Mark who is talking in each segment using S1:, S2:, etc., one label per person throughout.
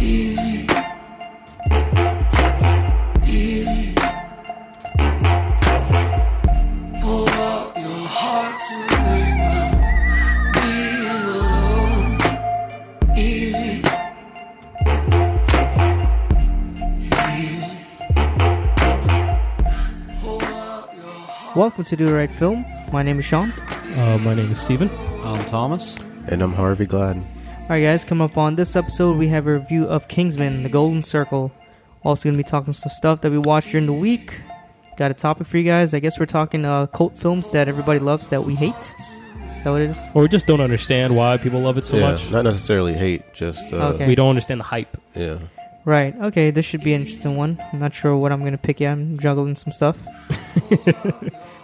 S1: Easy. Easy. Pull out your heart to make my being alone. Easy. Easy. Pull out your heart.
S2: Welcome to Do the Right Film. My name is Sean.
S3: Uh, my name is Steven.
S4: I'm Thomas.
S5: And I'm Harvey Glad.
S2: Alright, guys, come up on this episode. We have a review of Kingsman, The Golden Circle. Also, going to be talking some stuff that we watched during the week. Got a topic for you guys. I guess we're talking uh, cult films that everybody loves that we hate. Is that what it is?
S3: Or we just don't understand why people love it so
S5: yeah,
S3: much.
S5: not necessarily hate, just uh,
S2: Okay.
S3: We don't understand the hype.
S5: yeah.
S2: Right. Okay, this should be an interesting one. I'm not sure what I'm going to pick yet. I'm juggling some stuff.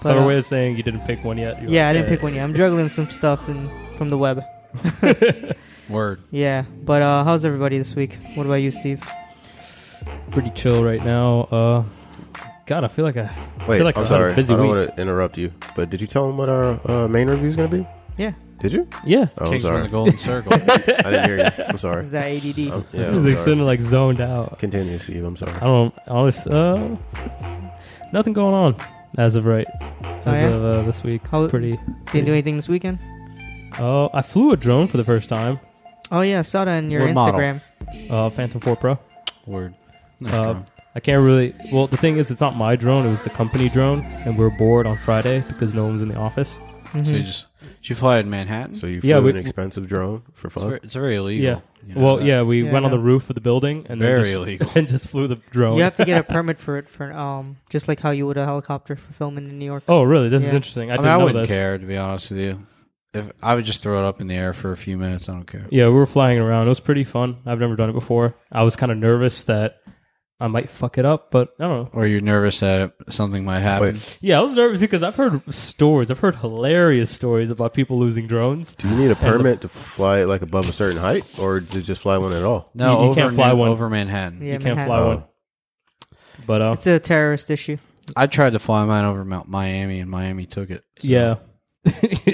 S2: But,
S3: Another
S2: uh,
S3: way of saying you didn't pick one yet. You're
S2: yeah, I
S3: like,
S2: didn't
S3: "Eh."
S2: pick one yet. I'm juggling some stuff in, from the web.
S4: Word.
S2: Yeah, but uh, how's everybody this week? What about you, Steve?
S3: Pretty chill right now. Uh, God, I feel like I.
S5: Wait,
S3: feel like
S5: I'm
S3: I've had a
S5: sorry. I
S3: busy
S5: don't
S3: week.
S5: want to interrupt you, but did you tell them what our uh, main review is going to be?
S2: Yeah.
S5: Did you?
S3: Yeah.
S5: Oh,
S4: Kings from the
S5: I'm sorry.
S4: Golden Circle.
S5: I didn't hear you. I'm sorry.
S2: Is that ADD?
S4: Oh,
S5: I'm, yeah,
S3: I was
S5: I'm
S3: like Um,
S5: sorry.
S3: sitting like zoned out.
S5: Continue, Steve. I'm
S3: I
S5: sorry.
S3: don't. Honest. Uh, nothing going on as of right. As
S2: Oh, yeah?
S3: of uh, this week.
S2: How-
S3: pretty.
S2: Didn't do anything this weekend?
S3: Oh, I flew a drone for the first time.
S2: Oh yeah, I saw that on your
S4: What model?
S2: Instagram.
S3: Uh, Phantom 4 Pro.
S4: Word. Nice
S3: Uh,
S4: drum.
S3: I can't really. Well, the thing is, it's not my drone. It was the company drone, and we were bored on Friday because no one was in the office.
S4: so
S3: mm-hmm.
S4: you just did you fly in Manhattan?
S5: So you flew
S3: Yeah, we-
S5: an expensive drone for
S4: it's,
S5: fun?
S4: very, it's very illegal.
S3: Yeah.
S4: you know
S3: well,
S4: that.
S3: yeah, we
S2: Yeah,
S3: went on
S2: no.
S3: the roof of the building and then
S4: Very
S3: just,
S4: illegal.
S3: and just flew the drone.
S2: You have to get a permit for it for um just like how you would a helicopter for filming in New York.
S3: Oh, really? This is
S2: Yeah.
S3: interesting. I,
S4: I, mean,
S3: didn't
S4: I
S3: know
S4: wouldn't
S3: this.
S4: care to be honest with you. If I would just throw it up in the air for a few minutes, I don't care.
S3: Yeah, we were flying around. It was pretty fun. I've never done it before. I was kind of nervous that I might fuck it up, but I don't know.
S4: Or you're nervous that something might happen.
S5: Wait,
S3: Yeah, I was nervous because I've heard stories. I've heard hilarious stories about people losing drones.
S5: do you need a permit to fly like above a certain height, or to just fly one at all?
S4: No,
S3: You- you
S4: over
S3: can't fly
S4: New-
S3: one.
S4: over Manhattan.
S2: Yeah,
S3: you can't
S2: Manhattan.
S3: fly
S5: Oh.
S3: one. But uh,
S2: It's a terrorist issue.
S4: I tried to fly mine over Mount Miami, and Miami took it. so-
S3: yeah.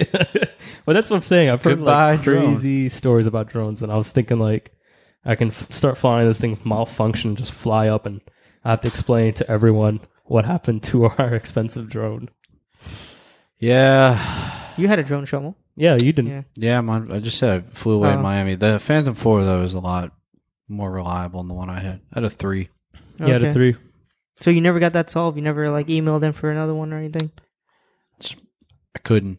S3: well, that's what I'm saying. I've heard
S4: Goodbye,
S3: like
S4: drone.
S3: crazy stories about drones, and I was thinking like I can f- start flying this thing malfunction, just fly up, and I have to explain to everyone what happened to our expensive drone.
S4: yeah,
S2: You had a drone shovel.
S3: Yeah, you didn't.
S2: Yeah.
S4: yeah. Mine, I just said I flew away
S2: Oh.
S4: in Miami. The Phantom Four though is a lot more reliable than the one I had. I had a three.
S3: Yeah, the three.
S2: So you never got that solved. You never like emailed them for another one or anything.
S4: I couldn't.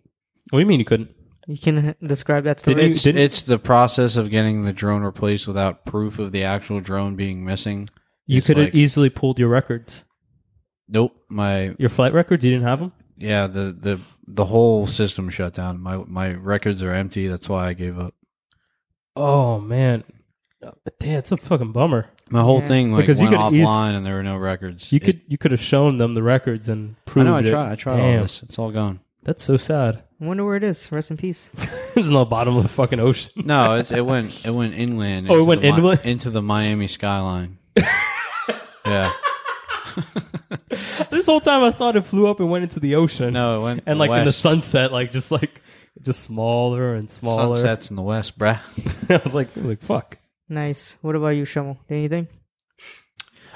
S3: What do you mean you couldn't?
S2: You can describe that
S3: Did
S2: story.
S3: you-
S4: it's, it's the process of getting the drone replaced without proof of the actual drone being missing.
S3: You e-
S4: It's
S3: could have
S4: like-
S3: easily pulled your records,
S4: Nope, my
S3: your flight records. You didn't have them.
S4: yeah the the the whole system shut down. My my records are empty. That's why I gave up.
S3: Oh man, Uh, damn, it's a fucking bummer.
S4: My whole
S2: Yeah.
S4: thing like
S3: Because you
S4: went
S3: could eas-
S4: offline and there were no records.
S3: You
S4: It-
S3: could you could have shown them the records and
S4: I
S3: proved
S4: know. I
S3: it.
S4: tried. I tried
S3: Damn,
S4: all this. It's all gone.
S3: That's so sad.
S2: I wonder where it is. Rest in peace.
S3: it's in the bottom of the fucking ocean.
S4: No, it's, it went it went inland.
S3: Oh, it
S4: into
S3: went
S4: the Mi-
S3: inland?
S4: into the Miami skyline. yeah.
S3: This whole time I thought it flew up and went into the ocean.
S4: No, it went
S3: and like in the
S4: west.
S3: sunset, like just like just smaller and smaller.
S4: Sunsets in the west, bruh.
S3: I was like, like fuck.
S2: Nice. What about you, Shovel? Anything?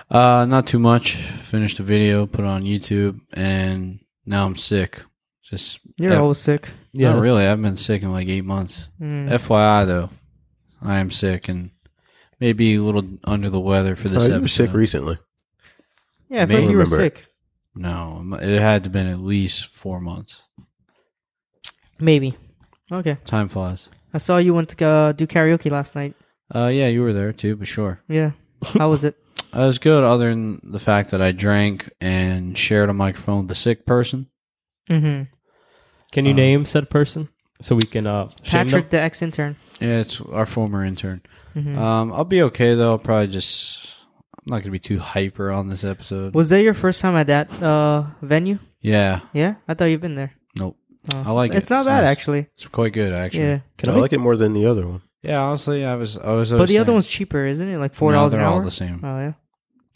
S4: Uh, not too much. Finished a video, put it on YouTube, and now I'm sick. Just
S2: You're
S4: Yeah.
S2: always sick.
S3: Yeah,
S4: Not really. I've been sick in like eight months.
S2: Mm.
S4: FYI, though, I am sick and maybe a little under the weather for this
S5: Oh, you
S4: episode.
S5: were sick recently.
S2: Yeah, I
S4: May
S2: feel like you were
S5: remember it.
S2: sick.
S4: no, it had to been at least four months.
S2: Maybe. Okay.
S4: Time flies.
S2: I saw you went to uh, do karaoke last night.
S4: Uh, yeah, you were there too, but sure.
S2: Yeah. How was it?
S4: I was good, other than the fact that I drank and shared a microphone with a sick person.
S2: Mm-hmm.
S3: Can you
S4: Uh,
S3: name said person so we can uh shame them?
S2: Patrick, the ex intern.
S4: Yeah, it's our former intern.
S2: Mhm.
S4: Um, I'll be okay though. I'll probably just. I'm not gonna be too hyper on this episode.
S2: Was that your first time at that uh, venue?
S4: Yeah,
S2: Yeah, I thought you've been there.
S4: Nope.
S2: Oh.
S4: I like
S2: it's,
S4: it.
S2: It's not
S4: It's
S2: bad
S4: nice.
S2: actually.
S4: it's quite good actually.
S2: Yeah.
S3: Can
S5: I
S3: I-
S5: like it more than the other one.
S4: Yeah, honestly, I was I was.
S2: but the other one's cheaper, isn't it? Like four dollars
S4: no,
S2: an
S4: they're all
S2: hour.
S4: the same.
S2: Oh yeah,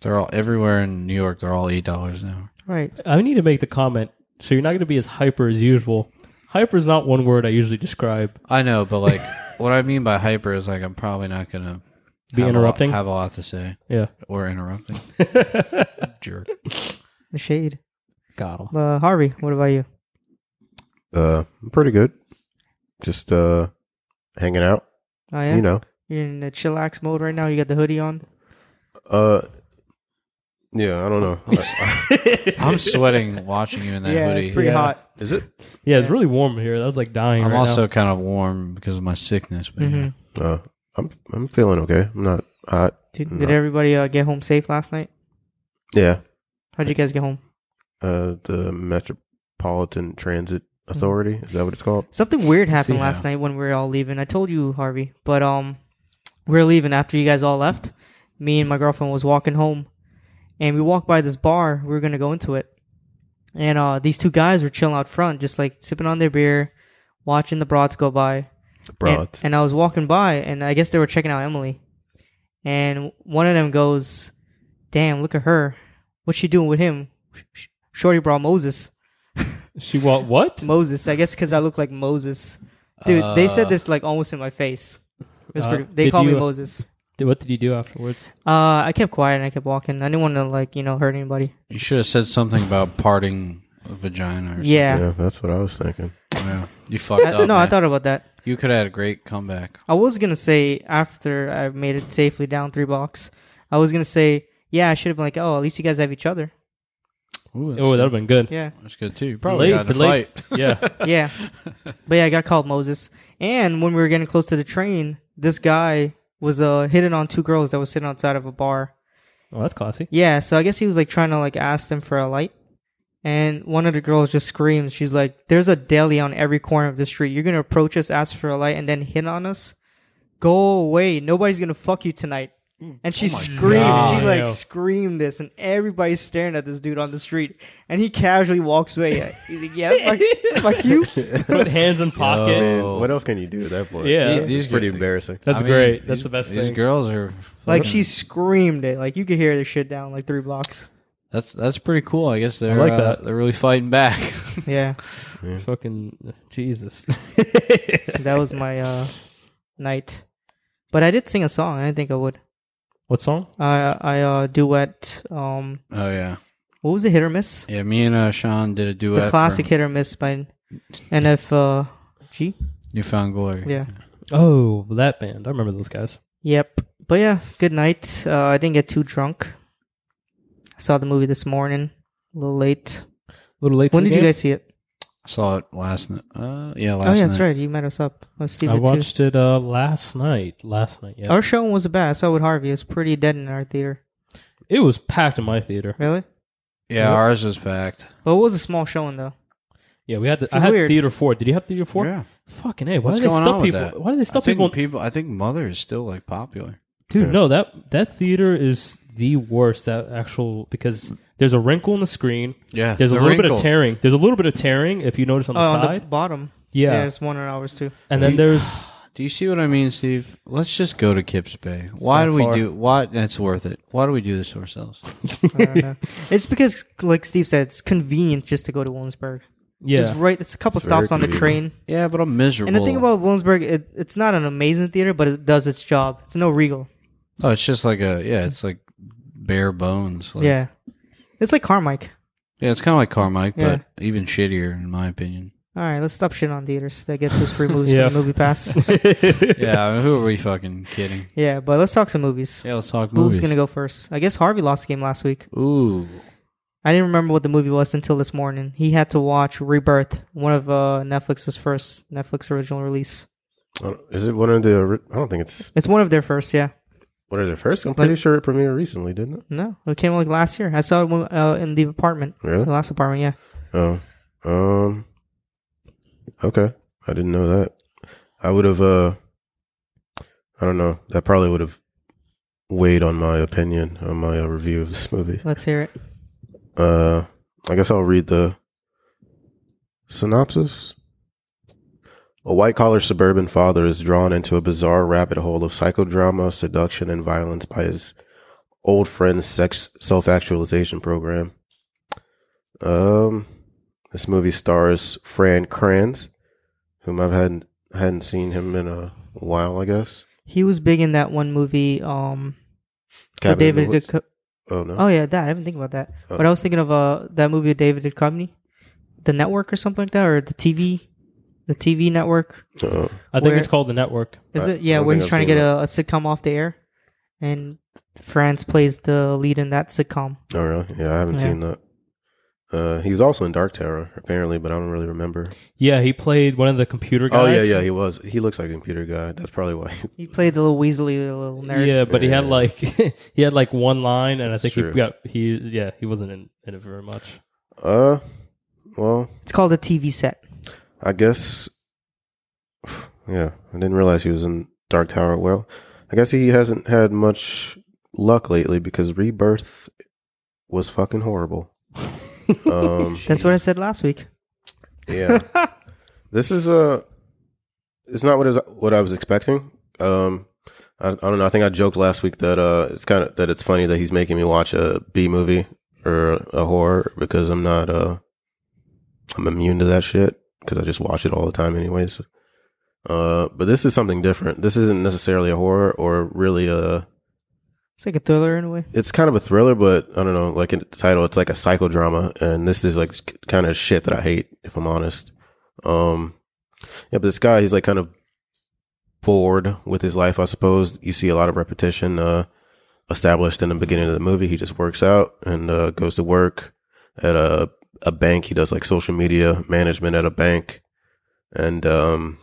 S4: They're all everywhere in New York. They're all eight dollars an hour.
S2: right.
S3: I need to make the comment. So you're not going to be as hyper as usual. Hyper is not one word I usually describe.
S4: I know, but like what I mean by hyper is like I'm probably not gonna
S3: Be
S4: have a lot-
S3: interrupting?
S4: have a lot to say
S3: Yeah.
S4: or interrupting. Jerk.
S2: The shade.
S3: Got him.
S2: Uh, Harvey, what about you?
S5: Uh, I'm pretty good. Just uh, hanging out.
S2: Oh yeah,
S5: You know.
S2: are in the chillax mode right now. You got the hoodie on.
S5: Uh, yeah. I don't know.
S4: I'm sweating watching you in that
S2: yeah,
S4: hoodie.
S2: it's pretty
S3: Yeah.
S2: hot.
S5: Is it?
S3: Yeah, it's really warm here. That was like dying.
S4: I'm
S3: right
S4: also
S3: now.
S4: kind of warm because of my sickness. But
S2: hmm
S4: yeah.
S5: Uh, I'm I'm feeling okay. I'm not hot.
S2: Did,
S5: No.
S2: did everybody uh, get home safe last night?
S5: Yeah.
S2: How'd you guys get home?
S5: Uh, the Metropolitan Transit Authority. Is that what it's called?
S2: Something weird happened
S4: See,
S2: last
S4: yeah.
S2: night when we were all leaving. I told you, Harvey, but um, we were leaving after you guys all left. Me and my girlfriend was walking home, and we walked by this bar. We were gonna go into it, and uh, these two guys were chilling out front, just like sipping on their beer, watching the broads go by. And,
S5: Broads.
S2: and I was walking by, and I guess they were checking out Emily. And one of them goes, "Damn, look at her! What's she doing with him?" Sh- Shorty brought Moses.
S3: She what? What?
S2: Moses. I guess because I look like Moses. Dude, they said
S4: Uh,
S2: this like almost in my face. It was
S3: Uh,
S2: pretty, they
S3: did
S2: call me
S3: you-
S2: Moses.
S3: Did- What did you do afterwards?
S2: Uh, I kept quiet and I kept walking. I didn't want to like you know hurt anybody.
S4: You should have said something about parting a vagina. Or
S2: Yeah.
S5: Yeah, that's what I was thinking.
S4: something. Yeah. You fucked
S2: I-
S4: up.
S2: no, I
S4: man.
S2: thought about that.
S4: you could have had a great comeback.
S2: I was gonna say after I made it safely down three blocks, I was gonna say yeah. I should have been like oh at least you guys have each other.
S4: Ooh,
S3: Oh, that'd have been good.
S2: Yeah,
S4: that's good too. You probably
S3: Late-
S4: got in a
S3: the late-
S4: fight.
S3: Yeah.
S2: yeah. but yeah, I got called Moses. And when we were getting close to the train, this guy was uh hitting on two girls that was sitting outside of a bar.
S3: Oh, that's classy.
S2: Yeah, so I guess he was like trying to like ask them for a light. And one of the girls just screams. She's like, There's a deli on every corner of the street. You're going to approach us, ask for a light, and then hit on us? Go away. Nobody's going to fuck you tonight. And she screamed.
S3: God.
S2: She like
S3: Ew.
S2: screamed this, and everybody's staring at this dude on the street. And he casually walks away. He's like, Yeah, fuck, fuck you.
S3: Put hands in pocket.
S5: Man, what else can you do at that point?
S3: Yeah.
S5: It's
S4: These
S5: pretty
S4: good-
S5: embarrassing.
S3: That's
S4: I mean,
S3: great. That's
S4: these-
S3: the best
S4: These
S3: thing.
S4: girls are
S2: Like,
S4: fucking-
S2: she screamed it. Like, you could hear this shit down like three blocks.
S4: That's that's pretty cool. I guess they're
S3: like
S4: uh,
S3: that.
S4: they're really fighting back.
S2: Yeah,
S3: Fucking Jesus.
S2: that was my uh, night. But I did sing a song. I didn't think I would.
S3: what song?
S2: I I uh, duet. Um,
S4: oh yeah,
S2: what was the hit or miss?
S4: yeah. Me and uh, Sean did a duet.
S2: the classic
S4: for
S2: hit or miss by NF uh, G.
S4: Newfound Glory.
S2: Yeah.
S3: Oh, that band. I remember those guys.
S2: Yep. But yeah, good night. Uh, I didn't get too drunk. I saw the movie this morning, a little late.
S3: A little late. to
S2: When
S3: the
S2: did you
S3: game.
S2: guys see it?
S4: I saw it last night. Uh, yeah, last
S2: oh yeah,
S4: night.
S2: that's right. You met us up. I was
S3: I
S2: Steven too.
S3: watched it uh, last night. Last night, yeah.
S2: Our show was bad. I saw it with Harvey. It was pretty dead in our theater.
S3: It was packed in my theater.
S2: Really?
S4: Yeah, ours was packed.
S2: But it was a small showing though.
S3: Yeah, we had. The,
S2: is
S3: I had
S2: weird.
S3: theater four. Did you have theater four?
S4: Yeah.
S3: Fucking hey, why
S4: What's
S3: do they
S4: going
S3: stop
S4: on with
S3: people?
S4: that?
S3: Why do they
S4: I
S3: stop
S4: think
S3: people?
S4: people. I think Mother is still like popular.
S3: Dude, no that that theater is the worst. That actual because there's a wrinkle in the screen.
S4: Yeah,
S3: There's a
S4: the
S3: little bit
S4: wrinkle.
S3: of tearing. There's a little bit of tearing if you notice on the
S2: Oh, on the
S3: side.
S2: bottom.
S3: Yeah.
S2: it's one in ours too.
S3: and then
S4: Do-
S3: there's
S4: Do you see what I mean, Steve? Let's just go to Kips Bay. why
S3: kinda
S4: do we
S3: far.
S4: do? Why that's worth it. Why do we do this to ourselves?
S2: I don't know. it's because, like Steve said, it's convenient just to go to Williamsburg.
S3: yeah.
S2: It's right. It's a couple
S5: It's very
S2: stops on the train.
S5: convenient.
S4: yeah, but I'm miserable.
S2: And the thing about Williamsburg, it, it's not an amazing theater, but it does its job. It's no Regal.
S4: oh, it's just like a yeah, it's like bare bones. Like,
S2: yeah, it's like Carmike.
S4: yeah, it's kind of like Carmike,
S2: Yeah.
S4: but even shittier in my opinion.
S2: All right, let's stop shit on theaters that gets us free movies
S3: Yeah.
S2: from the movie pass.
S4: yeah, I mean, who are we fucking kidding?
S2: yeah, but let's talk some movies.
S4: Yeah, let's talk
S2: Who's
S4: movies.
S2: gonna go first? I guess Harvey lost the game last week.
S4: Ooh,
S2: I didn't remember what the movie was until this morning. He had to watch Rebirth, one of uh, Netflix's first Netflix original release.
S5: I don't- Uh, Is it one of the? ori- I don't think it's
S2: It's one of their first, yeah.
S5: one of the first. I'm
S2: But-
S5: pretty sure it premiered recently, didn't it?
S2: No, it came out like last year. I saw it when, uh, in the apartment, the
S5: Really?
S2: last apartment. Yeah,
S5: Oh, um, okay. I didn't know that. I would have. uh I don't know. That probably would have weighed on my opinion on my uh, review of this movie.
S2: let's hear it.
S5: Uh, I guess I'll read the synopsis. A white collar suburban father is drawn into a bizarre rabbit hole of psychodrama, seduction, and violence by his old friend's sex self actualization program. Um, this movie stars Fran Kranz, whom I've had hadn't seen him in a while, I guess.
S2: He was big in that one movie. Um, the
S5: Cabin in the
S2: David.
S5: Woods.
S2: Dico-
S5: oh no,
S2: oh yeah, that I didn't think about that.
S5: Oh.
S2: But I was thinking of uh that movie with David Duchovny, The Network or something like that, or the TV, the TV network.
S5: Uh,
S3: I think
S2: Where-
S3: it's called The Network.
S2: Is
S5: I-
S2: it? Yeah,
S5: I don't
S2: where
S5: think
S2: he's
S5: I've
S2: trying to
S5: seen
S2: get a, a sitcom off the air, and France plays the lead in that sitcom.
S5: oh really? Yeah, I haven't
S2: Yeah.
S5: seen that. Uh, he was also in Dark Terror apparently, but I don't really remember.
S3: Yeah, he played one of the computer guys.
S5: Oh yeah, yeah, he was. He looks like a computer guy. That's probably why.
S2: He played the little Weasley, the little nerd.
S3: Yeah, but he had
S5: Yeah.
S3: like he had like one line, and I
S5: That's
S3: think
S5: true.
S3: he got he yeah he wasn't in, in it very much.
S5: Uh, well,
S2: It's called a TV set.
S5: I guess. Yeah, I didn't realize he was in Dark Tower. Well, I guess he hasn't had much luck lately because Rebirth was fucking horrible. um,
S2: That's what I said last week.
S5: yeah, this is a. It's not what is what I was expecting. Um, I, I don't know. I think I joked last week that uh, it's kind of that it's funny that he's making me watch a B movie or a horror because I'm not uh, I'm immune to that shit because I just watch it all the time anyways. Uh, but this is something different. This isn't necessarily a horror or really a.
S2: It's like a thriller in a way.
S5: It's kind of a thriller, but I don't know. Like in the title, it's like a psychodrama, and this is like kind of shit that I hate, if I'm honest. Um, yeah, but this guy, he's like kind of bored with his life, I suppose. You see a lot of repetition uh, established in the beginning of the movie. He just works out and uh, goes to work at a a bank. He does like social media management at a bank, and um,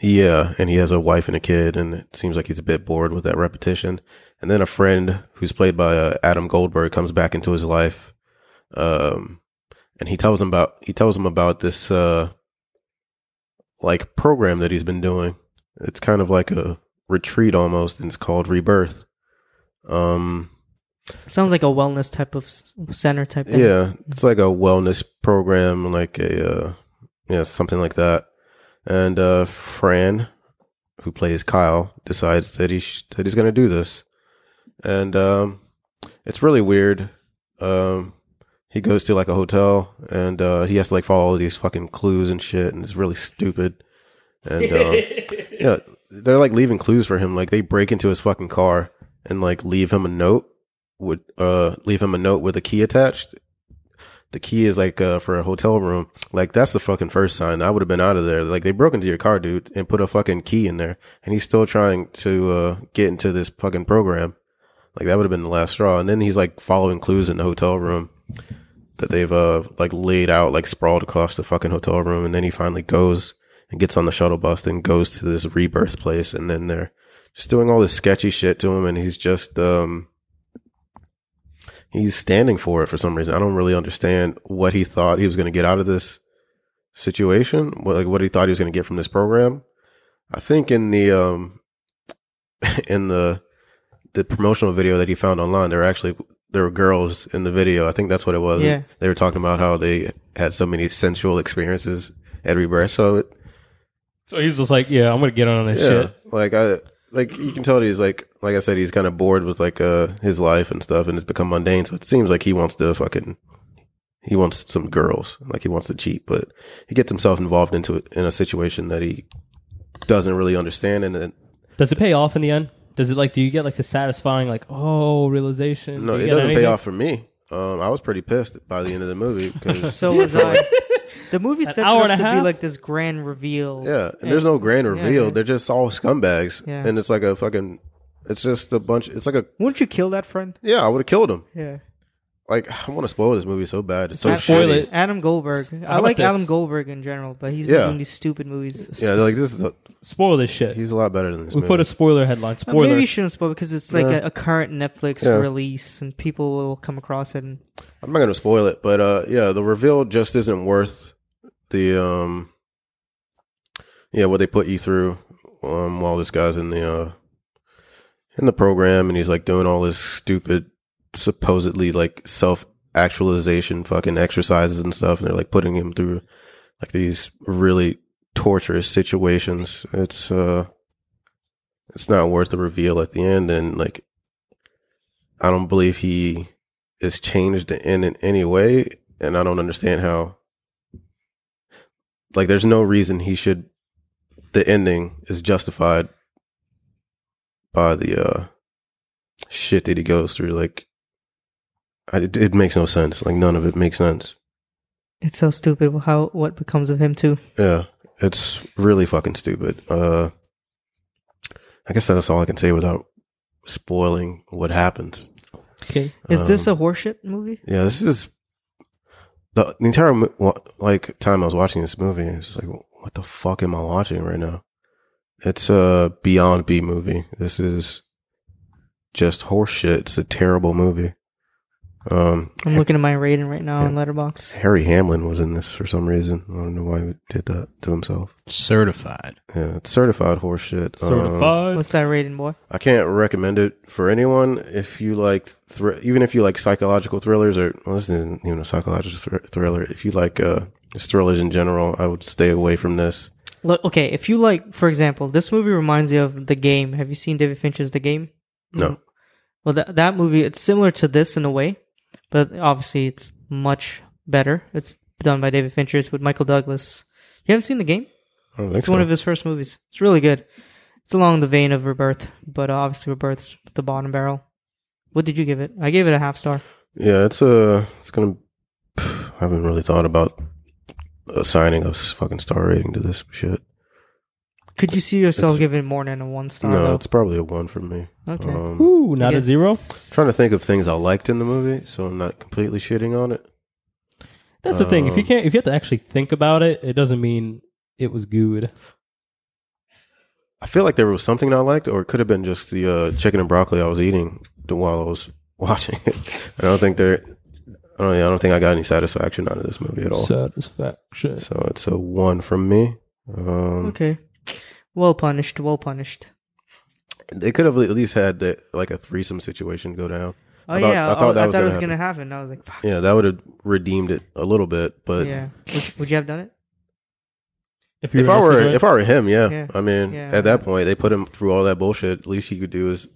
S5: yeah, and he has a wife and a kid, and it seems like he's a bit bored with that repetition. And then a friend who's played by uh, Adam Goldberg comes back into his life. Um, and he tells him about he tells him about this uh like program that he's been doing. It's kind of like a retreat almost, and it's called Rebirth. Um,
S2: Sounds like a wellness type of s- center type thing.
S5: yeah, it's like a wellness program, like a uh, yeah, something like that. And uh, Fran, who plays Kyle, decides that he sh- that he's going to do this, and um, it's really weird. Um, he goes to like a hotel, and uh, he has to like follow all these fucking clues and shit, and it's really stupid. And uh, yeah, they're like leaving clues for him. Like they break into his fucking car and like leave him a note would uh leave him a note with a key attached. The key is like uh for a hotel room. Like that's the fucking first sign. I would have been out of there. Like they broke into your car, dude, and put a fucking key in there. And he's still trying to uh get into this fucking program. Like that would have been the last straw. And then he's like following clues in the hotel room that they've uh like laid out like sprawled across the fucking hotel room and then he finally goes and gets on the shuttle bus and goes to this rebirth place and then they're just doing all this sketchy shit to him and he's just um he's standing for it for some reason. I don't really understand what he thought he was going to get out of this situation, what, like what he thought he was going to get from this program. I think in the um in the the promotional video that he found online, there were actually there were girls in the video. I think that's what it was.
S2: Yeah.
S5: They were talking about how they had so many sensual experiences at rebirth. So it,
S3: So he's just like, yeah, I'm gonna get on this shit.
S5: like I like you can tell that he's like like I said he's kind of bored with like uh his life and stuff and it's become mundane. So it seems like he wants to fucking he wants some girls like he wants to cheat, but he gets himself involved into it in a situation that he doesn't really understand and it,
S3: Does it pay off in the end? Does it like? Do you get like the satisfying like oh realization?
S5: no
S3: Do
S5: it
S3: you get
S5: doesn't pay
S3: anything?
S5: off for me. Um, I was pretty pissed by the end of the movie because
S2: So was I. The movie sets it
S3: hour
S2: up
S3: and a
S2: to be
S3: half?
S2: like this grand reveal.
S5: Yeah, and there's no grand reveal.
S2: man.
S5: They're just all scumbags,
S2: Yeah.
S5: and it's like a fucking. It's just a bunch. It's like a
S2: Wouldn't you kill that friend?
S5: yeah. I would have killed him.
S2: Yeah.
S5: Like I want to spoil this movie so bad. It's so
S3: Don't spoil
S5: shitty.
S3: it.
S2: Adam Goldberg. I
S3: about
S2: like Adam
S3: this?
S2: Goldberg in general, but he's been
S5: Yeah.
S2: doing these stupid movies.
S5: Yeah, they're like this is a,
S3: Spoil this shit.
S5: he's a lot better than this.
S3: we
S5: movie.
S3: put a spoiler headline.
S2: Well,
S3: Spoiler.
S2: Maybe you shouldn't spoil because it's like
S5: Yeah.
S2: a, a current Netflix
S5: Yeah.
S2: release, and people will come across it. And
S5: I'm not gonna spoil it, but uh, yeah, the reveal just isn't worth the um, yeah, what they put you through um, while this guy's in the uh, in the program and he's like doing all this stupid, supposedly like self actualization fucking exercises and stuff, and they're like putting him through like these really torturous situations. It's uh it's not worth the reveal at the end and like I don't believe he is changed in in any way and I don't understand how like there's no reason he should the ending is justified by the uh shit that he goes through like I, it, it makes no sense like none of it makes sense
S2: It's so stupid how what becomes of him too.
S5: yeah, it's really fucking stupid. Uh, I guess that's all I can say without spoiling what happens.
S3: Okay.
S2: Is this a
S5: Um,
S2: horseshit movie?
S5: Yeah, this is the, the entire mo- wa- like time I was watching this movie. It's just like, what the fuck am I watching right now? It's a beyond B movie. This is just horseshit. It's a terrible movie. Um,
S2: I'm looking at my rating right now
S5: Yeah.
S2: on Letterbox.
S5: Harry Hamlin was in this for some reason. I don't know why he did that to himself.
S4: Certified.
S5: Yeah, it's certified horseshit. Um,
S3: Certified.
S2: What's that rating, boy?
S5: I can't recommend it for anyone. If you like, thr- even if you like psychological thrillers, or well, this isn't even a psychological thr- thriller. If you like uh, just thrillers in general, I would stay away from this.
S2: Look, okay, if you like, for example, this movie reminds you of The Game. Have you seen David Fincher's The Game?
S5: No.
S2: Well, that that movie it's similar to this in a way, but obviously it's much better. It's done by David Fincher. It's with Michael Douglas. You haven't seen The Game?
S5: I don't think
S2: It's
S5: so.
S2: one of his first movies. It's really good. It's along the vein of Rebirth, but uh, obviously Rebirth's the bottom barrel. What did you give it? I gave it a half star.
S5: yeah, it's a. It's gonna. I haven't really thought about assigning a s- fucking star rating to this shit.
S2: Could you see yourself
S5: It's-
S2: giving more than a one star?
S5: no,
S2: though?
S5: it's probably a one for me.
S2: okay.
S5: Um,
S3: Ooh, not
S2: Yeah.
S3: a zero.
S5: trying to think of things I liked in the movie, so I'm not completely shitting on it.
S3: That's the thing. If you
S5: Um,
S3: can't, if you have to actually think about it, it doesn't mean it was good.
S5: I feel like there was something I liked, or it could have been just the uh, chicken and broccoli I was eating the- while I was watching it. I don't think there. I don't, I don't think I got any satisfaction out of this movie at all. So,
S3: Satisfaction.
S5: it's a one from me. Um,
S2: okay. Well punished. Well punished.
S5: They could have at least had the, like a threesome situation go down.
S2: Oh
S5: I thought-
S2: yeah,
S5: I thought
S2: oh,
S5: that
S2: I
S5: was
S2: thought it
S5: gonna
S2: was gonna happen. I was like, fuck.
S5: Yeah, that would have redeemed it a little bit. But
S2: yeah. Would, would you have done it?
S3: If,
S5: if I were if I were him, yeah,
S2: Yeah.
S5: I mean,
S2: Yeah.
S5: at that point, they put him through all that bullshit. At least he could do is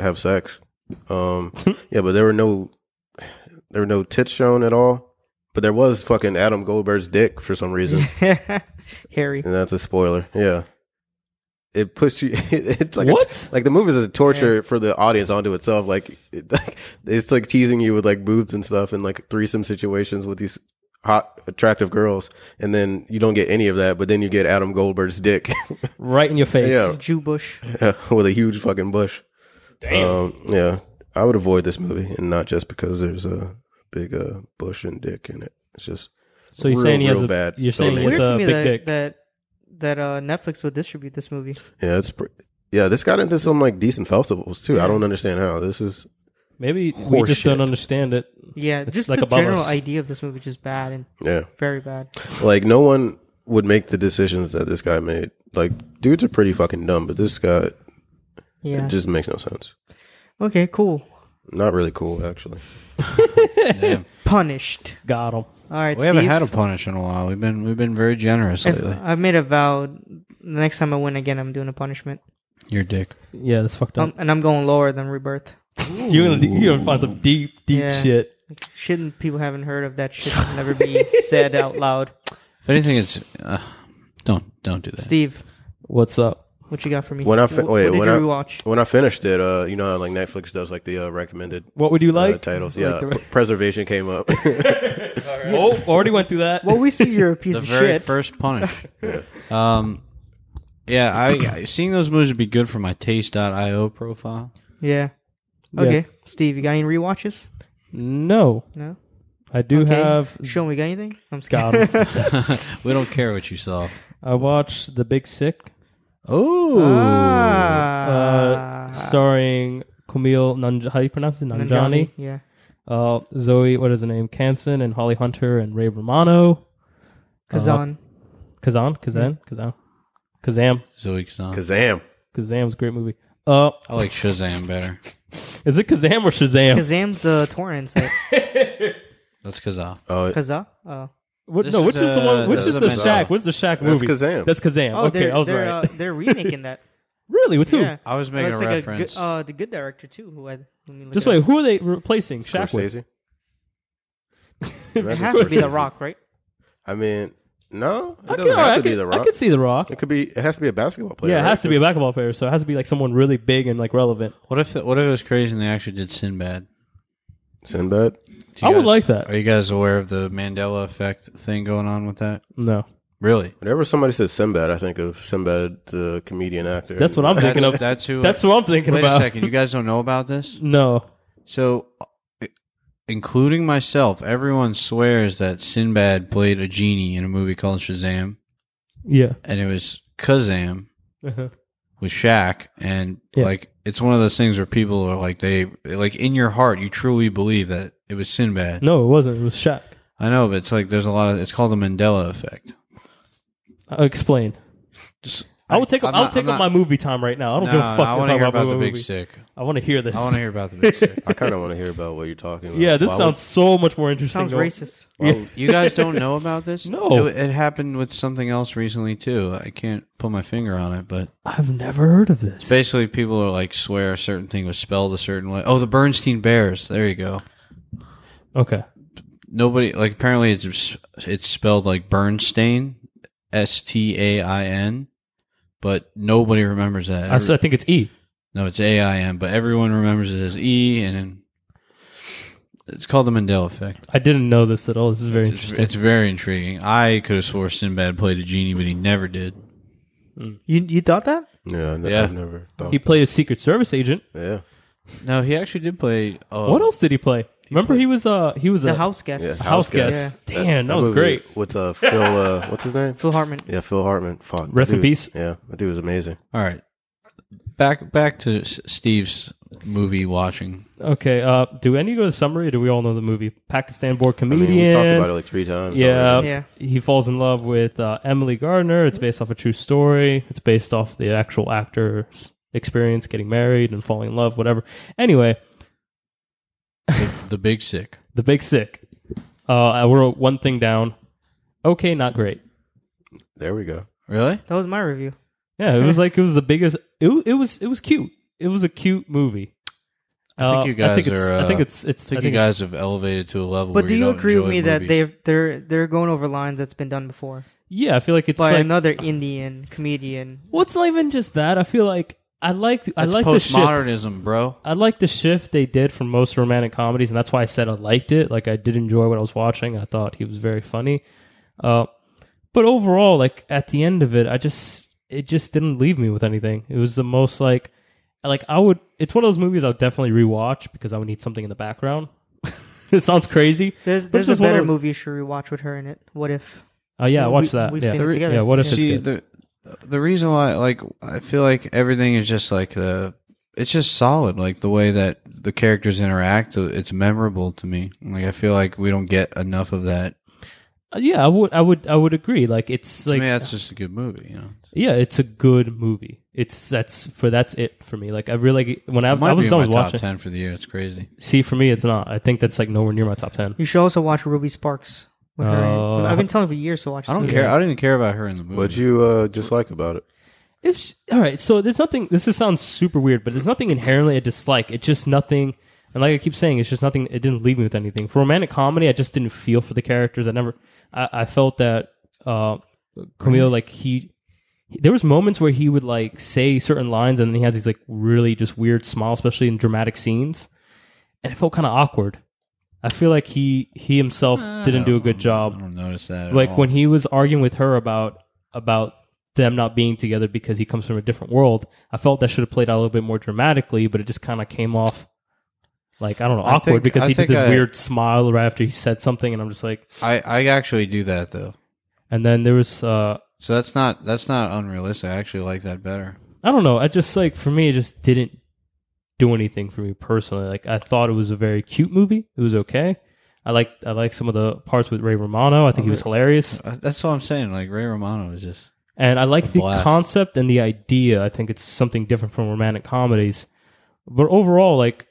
S5: have sex. Um, yeah, but there were no there were no tits shown at all. But there was fucking Adam Goldberg's dick for some reason,
S2: Harry.
S5: and that's a spoiler. Yeah, it puts you. It's like a-
S3: What?
S5: like the movie is a torture for the audience onto itself. Like, it, like it's like teasing you with like boobs and stuff, and like threesome situations with these hot, attractive girls, and then you don't get any of that. But then you get Adam Goldberg's dick
S3: right in your face.
S5: Yeah.
S2: Jew Bush.
S5: with a huge fucking bush. Damn. Um, yeah, I would avoid this movie, and not just because there's a big uh, bush and dick in it. It's just
S3: So you're
S5: Real,
S3: saying he has
S5: real
S3: a
S5: bad.
S3: You're
S5: So
S3: saying
S2: It's
S3: he has
S2: weird
S3: a
S2: to me
S3: uh, big
S2: that,
S3: dick.
S2: that that uh, Netflix would distribute this movie.
S5: yeah, it's pr yeah. This got into some like decent festivals too.
S2: Yeah.
S5: I don't understand how this is.
S3: Maybe we just
S5: Horseshit.
S3: don't understand it.
S2: Yeah,
S3: It's
S2: just
S3: like
S2: the
S3: a bummer.
S2: general idea of this movie is just bad and
S5: Yeah,
S2: very bad.
S5: like no one would make the decisions that this guy made. Like dudes are pretty fucking dumb, but this guy
S2: Yeah.
S5: it just makes no sense.
S2: okay, cool.
S5: Not really cool, actually.
S4: Damn.
S2: Punished.
S3: Got him.
S2: All right,
S4: we haven't
S2: Steve.
S4: had a punish in a while. We've been we've been very generous
S2: If-
S4: lately.
S2: I've made a vow. The next time I win again, I'm doing a punishment,
S4: Your dick.
S3: Yeah, that's fucked
S2: um,
S3: up.
S2: and I'm going lower than rebirth.
S3: Um, you're gonna you're gonna find some deep deep
S2: Yeah.
S3: shit.
S2: Shouldn't people haven't heard of that shit should never be said out loud.
S4: If anything, it's uh, don't don't do that.
S2: Steve,
S3: What's up?
S2: what you got for me?
S5: When I
S2: Wh-
S5: fin-
S2: what,
S5: wait,
S2: did
S5: when
S2: you
S5: I-
S2: rewatch?
S5: When I finished it, uh, you know how like Netflix does like the uh, recommended
S3: What would you
S5: uh,
S3: like?
S5: titles.
S3: Like
S5: Yeah,
S3: the-
S5: P- preservation came up.
S3: oh, already went through that.
S2: Well, we see you're a piece
S4: the
S2: of
S4: very
S2: shit.
S4: first punish. Um, yeah, I, I- seeing those movies would be good for my taste.io profile.
S2: Yeah.
S3: Yeah.
S2: Okay, Steve, you got any rewatches?
S3: No,
S2: No.
S3: I do
S2: okay.
S3: have.
S2: Show me, got anything? I'm scared.
S3: Got 'em.
S4: we don't care what you saw.
S3: I watched The Big Sick,
S4: Oh,
S3: uh,
S2: Ah.
S3: starring Kumail Nanj- how do you pronounce it?
S2: Nanjani,
S3: Nanjani.
S2: Yeah.
S3: Uh, Zoe, what is her name? Canson and Holly Hunter and Ray Romano.
S2: Kazan.
S3: Kazan, Kazan, Kazan, Kazam,
S4: Zoe Kazan.
S5: Kazam!
S3: Kazam's a great movie. Uh,
S4: I like Shazam better.
S3: is it Kazam or Shazam?
S2: Kazam's the torrent site.
S4: That's uh, Kazan.
S5: Oh,
S2: Kazaa? Oh.
S3: What,
S4: This
S3: no,
S4: is,
S3: which is the
S4: uh,
S3: one? Which
S5: this
S3: is
S5: is
S3: the
S5: Amazon.
S3: Shaq? What's the Shaq
S5: That's
S3: movie?
S5: Kazam.
S3: That's Kazam.
S2: Oh,
S3: okay,
S2: they're,
S3: I was
S2: they're,
S3: right.
S2: Uh, they're remaking that.
S3: really, with who?
S2: Yeah.
S4: I was making
S2: That's
S4: a
S2: like
S4: reference.
S2: A good, uh, the good director too. Who I let me look
S3: Just
S2: it
S3: wait.
S2: up.
S3: Who are they replacing Shaq with?
S5: Scorsese.
S2: It
S5: Imagine
S2: has to be The
S5: Scorsese.
S2: Rock, right?
S5: I mean, no, it
S3: I
S5: doesn't
S3: could,
S5: have
S3: I,
S5: to
S3: could,
S5: be the
S3: I
S5: Rock.
S3: could see the Rock.
S5: It could be. It has to be a basketball player.
S3: Yeah, it
S5: right?
S3: has to be a
S5: That's-
S3: basketball player, so it has to be like someone really big and like relevant.
S4: What if what if it was crazy and they actually did Sinbad?
S5: Sinbad.
S4: Do you
S3: I would
S4: guys-
S3: like that.
S4: Are you guys aware of the Mandela effect thing going on with that?
S3: No,
S4: Really?
S5: Whenever somebody says Sinbad, I think of Sinbad, the comedian actor.
S3: That's what I'm
S5: And-
S3: thinking
S4: That's,
S3: of.
S4: that's who.
S3: That's what I'm thinking
S4: wait
S3: about.
S4: a second. You guys don't know about this?
S3: No,
S4: So, uh, including myself, everyone swears that Sinbad played a genie in a movie called Shazam,
S3: yeah,
S4: and it was Kazam
S3: Uh-huh.
S4: with Shaq, and
S3: Yeah.
S4: like it's one of those things where people are like they like in your heart you truly believe that it was Sinbad.
S3: no, it wasn't. It was Shaq.
S4: I know, but it's like there's a lot of it's called the Mandela effect.
S3: I'll explain.
S4: Just-
S3: I will take.
S4: I'm
S3: up, I'll
S4: not-
S3: take
S4: I'm
S3: up
S4: not-
S3: my movie time right now. I don't give a fuck.
S4: I
S3: if
S4: want to
S3: I'm
S4: hear
S3: up
S4: about
S3: with
S4: the
S3: a
S4: big
S3: movie.
S4: sick.
S3: I want to hear this.
S4: I want to hear about the big sick.
S5: I kind of want to hear about what you're talking. about.
S3: Yeah, this
S5: Why would-
S3: sounds so much more interesting.
S2: Sounds
S3: though.
S2: racist.
S5: why would-
S4: You guys don't know about this?
S3: No.
S4: It, it happened with something else recently too. I can't put my finger on it, but
S3: I've never heard of this.
S4: basically people are like swear a certain thing was spelled a certain way. Oh, the Bernstein Bears. There you go.
S3: Okay.
S4: Nobody like apparently it's it's spelled like Bernstein, S T A I N, but nobody remembers that.
S3: I, s- I think it's E.
S4: no, it's A I N, but everyone remembers it as E, and then it's called the Mandela effect.
S3: I didn't know this at all. This is very
S4: It's,
S3: interesting.
S4: it's very intriguing. I could have swore Sinbad played a genie, but he never did.
S2: You you thought that?
S5: Yeah, I ne-
S4: Yeah.
S5: I've never thought.
S3: he played a Secret Service agent.
S5: yeah,
S4: No, he actually did play. Uh,
S5: Oh.
S3: what else did he play? Remember, he was uh he was
S2: The
S3: a
S2: house guest.
S3: a house
S5: House
S2: guest.
S3: guest. Damn, that, was
S5: movie
S3: great.
S5: with uh, Phil. Uh, what's his name?
S2: Phil Hartman.
S5: Yeah, Phil Hartman. Fuck. that
S3: Rest in
S5: dude-
S3: peace.
S5: Yeah, that dude was amazing.
S4: All right, back back to S- Steve's movie watching.
S3: Okay. Uh, do any go to summary? Or do we all know the movie? Pakistan born
S5: I
S3: comedian.
S5: mean, we talked about it like three times.
S3: yeah,
S5: already.
S2: Yeah.
S3: He falls in love with uh, Emily Gardner. It's based off a true story. It's based off the actual actor's experience getting married and falling in love, whatever. Anyway,
S4: The, the Big Sick.
S3: The Big Sick. Uh, I wrote one thing down. Okay, not great.
S5: there we go.
S4: Really?
S2: That was my review.
S3: Yeah, it was like it was the biggest. It, wa- it was it was cute. It was a cute movie. Uh,
S4: I think you guys
S3: Oh, I think it's,
S4: are,
S3: I think
S4: uh,
S3: it's. It's.
S4: I think you guys have elevated to a level.
S2: But
S4: where
S2: do you
S4: don't
S2: agree with
S4: enjoy
S2: me that
S4: movies.
S2: they're they're they're going over lines that's been done before
S3: Yeah, I feel like it's
S2: by
S3: like.
S2: another Indian comedian?
S3: well, it's not even just that. I feel like I like. I
S4: That's
S3: like the shift.
S4: postmodernism, bro?
S3: I like the shift they did from most romantic comedies, and that's why I said I liked it. Like I did enjoy what I was watching. I thought he was very funny. Uh, but overall, like at the end of it, I just it just didn't leave me with anything. It was the most like like I would. It's one of those movies I would definitely rewatch because I would need something in the background. it sounds crazy.
S2: There's
S3: But it's
S2: there's a
S3: just one of
S2: better
S3: those-
S2: movie you should rewatch with her in it. What if?
S3: Oh yeah, I
S2: We-
S3: watched that.
S2: we've
S3: yeah.
S2: seen it together.
S3: yeah, what if it's
S4: See
S3: good?
S4: the the reason why like I feel like everything is just like the it's just solid like the way that the characters interact uh, it's memorable to me like I feel like we don't get enough of that
S3: Uh, yeah, I would, I would, I would agree. Like it's
S4: to
S3: like
S4: me that's just a good movie you know
S3: yeah, it's a good movie. It's that's for that's it for me. Like I really when I,
S4: It might
S3: I was
S4: be in
S3: done
S4: my
S3: with watching.
S4: top ten for the year it's crazy
S3: See, for me, it's not. I think that's like nowhere near my top ten.
S2: You should also watch Ruby Sparks with her. in
S3: Oh.
S2: it. I've been telling you for years to watch.
S4: I don't
S2: this
S4: care I don't even care about her in the movie
S5: What'd you uh, dislike about it?
S3: If sh all right, so there's nothing. This just sounds super weird, but there's nothing inherently I dislike. It's just nothing. And like I keep saying, it's just nothing. It didn't leave me with anything. For romantic comedy, I just didn't feel for the characters. I never. I, I felt that uh, Camille, like he, there was moments where he would like say certain lines, and then he has these like really just weird smile, especially in dramatic scenes, and it felt kind of awkward. I feel like he he himself
S4: Uh.
S3: didn't do a good job.
S4: I don't notice that at
S3: like
S4: all.
S3: when he was arguing with her about about them not being together because he comes from a different world. I felt that should have played out a little bit more dramatically, but it just kind of came off like I don't know
S4: I
S3: awkward
S4: think-
S3: because
S4: I
S3: he did
S4: think
S3: this
S4: I-
S3: weird smile right after he said something, and I'm just like.
S4: I I actually do that though
S3: And then there was uh
S4: so that's not that's not unrealistic I actually like that better
S3: I don't know. I just like for me, it just didn't do anything for me personally. Like I thought it was a very cute movie. It was okay. I like I like some of the parts with Ray Romano. I think he was hilarious.
S4: Uh, that's what I'm saying like Ray Romano is just
S3: And I like the
S4: blast.
S3: concept and the idea. I think it's something different from romantic comedies. But overall, like,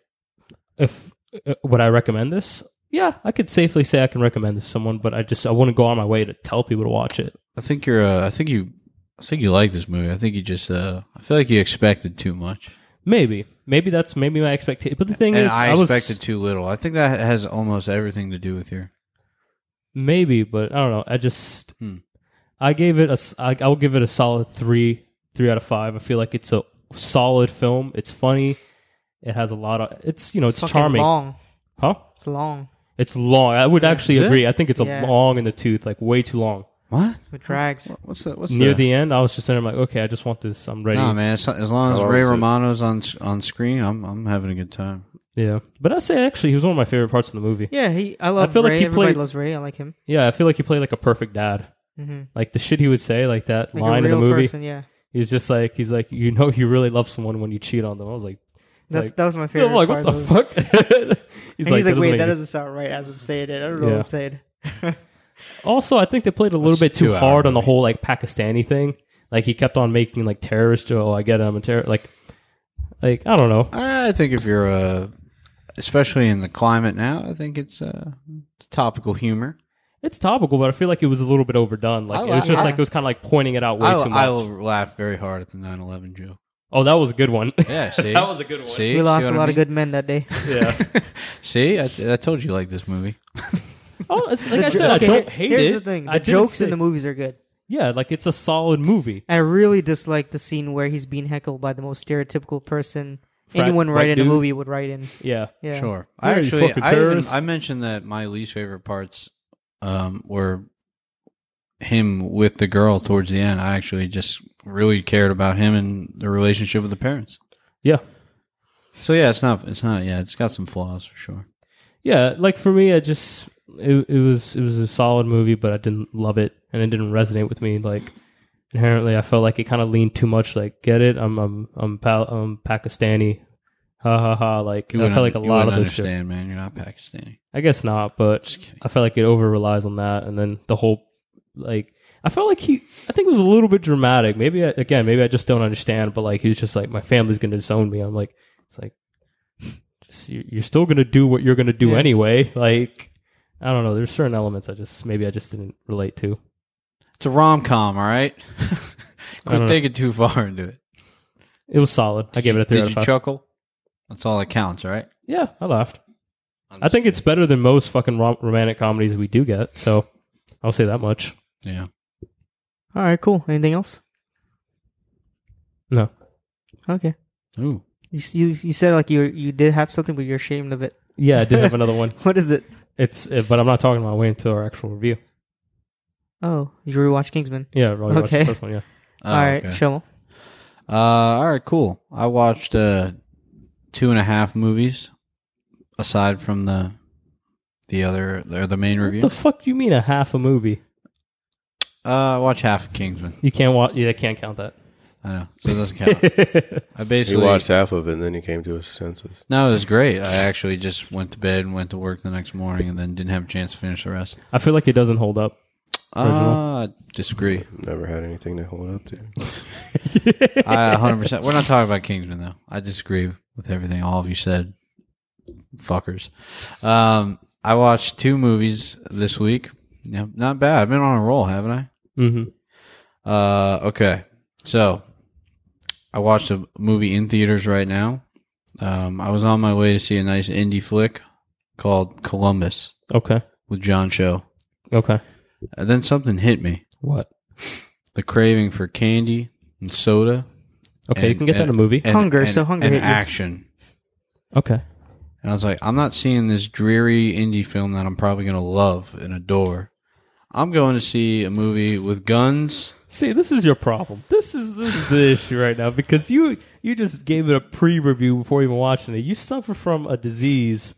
S3: if uh, would I recommend this? yeah, I could safely say I can recommend this to someone, but I just I wouldn't go on my way to tell people to watch it.
S4: I think you're. Uh, I think you. I think you like this movie. I think you just. Uh, I feel like you expected too much,
S3: Maybe, maybe that's maybe my expectation. But the thing
S4: and
S3: is,
S4: I,
S3: I, was
S4: expected too little. I think that has almost everything to do with your.
S3: maybe, but I don't know. I just
S4: Hmm.
S3: I gave it a s- I, I'll give it a solid three three out of five. I feel like it's a solid film. It's funny. It has a lot of it's you know it's,
S2: fucking
S3: charming,
S2: Long.
S3: huh?
S2: It's long.
S3: It's long. I would actually
S4: Is it?
S3: agree. I think it's a
S2: Yeah.
S3: long in the tooth, like way too long.
S4: What?
S2: It drags.
S4: What's that? What's
S3: Near
S4: the?
S3: the end, I was just sitting there, I'm like, okay, I just want this. I'm ready.
S4: Nah, man. It's, as long as
S5: How long
S4: Ray
S5: is it?
S4: Romano's on s- on screen, I'm I'm having a good time.
S3: Yeah, but I say actually, he was one of my favorite parts of the movie.
S2: Yeah, he. I love.
S3: feel like
S2: Ray.
S3: he
S2: Everybody
S3: played-
S2: loves Ray. I like him.
S3: Yeah, I feel like he played like a perfect dad.
S2: Mm-hmm.
S3: Like the shit he would say, like that
S2: Like
S3: line
S2: a
S3: in
S2: real
S3: the movie.
S2: person. Yeah,
S3: He's just like, he's like, you know, you really love someone when you cheat on them. I was like,
S2: that's
S3: like-
S2: that was my
S3: yeah,
S2: favorite.
S3: I'm like
S2: part
S3: what
S2: of
S3: the fuck? he's
S2: and he's like,
S3: doesn't
S2: wait,
S3: make
S2: that
S3: any
S2: doesn't sound right as I'm saying it. I don't know
S3: Yeah.
S2: what I'm saying.
S3: sense." Also, I think they played a little
S4: That's
S3: bit too
S4: two-hour
S3: hard on the
S4: movie.
S3: whole like Pakistani thing. Like he kept on making like terrorist. Oh, I get it. I'm a terror. Like, like I don't know.
S4: I think if you're uh, especially in the climate now, I think it's uh, it's topical humor.
S3: It's topical, but I feel like it was a little bit overdone. Like
S4: I
S3: it was
S4: li-
S3: just
S4: I-
S3: like it was kind of like pointing it out way
S4: I,
S3: too
S4: I
S3: much.
S4: laugh very hard at the 9/11 joke.
S3: oh, that was a good one.
S4: Yeah, see,
S3: that was a good one.
S4: See,
S2: we
S4: See
S2: lost a
S4: what I
S2: lot of
S4: mean?
S2: good men that day.
S3: Yeah.
S4: See, I, I told you like this movie.
S3: Oh, it's, like I
S2: The
S3: said,
S2: jo-
S3: I
S2: okay,
S3: don't
S2: here-
S3: hate
S2: here's
S3: it.
S2: the thing: the
S3: I didn't
S2: jokes in
S3: say-
S2: the movies are good.
S3: Yeah, like it's a solid movie.
S2: I really dislike the scene where he's being heckled by the most stereotypical person
S3: Frat-
S2: anyone
S3: white
S2: writing a
S3: dude.
S2: movie would write in.
S3: Yeah.
S2: Yeah,
S4: Sure.
S3: Yeah,
S4: I
S3: you
S4: actually,
S3: fucking
S4: I, even-
S3: terrorist.
S4: I mentioned that my least favorite parts um, were him with the girl towards the end. I actually just really cared about him and the relationship with the parents.
S3: Yeah.
S4: So yeah, it's not, it's not, yeah, it's got some flaws for sure.
S3: Yeah, like for me I just it, it was it was a solid movie, but I didn't love it and it didn't resonate with me like inherently. I felt like it kind of leaned too much like get it? I'm I'm I'm, pa- I'm Pakistani. Ha ha ha like I
S4: wouldn't
S3: felt like a
S4: under-
S3: lot of
S4: wouldn't
S3: this shit.
S4: understand, man. You're not Pakistani.
S3: I guess not, but
S4: Just kidding.
S3: I felt like it over relies on that, and then the whole like I felt like he I think it was a little bit dramatic. Maybe I, again, maybe I just don't understand, but like he's just like my family's gonna disown me. I'm like it's like just you- you're still gonna do what you're gonna do
S2: Yeah.
S3: anyway. Like I don't know. There's certain elements I just maybe I just didn't relate to.
S4: It's a rom com, all right? Quit
S3: know.
S4: taking too far into it.
S3: It was solid. I gave it a three
S4: Did
S3: out of
S4: you
S3: five.
S4: chuckle? That's all that counts, all right?
S3: yeah, I laughed. I think it's better than most fucking rom- romantic comedies we do get. So I'll say that much.
S4: yeah.
S2: All right, cool. Anything else?
S3: No.
S2: Okay.
S4: Ooh.
S2: You s- you, you said like you you did have something, but you're ashamed of it.
S3: Yeah, I did have another one.
S2: What is it?
S3: It's uh, but I'm not talking about waiting until our actual review.
S2: Oh, you rewatched Kingsman.
S3: Yeah, Raleigh okay.
S2: Okay.
S3: the first one. Yeah,
S4: Oh,
S2: All right,
S4: okay.
S2: Shomo.
S4: Uh, all right, cool. I watched uh, two and a half movies aside from the the other or the main
S3: what
S4: review.
S3: the fuck do you mean a half a movie?
S4: uh, I watched half of Kingsman.
S3: You can't watch. Yeah, I can't count that.
S4: I know, so it doesn't count. I
S5: He
S4: basically
S5: watched half of it and then he came to his senses.
S4: no, it was great. I actually just went to bed and went to work the next morning, and then didn't have a chance to finish the rest.
S3: I feel like it doesn't hold up.
S4: Uh, disagree.
S5: Never had anything to hold up to.
S4: I 100. percent We're not talking about Kingsman though. I disagree with everything all of you said, fuckers. Um, I watched two movies this week. Yeah, not bad. I've been on a roll, haven't I?
S3: hmm
S4: Uh, okay. So I watched a movie in theaters right now. Um, I was on my way to see a nice indie flick called Columbus
S3: Okay.
S4: with John Cho.
S3: Okay.
S4: And then something hit me
S3: What?
S4: the craving for candy and soda.
S3: Okay, you
S4: and-
S3: can get that in
S4: and-
S3: a movie.
S4: and-
S2: Hunger,
S4: and-
S2: so hunger
S4: and
S2: hit you.
S4: action.
S3: okay.
S4: And I was like, I'm not seeing this dreary indie film that I'm probably going to love and adore. I'm going to see a movie with guns.
S3: See, this is your problem. This is this is the issue right now because you you just gave it a pre-review before even watching it. You suffer from a disease.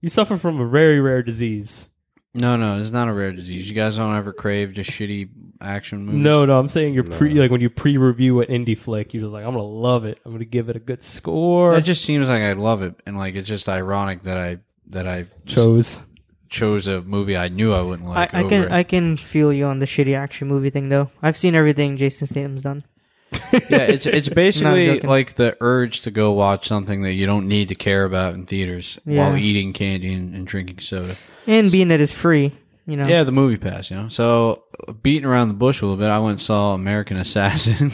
S3: You suffer from a very rare disease.
S4: No, no, it's not a rare disease. You guys don't ever crave just shitty action movies.
S3: No, no, I'm saying you're pre like when you pre-review an indie flick, you're just like, I'm gonna love it. I'm gonna give it a good score.
S4: It just seems like I love it, and like it's just ironic that I that I
S3: chose.
S4: chose a movie I knew I wouldn't
S2: I,
S4: like.
S2: I
S4: over
S2: can
S4: it.
S2: I can feel you on the shitty action movie thing though. I've seen everything Jason Statham's done.
S4: yeah, it's it's basically
S2: joking.
S4: like the urge to go watch something that you don't need to care about in theaters
S2: Yeah.
S4: while eating candy and, and drinking soda.
S2: And being that it's free, you know.
S4: Yeah, the movie pass, you know. So beating around the bush a little bit, I went and saw American Assassin,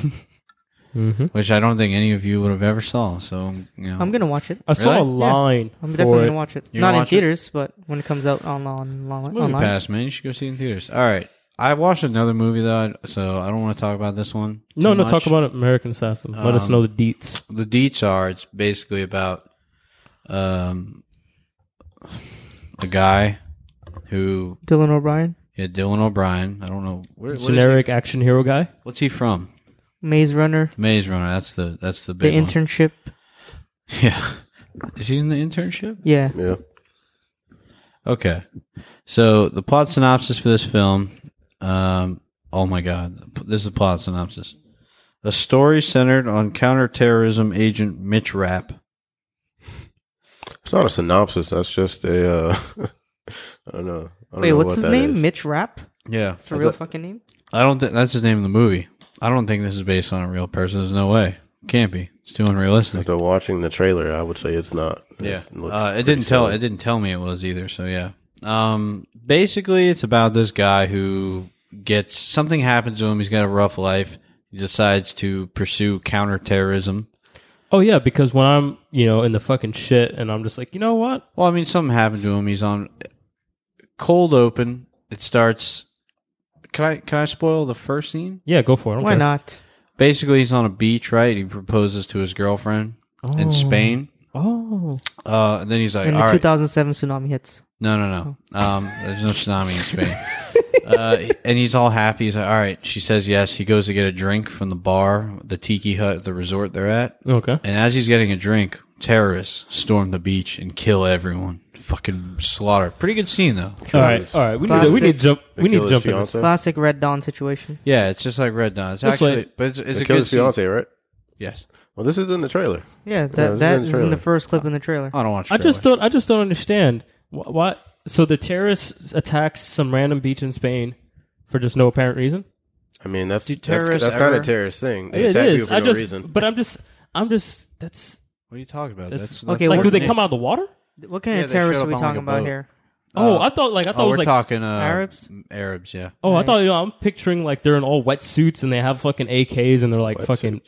S3: Mm-hmm.
S4: which I don't think any of you would have ever saw. So you know,
S2: I'm gonna watch it.
S3: I saw a
S4: Really?
S3: line
S2: I'm
S3: for
S2: definitely
S3: it.
S2: gonna watch it.
S4: You
S2: Not in
S4: watch Uh, it?
S2: theaters, but when it comes out on on, on
S4: movie
S2: online.
S4: pass, man. You should go see it in theaters. All right, I watched another movie though, so I don't want to talk about this one.
S3: No,
S4: too
S3: no,
S4: much.
S3: talk about American Assassin. Let us
S4: Um,
S3: know the deets.
S4: the deets are it's basically about um a guy who
S2: Dylan O'Brien,
S4: yeah Dylan O'Brien I don't know where, what is he-
S3: Generic action hero guy.
S4: what's he from
S2: Maze Runner,
S4: Maze Runner that's the that's the
S2: The
S4: big one.
S2: Internship.
S4: yeah is he in the internship
S2: Yeah,
S5: Yeah.
S4: okay so the plot synopsis for this film um oh my god this is the plot synopsis a story centered on counterterrorism agent Mitch Rapp
S5: It's not a synopsis. That's just a. Uh, I don't know. I don't
S2: Wait,
S5: know
S2: what's
S5: what
S2: his
S5: that
S2: name?
S5: is.
S2: Mitch Rapp?
S4: yeah
S2: That's a real
S5: it?
S2: fucking name?
S4: I don't think that's the name of the movie. I don't think this is based on a real person. There's no way. Can't be. It's too unrealistic.
S5: After watching the trailer, I would say it's not.
S4: Yeah.
S5: looks
S4: Uh, it
S5: pretty
S4: didn't tell.
S5: silly.
S4: It didn't tell me it was either. So yeah. Um. Basically, it's about this guy who gets something happens to him. He's got a rough life. He decides to pursue counterterrorism.
S3: Oh yeah, because when I'm you know in the fucking shit and I'm just like you know what
S4: Well, I mean, something happened to him. He's on cold open. It starts. Can I can I spoil the first scene?
S3: yeah go for it I don't
S2: Why
S3: care.
S2: not?
S4: Basically, he's on a beach, right? He proposes to his girlfriend
S3: Oh.
S4: in Spain.
S3: oh
S4: Uh, and then he's like,
S2: And
S4: "All
S2: the
S4: right,
S2: 2007 tsunami hits.
S4: no, no, no.
S3: Oh.
S4: Um, there's no tsunami in Spain." Uh, and he's all happy. He's like, "All right." She says yes. He goes to get a drink from the bar, the tiki hut, the resort they're at.
S3: okay
S4: And as he's getting a drink, terrorists storm the beach and kill everyone. Fucking slaughter. Pretty good scene though.
S3: all right all right we need to, we need to jump
S5: The
S3: we need to
S5: killer's
S3: jump in this.
S5: fiance.
S2: Classic Red Dawn situation.
S4: Yeah, it's just like Red Dawn. It's
S3: That's
S4: actually,
S3: like-
S4: but it's, it's
S5: The
S4: a good
S5: killer's
S4: scene.
S5: fiance, right?
S4: Yes,
S5: Well, this is in the trailer.
S2: Yeah, that,
S5: this is
S2: that
S5: in the
S2: is in the
S5: trailer. Uh,
S2: first clip in the trailer.
S4: I don't watch.
S3: I just
S4: trailers.
S3: don't I just don't understand Wh- why so the terrorists attacks some random beach in Spain for just no apparent reason
S5: I mean, that's
S4: Do
S5: that's,
S4: terrorists
S5: that's kind
S4: ever-
S5: of a terrorist thing. They
S3: Yeah, it
S5: attack
S3: is
S5: people for
S3: I
S5: no
S3: just
S5: reason.
S3: but I'm just I'm just that's
S4: What are you talking about?
S3: That's-
S4: That's,
S2: Okay,
S3: like
S2: what-
S3: do they come out of the water
S2: What kind
S4: Yeah,
S2: of
S4: they showed
S2: terrorists are
S4: up
S2: we
S4: on, like,
S2: talking
S4: a
S2: about
S4: boat.
S2: here?
S5: Uh,
S3: oh I thought like I thought
S4: Oh,
S3: it
S4: we're
S3: was like
S4: talking uh,
S2: Arabs?
S4: Arabs, yeah.
S3: oh I thought
S2: Nice.
S3: you know I'm picturing like they're in all wetsuits and they have fucking AKs and they're like fucking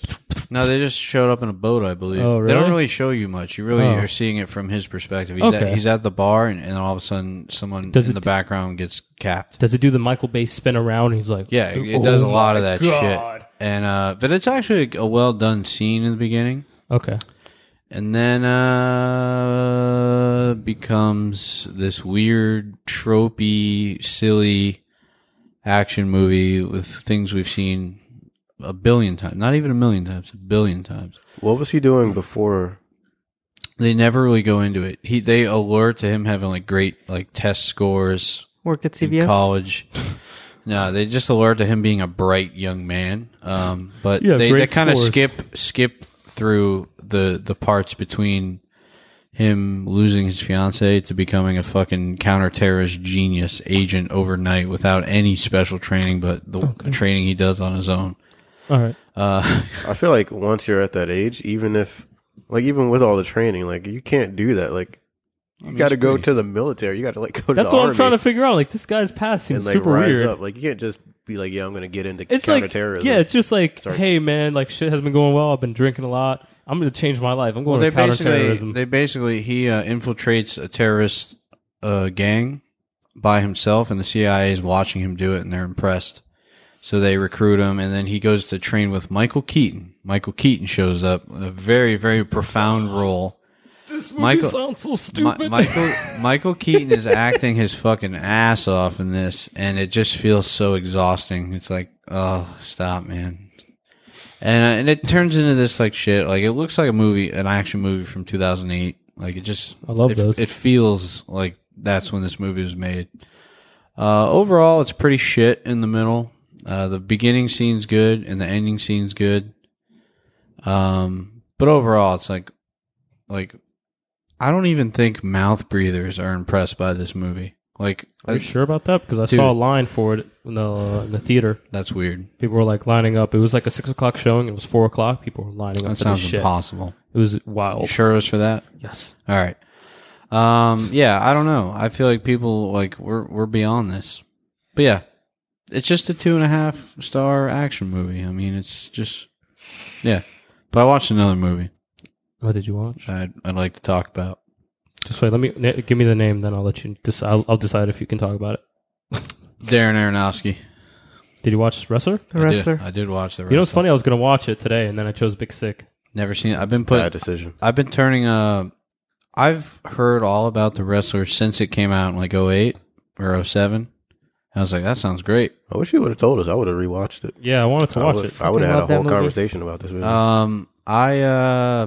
S4: No, they just showed up in a boat, I believe.
S3: Oh,
S4: They
S3: really?
S4: don't really show you much. You really
S3: Oh.
S4: are seeing it from his perspective. He's,
S3: Okay.
S4: at, he's at the bar, and, and all of a sudden, someone
S3: Does
S4: in
S3: it
S4: the
S3: d-
S4: background gets capped.
S3: does it do the Michael Bay spin around and he's like
S4: Yeah, it, it
S3: oh
S4: does a lot of
S3: my
S4: that
S3: God.
S4: shit. And uh, but it's actually a well done scene in the beginning,
S3: okay
S4: and then uh, becomes this weird, tropey, silly action movie with things we've seen a billion times. Not even a million times, a billion times.
S5: What was he doing before?
S4: They never really go into it. He they allure to him having like great like test scores
S2: Worked at
S4: in
S2: CBS?
S4: college. no, they just allure to him being a bright young man. Um, but
S3: Yeah,
S4: they,
S3: great
S4: they kind of
S3: scores.
S4: skip skip through the the parts between him losing his fiance to becoming a fucking counterterrorist genius agent overnight without any special training, but the training he does on his own.
S3: all right
S4: Uh,
S5: I feel like once you're at that age, even if, like, even with all the training, like, you can't do that. Like, you got to go to the military. You got to like go to
S3: that's
S5: the
S3: what
S5: army
S3: I'm trying to figure out like this guy's past seems
S5: and like
S3: super
S5: rise
S3: weird
S5: up. Like, you can't just be like, yeah, I'm going to get into
S3: it's like
S5: counterterrorism.
S3: yeah, it's just like
S5: Sorry.
S3: hey man, like shit has been going well. I've been drinking a lot. I'm gonna change my life. I'm
S4: Well,
S3: going
S4: they
S3: to
S4: basically
S3: counterterrorism.
S4: they basically he uh, infiltrates a terrorist uh, gang by himself, and the CIA is watching him do it, and they're impressed. So they recruit him, and then he goes to train with Michael Keaton. Michael Keaton shows up with a very very profound role.
S3: this movie
S4: Michael-
S3: sounds so
S4: Mi-
S3: stupid.
S4: Michael Michael Keaton is acting his fucking ass off in this, and it just feels so exhausting. It's like, oh, stop, man. And uh, and it turns into this like shit. Like it looks like a movie, an action movie from 2008. Like it just,
S3: I love
S4: it,
S3: those.
S4: It feels like that's when this movie was made. Uh, overall, it's pretty shit in the middle. Uh, the beginning scene's good, and the ending scene's good. Um, but overall, it's like, like I don't even think mouth breathers are impressed by this movie. Like
S3: Are you
S4: I-
S3: sure about that? Because I
S4: Dude.
S3: saw a line for it in the, in the theater.
S4: that's weird.
S3: People were like lining up. It was like a six o'clock showing. It was four o'clock. People were lining up
S4: That
S3: for this
S4: sounds
S3: shit. Oh.
S4: impossible.
S3: It was
S4: You
S3: wild.
S4: sure it was for that?
S3: Yes.
S4: All right. Um, yeah, I don't know. I feel like people like we're we're beyond this. But yeah. It's just a two and a half star action movie. I mean it's just Yeah. But I watched another movie
S3: What Oh, did you watch?
S4: I'd I'd like to talk about.
S3: Just wait. Let me n- give me the name, then I'll let you. Dec- I'll, I'll decide if you can talk about it.
S4: Darren Aronofsky.
S3: Did you watch Wrestler?
S2: The wrestler.
S4: I did, I did watch the wrestler.
S3: You know what's funny? I was gonna watch it today, and then I chose Big Sick.
S4: Never seen it. I've been put
S5: Bad decision.
S4: I've been turning uh I've heard all about the wrestler since it came out in like 08 or 07. I was like, that sounds great.
S5: I wish you would have told us. I would have rewatched it.
S3: Yeah, I wanted to
S5: I
S3: watch
S5: would,
S3: it.
S5: I would
S2: Fucking
S5: have had a
S2: love that
S5: whole
S2: movie.
S5: conversation about this movie.
S4: Um, I uh,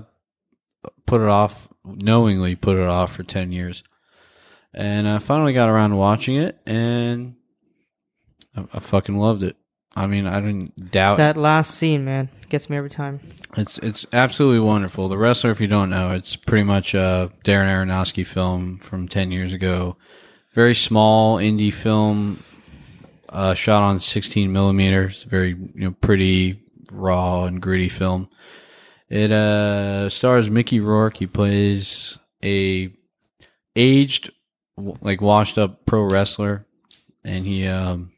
S4: put it off knowingly, put it off for ten years, and I finally got around to watching it, and I, I fucking loved it. I mean, I didn't
S5: uh,
S4: doubt
S2: That last scene, man, gets me every time.
S4: it's it's absolutely wonderful. The wrestler, if you don't know, it's pretty much a Darren Aronofsky film from ten years ago. Very small indie film, uh, shot on sixteen millimeters. Very you know pretty raw and gritty film. It uh, stars Mickey Rourke. He plays a aged, w- like washed up pro wrestler, and he um,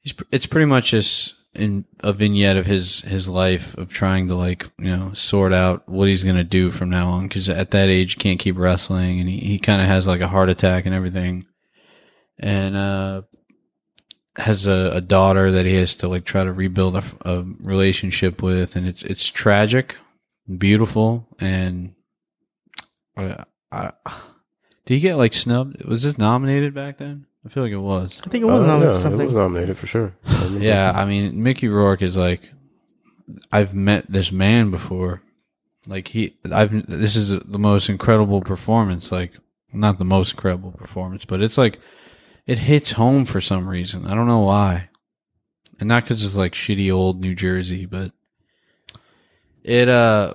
S4: he's pr- it's pretty much just in a vignette of his his life of trying to like you know sort out what he's gonna do from now on because at that age you can't keep wrestling and he, he kind of has like a heart attack and everything and uh has a, a daughter that he has to like try to rebuild a, f- a relationship with and it's it's tragic beautiful and I, I, do you get like snubbed was this nominated back then i feel like it was
S2: I think it was
S5: Uh,
S2: nominated
S5: yeah,
S2: for
S5: It
S2: something.
S5: was nominated for sure. I remember.
S4: Yeah, I mean, Mickey Rourke is like, I've met this man before. Like he, I've. This is the most incredible performance. Like, not the most incredible performance, but it's like, it hits home for some reason. I don't know why, and not because it's like shitty old New Jersey, but it. uh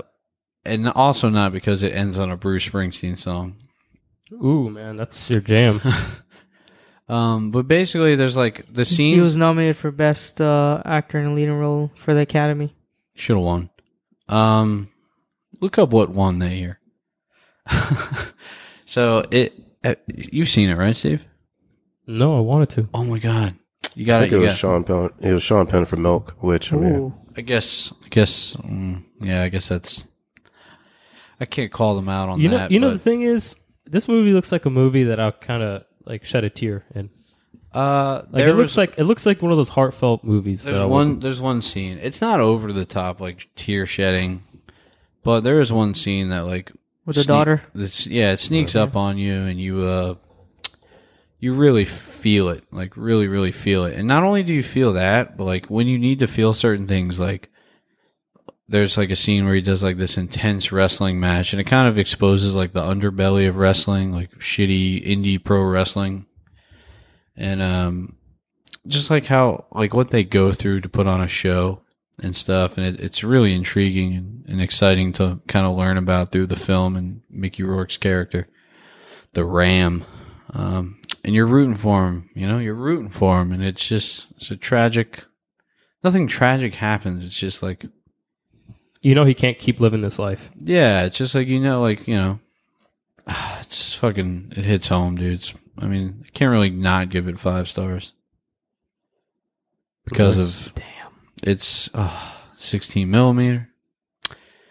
S4: And also not because it ends on a Bruce Springsteen song.
S3: Ooh, man, that's your jam.
S4: Um, but basically, there's like
S2: He
S4: the
S2: was
S4: scenes
S2: nominated for best uh, actor in a leading role for the Academy.
S4: should have won. Um, look up what won that year. so it, uh, you've seen it, right, Steve?
S3: no, I wanted to.
S4: Oh my god, you
S5: I
S4: got it.
S5: think it
S4: You
S5: was
S4: got,
S5: Sean Penn. It was Sean Penn for Milk, which I mean,
S2: Ooh,
S4: I guess. I guess. Mm, yeah, I guess that's. I can't call them out on
S3: You know,
S4: that.
S3: you know the
S4: but,
S3: thing is, this movie looks like a movie that I kind of like shed a tear in.
S4: uh,
S3: Like
S4: there
S3: it looks
S4: was-
S3: like it looks like one of those heartfelt movies. that I
S4: There's
S3: would-
S4: one. There's one scene. It's not over the top like tear shedding, but there is one scene that like
S2: With the daughter?
S4: It's, yeah, it sneaks up on you, and you uh, you really feel it. Like really, really feel it. And not only do you feel that, but like when you need to feel certain things, like there's like a scene where he does like this intense wrestling match, and it kind of exposes like the underbelly of wrestling, like shitty indie pro wrestling, and um just like how like what they go through to put on a show and stuff and it, it's really intriguing and, and exciting to kind of learn about through the film and mickey rourke's character the ram um, and you're rooting for him you know you're rooting for him and it's just it's a tragic nothing tragic happens it's just like
S3: You know, he can't keep living this life.
S4: yeah it's just like you know like you know it's fucking it hits home dude it's, i mean i can't really not give it five stars because of
S3: damn.
S4: It's uh, 16 millimeter.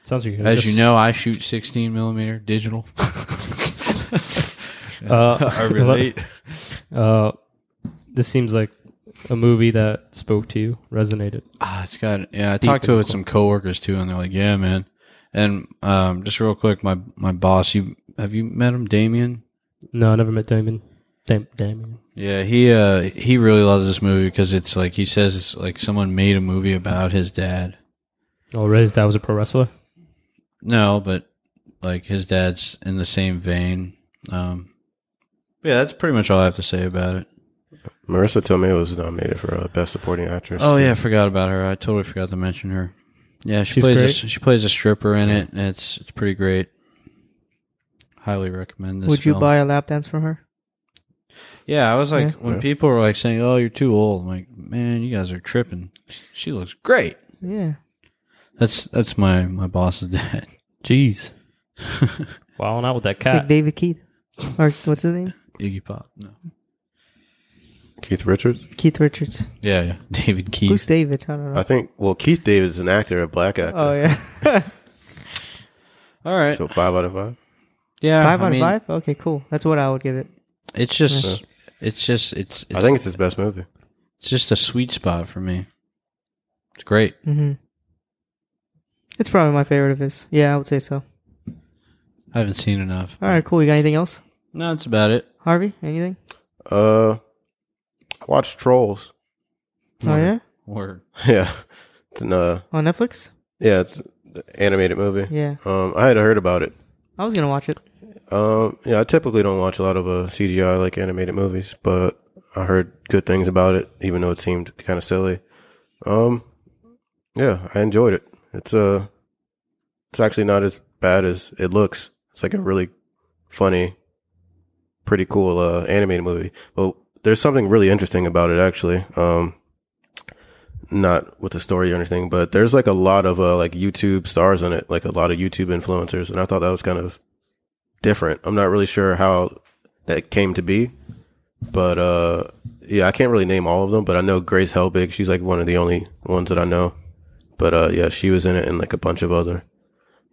S3: Sounds like
S4: As you know, I shoot 16 millimeter digital.
S3: Uh,
S4: I relate.
S3: Uh, this seems like a movie that spoke to you, resonated.
S4: Ah, it's got yeah. I talked to it with some coworkers too, and they're like, "Yeah, man." And um, just real quick, my my boss, you have you met him, Damien?
S3: No, I never met Damien. Dam- Damien.
S4: Yeah, he uh he really loves this movie because it's like he says it's like someone made a movie about his dad.
S3: Oh, Ray's dad was a pro wrestler.
S4: No, but like his dad's in the same vein. Um, yeah, that's pretty much all I have to say about it.
S5: Marissa Tomei was nominated for uh, Best Supporting Actress.
S4: Oh yeah, I forgot about her. I totally forgot to mention her. Yeah, she
S3: She's
S4: plays a,
S3: great.
S4: she plays a stripper in it. And it's it's pretty great. Highly recommend this.
S2: would you
S4: film.
S2: buy a lap dance from her?
S4: Yeah, I was like,
S2: Yeah.
S4: when people were like saying, "Oh, you're too old," I'm like, "Man, you guys are tripping." She looks great.
S2: Yeah.
S4: That's that's my my boss's dad.
S3: Jeez. Wilding out with that
S2: It's like
S3: cat.
S2: David Keith. Or what's his name?
S4: Iggy Pop. No.
S5: Keith Richards.
S2: Keith Richards.
S4: Yeah, yeah. David
S2: Who's
S4: Keith.
S2: David? I don't know.
S5: I think. Well, Keith David is an actor, a black actor.
S2: oh, yeah.
S4: All right.
S5: So five out of five.
S4: yeah.
S2: five
S4: I
S2: out of
S4: mean,
S2: five? Okay, cool. That's what I would give it.
S4: It's just, it's just, it's, it's.
S5: I think it's his best movie.
S4: it's just a sweet spot for me. It's great.
S2: hmm It's probably my favorite of his. Yeah, I would say so.
S4: I haven't seen enough.
S2: All right, cool. You got anything else?
S4: No, that's about it.
S2: Harvey, anything?
S5: Uh, I watched Trolls.
S2: Oh, yeah?
S4: Word.
S5: yeah, it's an uh,
S2: On Netflix?
S5: yeah, it's an animated movie.
S2: Yeah.
S5: Um, I had heard about it.
S2: I was going to watch it.
S5: Um, yeah, I typically don't watch a lot of uh, CGI like animated movies, but I heard good things about it, even though it seemed kind of silly. Um, yeah, I enjoyed it. It's uh, it's actually not as bad as it looks. It's like a really funny, pretty cool uh, animated movie. But there's something really interesting about it actually. Um, not with the story or anything, but there's like a lot of uh, like YouTube stars in it, like a lot of YouTube influencers, and I thought that was kind of different. I'm not really sure how that came to be, but uh, yeah, I can't really name all of them, but I know Grace Helbig. She's like one of the only ones that I know. But uh, yeah, she was in it and like a bunch of other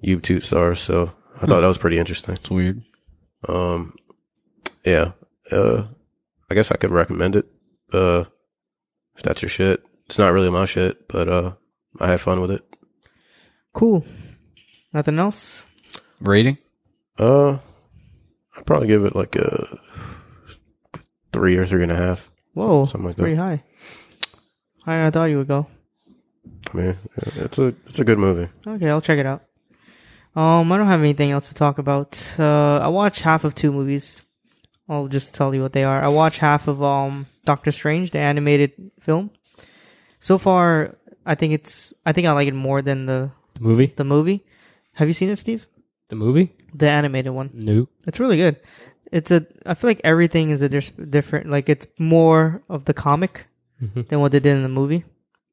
S5: YouTube stars. So I thought that was pretty interesting.
S4: It's weird.
S5: Um, yeah, uh, I guess I could recommend it. Uh, if that's your shit, it's not really my shit, but uh, I had fun with it.
S2: Cool. Nothing else?
S4: Rating?
S5: Uh, I'd probably give it like a three or three and a half.
S2: Whoa.
S5: Something like that.
S2: pretty high. Higher than I thought you would go.
S5: I mean, it's a it's a good movie.
S2: Okay, I'll check it out. Um, I don't have anything else to talk about. Uh, I watch half of two movies. I'll just tell you what they are. I watch half of um Doctor Strange, the animated film. So far, I think it's I think I like it more than the
S3: The movie?
S2: the movie. Have you seen it, Steve?
S3: The movie?
S2: The animated one.
S3: No.
S2: It's really good. It's a I feel like everything is a dis- different. Like it's more of the comic
S3: Mhm.
S2: than what they did in the movie.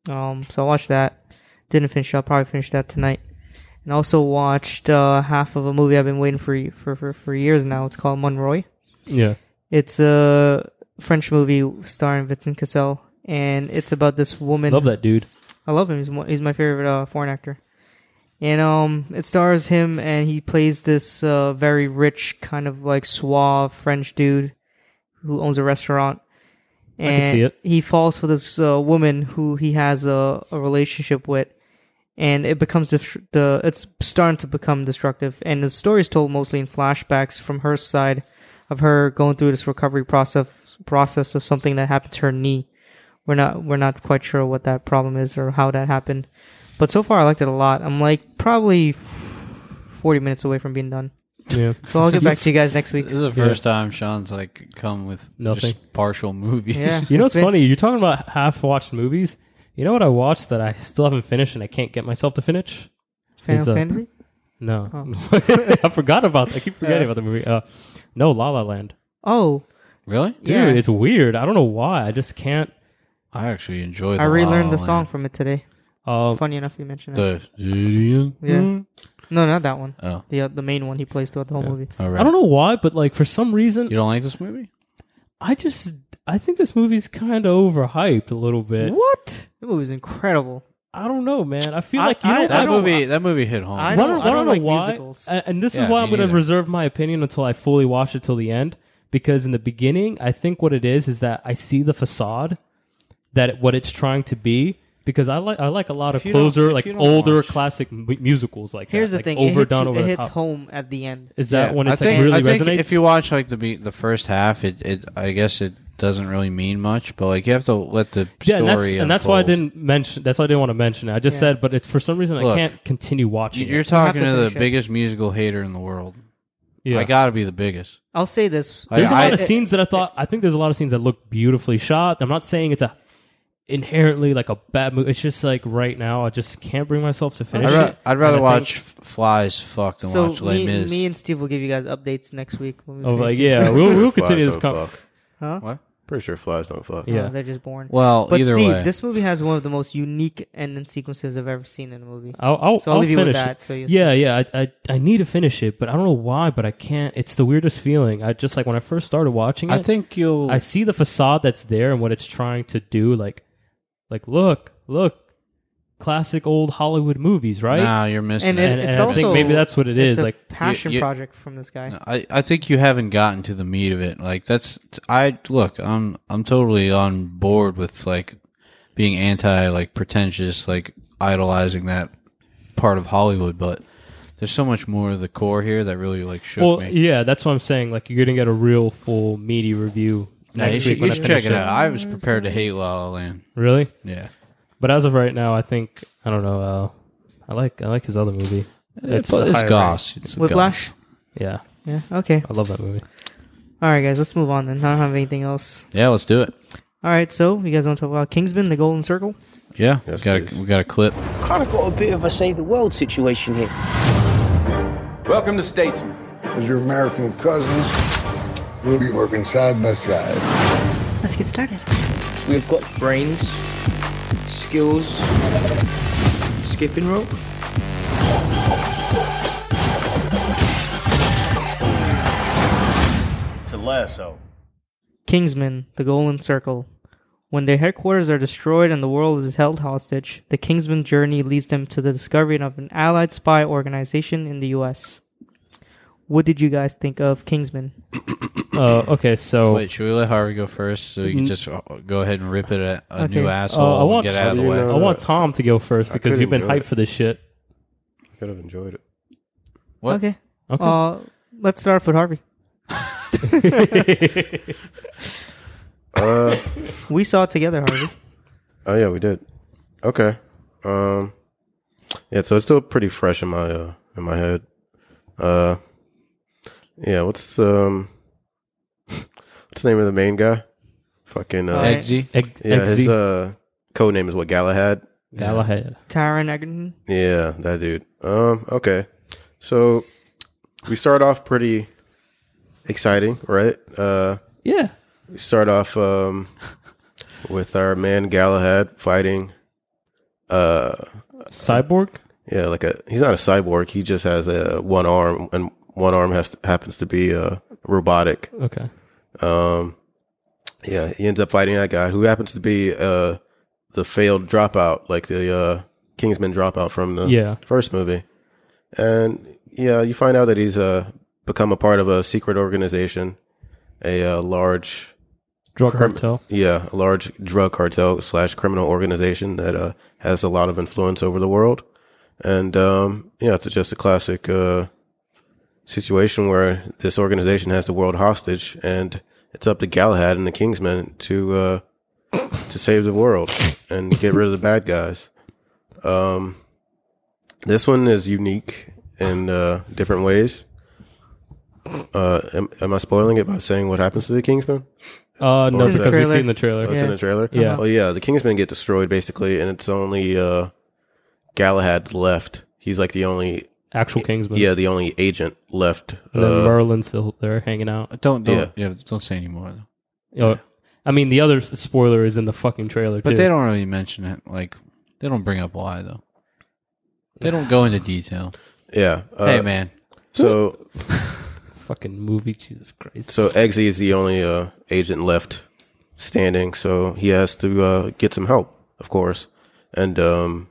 S2: Um, so I watched that. Didn't finish. it. I'll probably finish that tonight. And also watched uh, half of a movie I've been waiting for for for, for years now. It's called Monroy.
S3: Yeah.
S2: It's a French movie starring Vincent Cassel, and it's about this woman.
S3: Love that dude.
S2: I love him. He's one, he's my favorite uh, foreign actor. And um, it stars him, and he plays this uh, very rich, kind of like suave French dude who owns a restaurant.
S3: can
S2: And
S3: see it.
S2: He falls for this uh, woman who he has a, a relationship with, and it becomes dest- the it's starting to become destructive. And the story is told mostly in flashbacks from her side of her going through this recovery process process of something that happened to her knee we're not we're not quite sure what that problem is or how that happened. But so far, I liked it a lot. I'm like probably forty minutes away from being done,
S3: Yeah.
S2: so I'll get back to you guys next week.
S4: This is the first time Sean's like come with
S3: Nothing.
S4: just partial movies.
S2: Yeah,
S3: You know
S2: it's
S3: what's
S2: been-
S3: funny? You're talking about half watched movies. You know what I watched that I still haven't finished and I can't get myself to finish?
S2: Final
S3: is, uh,
S2: Fantasy.
S3: No.
S2: Oh.
S3: I forgot about I keep forgetting about the movie. Uh, no, La La Land.
S2: Oh,
S4: Really?
S3: Dude,
S2: yeah.
S3: it's weird. I don't know why. I just can't.
S4: I actually enjoyed.
S2: I
S4: La
S2: relearned
S4: La
S2: the song
S4: Land.
S2: from it today.
S3: Uh,
S2: Funny enough, you mentioned that.
S4: The studio.
S2: yeah, no, not that one.
S4: Oh,
S2: The uh, the main one he plays throughout the whole movie.
S4: all right.
S3: I don't know why, but like for some reason,
S4: You don't like this movie?
S3: I just I think this movie's kind of overhyped a little bit.
S2: What? The movie's incredible.
S3: I don't know, man. I feel
S2: I-
S3: like you know
S2: I-
S3: what?
S4: That
S2: don't-
S4: movie. That movie hit home.
S2: I
S3: I don't,
S2: don't- I don't
S3: know
S2: like
S3: why.
S2: musicals.
S3: And, and this
S4: Yeah,
S3: is why I'm
S4: me
S3: going to
S4: neither.
S3: reserve my opinion until I fully watch it till the end. Because in the beginning, I think what it is is that I see the facade that it, what it's trying to be. Because I like I like a lot
S4: If
S3: of
S4: you don't-
S3: closer,
S4: if
S3: like
S4: you don't
S3: older
S4: watch-
S3: classic mu- musicals like
S2: Here's
S3: that,
S2: the
S3: like
S2: thing. it hits,
S3: overdone over
S2: it
S3: the
S2: hits
S3: top.
S2: home at the end.
S3: Is that
S4: Yeah,
S3: when it's
S4: I think,
S3: like really
S4: I think
S3: resonates?
S4: If you watch like the be- the first half, it, it I guess it doesn't really mean much, but like you have to let the
S3: yeah, and
S4: story.
S3: that's, and that's why I
S4: unfold.
S3: didn't mention. That's why I didn't want to mention it. I just
S2: Yeah.
S3: said, but it's for some reason I
S4: Look,
S3: can't continue
S4: You-
S3: watching.
S4: You're
S3: it.
S4: talking
S2: to
S4: to,
S2: finish
S4: the
S2: it.
S4: biggest musical hater in the world.
S3: Yeah.
S4: I got to be the biggest.
S2: I'll say this.
S4: I-
S3: There's a
S4: I-
S3: lot of scenes that I thought. I think there's a lot of scenes that look beautifully shot. I'm not saying it's a inherently like a bad movie. It's just like right now, I just can't bring myself to
S4: I'd,
S3: finish
S4: ra-
S3: it.
S4: I'd rather
S3: And I think-
S4: watch f- Flies fuck than
S2: So
S4: watch Les
S2: me,
S4: Mis.
S2: me and Steve will give you guys updates next week. When we
S3: Oh,
S2: finish
S3: like
S2: these
S3: yeah,
S2: movies.
S3: we'll, we'll
S5: Flies
S3: continue this.
S5: don't
S3: Com-
S5: fuck.
S2: Huh?
S4: What?
S5: Pretty sure flies don't fuck.
S3: Yeah.
S2: Uh, they're just born.
S4: Well,
S2: but
S4: either
S2: Steve,
S4: way,
S2: this movie has one of the most unique ending sequences I've ever seen in a movie.
S3: I'll, I'll,
S2: So I'll,
S3: Oh, I'll
S2: leave you
S3: finish
S2: with
S3: it.
S2: that. So you'll
S3: Yeah, yeah. I, I I need to finish it, but I don't know why. But I can't. It's the weirdest feeling. I just like when I first started watching it.
S4: I think you'll.
S3: I see the facade that's there and what it's trying to do. Like, like look, look, classic old Hollywood movies, right?
S4: Nah, you're missing
S2: And
S4: it.
S2: it-
S3: and,
S2: it's
S3: and I think
S2: also-
S3: maybe that's what it
S2: see.
S3: is.
S2: It's a
S3: like, uh,
S2: passion
S4: you- you-
S2: project from this guy.
S4: I, I think you haven't gotten to the meat of it. Like that's I look, I'm I'm totally on board with like being anti like pretentious, like idolizing that part of Hollywood, but there's so much more of the core here that really like shook
S3: well,
S4: me.
S3: yeah, that's what I'm saying. Like, you're gonna get a real full meaty review
S4: Nah, you
S3: next
S4: should,
S3: week.
S4: you
S3: when I
S4: should
S3: finish
S4: check it out. I was prepared to hate La La Land.
S3: Really?
S4: Yeah,
S3: But as of right now, I think I don't know. Uh, I like I like his other movie.
S4: it's,
S3: a
S4: it's
S3: higher
S4: Goss. It's a
S2: Whiplash.
S3: rank. Yeah,
S2: Yeah. Okay.
S3: I love that movie.
S2: All right, guys. Let's move on. Then I don't have anything else.
S4: Goss. Yeah, let's do it.
S2: All right. So you guys want to talk about Kingsman: The Golden Circle?
S4: Yeah,
S5: Yes,
S4: we got
S5: please.
S4: a, we got a clip.
S6: kind of got a bit of a save the world situation here.
S7: Welcome to Statesman.
S8: As your American cousins, we'll be working side by side.
S9: Let's get started.
S6: We've got brains, skills, skipping rope.
S7: It's a lasso.
S2: Kingsman, the Golden Circle. When their headquarters are destroyed and the world is held hostage, the Kingsman journey leads them to the discovery of an allied spy organization in the US. What did you guys think of Kingsman?
S3: Uh, okay, so
S4: Wait, should we let Harvey go first so we can just uh, go ahead and rip it at a
S2: Okay.
S4: new
S2: Uh,
S4: asshole
S3: uh, I
S4: and
S3: want
S4: get out of the
S5: You
S4: way?
S5: know-
S3: I want Tom to go first because
S5: couldn't
S3: you've been
S5: do
S3: hyped
S5: it.
S3: for this shit.
S5: I could have enjoyed it.
S4: What?
S2: Okay.
S3: Okay.
S2: Uh, let's start off with Harvey.
S5: Uh,
S2: We saw it together, Harvey.
S5: oh yeah, we did. Okay. Um, yeah, so it's still pretty fresh in my uh, in my head. Uh, yeah. What's um, what's the name of the main guy? Fucking uh,
S2: Alright.
S4: Eggsy?
S3: Egg,
S5: yeah. His
S3: Eggsy.
S5: uh, code name is what Galahad.
S3: Galahad.
S2: Tyron Egerton.
S5: Yeah, that dude. Um, okay. So we start off pretty exciting, right? Uh
S3: Yeah.
S5: we start off um with our man Galahad fighting uh
S3: Cyborg.
S5: yeah, like a he's not a cyborg, he just has a one arm and one arm has to, happens to be uh robotic.
S3: Okay.
S5: Um yeah, he ends up fighting that guy who happens to be uh the failed dropout, like the uh Kingsman dropout from the
S3: Yeah.
S5: first movie. And yeah, you find out that he's uh, become a part of a secret organization, a uh, large
S3: Drug
S5: Crim-
S3: cartel.
S5: yeah, a large drug cartel slash criminal organization that uh, has a lot of influence over the world. And um, yeah, it's just a classic uh, situation where this organization has the world hostage, and it's up to Galahad and the Kingsmen to uh, to save the world and get rid of the bad guys. Um, this one is unique in uh, different ways. Uh, am, am I spoiling it by saying what happens to the Kingsmen?
S3: Uh, no,
S5: It's in the
S3: because we've
S2: trailer.
S3: seen the trailer.
S5: Oh, it's
S2: Yeah.
S5: in the trailer.
S3: Yeah.
S5: Well, yeah. The Kingsmen get destroyed basically, and it's only uh, Galahad left. He's like the only,
S3: Actual Kingsman.
S5: yeah, the only agent left.
S3: And then
S5: uh,
S3: Merlin's still there hanging out.
S4: Don't don't
S5: Yeah.
S4: yeah. don't say anymore. Though.
S3: Oh, I mean, the other s- spoiler is in the fucking trailer
S4: But
S3: too.
S4: they don't really mention it. Like they don't bring up why though. They don't go into detail.
S5: yeah. Uh,
S4: hey man,
S5: So
S3: fucking movie. Jesus Christ.
S5: so Eggsy is the only uh, agent left standing, so he has to uh, get some help, of course, and um,